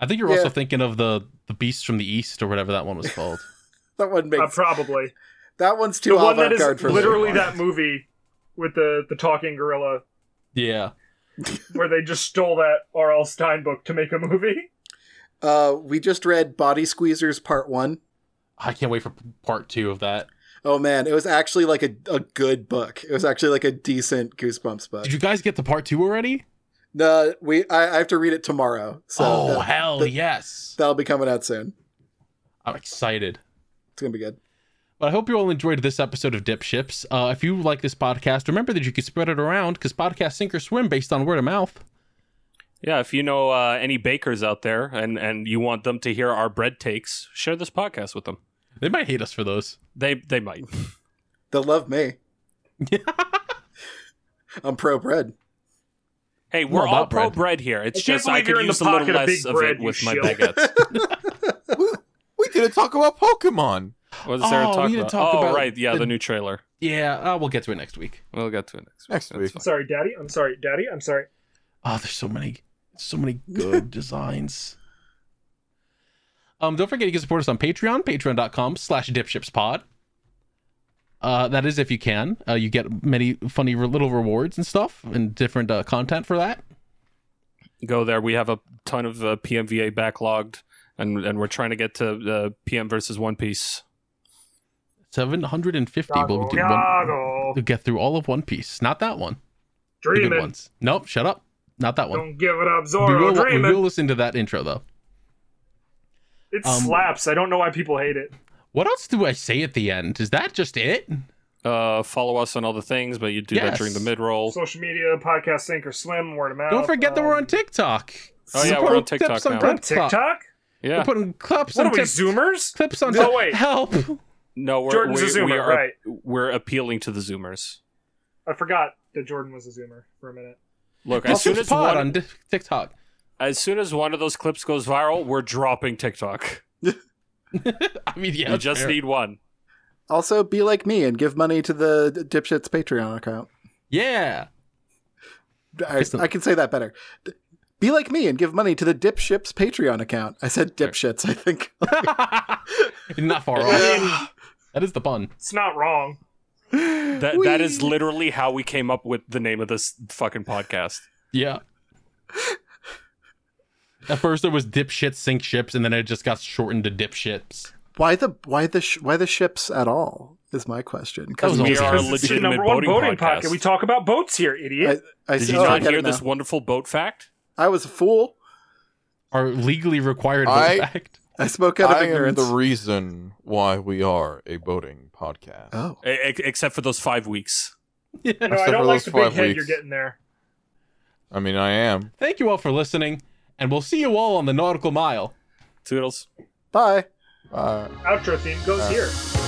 S1: I think you're
S5: yeah.
S1: also thinking of the the beast from the east or whatever that one was called.
S5: That one
S3: uh,
S5: makes
S3: probably
S5: that one's too
S3: the one that
S5: avant-garde
S3: is
S5: for me.
S3: literally that movie with the the talking gorilla
S1: yeah.
S3: where they just stole that R.L. Stein book to make a movie.
S5: Uh, we just read Body Squeezers Part One.
S1: I can't wait for p- part two of that.
S5: Oh man, it was actually like a, a good book. It was actually like a decent Goosebumps book.
S1: Did you guys get the part two already?
S5: No, we I, I have to read it tomorrow, so
S1: oh
S5: that,
S1: hell
S5: that-
S1: yes!
S5: that'll be coming out soon.
S1: I'm excited.
S5: It's gonna be good.
S1: But I hope you all enjoyed this episode of Dip Ships. Uh, if you like this podcast, remember that you can spread it around because podcasts sink or swim based on word of mouth.
S2: yeah, if you know uh, any bakers out there and and you want them to hear our bread takes, share this podcast with them.
S1: They might hate us for those.
S2: They they might.
S5: They'll love me. I'm pro bread.
S2: Hey, we're
S1: about
S2: all pro
S1: bread.
S2: bread. here. It's
S3: I can't
S2: just I
S3: believe
S2: could
S3: you're in
S2: use
S3: the
S2: a little
S3: pocket of
S2: less
S3: big
S2: of
S3: bread,
S2: it
S3: you
S2: with my
S3: shill.
S2: baguettes.
S4: we didn't talk about Pokemon.
S2: What is there
S1: Oh,
S2: to talk
S1: we didn't
S2: about?
S1: talk
S2: oh,
S1: about
S2: right, yeah,
S1: the-
S2: the, new trailer.
S1: Yeah, uh, we'll get to it next week.
S2: We'll get to it next week.
S4: Next
S2: That's
S4: week.
S2: fine.
S3: Sorry, Daddy. I'm sorry, Daddy. I'm sorry.
S1: Oh, there's so many. So many good designs. Um, don't forget you can support us on Patreon, patreon.com slash dipshipspod. Uh, that is if you can. Uh, you get many funny re- little rewards and stuff and different uh, content for that.
S2: Go there. We have a ton of uh, PMVA backlogged, and and we're trying to get to uh, PM versus One Piece.
S1: 750 will do one,
S3: Yago,
S1: will get through all of One Piece. Not that one. The good
S3: dreaming.
S1: ones. Nope, shut up. Not that one.
S3: Don't give it up,
S1: We
S3: Zoro.
S1: will, we
S3: Dreaming.
S1: will listen to that intro though.
S3: it
S1: um,
S3: slaps. I don't know why people hate it.
S1: What else do I say at the end? Is that just it?
S2: Uh, follow us on all the things, but you do that
S1: Yes.
S2: during the mid roll.
S3: Social media, podcast, sink or swim, word of mouth.
S1: Don't forget that we're on
S3: um,
S1: TikTok.
S2: Oh, yeah,
S1: We're
S2: we're on
S1: putting
S2: TikTok
S1: clips
S2: now.
S1: on
S2: We're
S3: on
S2: on
S1: TikTok.
S3: um, TikTok.
S1: We're
S2: Yeah,
S1: putting clips on
S3: What are we,
S1: tips-
S3: Zoomers?
S1: clips on
S3: No,
S1: tip-
S3: wait.
S1: Help.
S2: no, we're,
S3: Jordan's
S2: we,
S3: a Zoomer,
S2: we are,
S3: right.
S2: We're appealing to the Zoomers.
S3: I forgot that Jordan was a Zoomer for a minute.
S2: Look, as
S1: As
S2: soon as
S1: pod
S2: one,
S1: on di- TikTok.
S2: as soon as one of those clips goes viral, we're dropping TikTok.
S1: I mean, yeah,
S2: you
S1: that's
S2: just
S1: fair.
S2: need one.
S5: Also, be like me and give money to the dipshits Patreon account.
S1: yeah.
S5: I, I can say that better. D- Be like me and give money to the dipshits Patreon account. I said dipshits. I think.
S1: Not far off. that is the pun.
S3: It's not wrong.
S2: That that is literally how we came up with the name of this fucking podcast.
S1: Yeah. At first, it was dipshit sink ships, and then it just got shortened to dipshits.
S5: Why the why the sh- why the ships at all is my question. 'Cause
S1: That was
S2: We
S1: all
S2: are a
S1: This
S3: It's the
S2: legitimate
S3: number one
S2: boating,
S3: boating
S2: podcast.
S3: podcast. We talk about boats here, idiot.
S5: I, I,
S2: Did
S5: see-
S2: you
S5: oh, I
S2: not
S5: get
S2: hear
S5: it
S2: this
S5: now.
S2: wonderful boat fact?
S5: I was a fool.
S1: Are legally required.
S4: I-
S1: in fact.
S5: I spoke out of
S4: I am
S5: ignorance.
S4: the reason why we are a boating podcast.
S5: oh,
S2: E- e- except for those five weeks.
S3: No, I
S4: Except
S3: don't
S4: for
S3: like
S4: those
S3: the big
S4: five
S3: head
S4: weeks.
S3: you're getting there.
S4: I mean, I am.
S1: Thank you all for listening, and we'll see you all on the nautical mile.
S2: Toodles.
S5: bye.
S4: Uh,
S3: Outro theme goes here.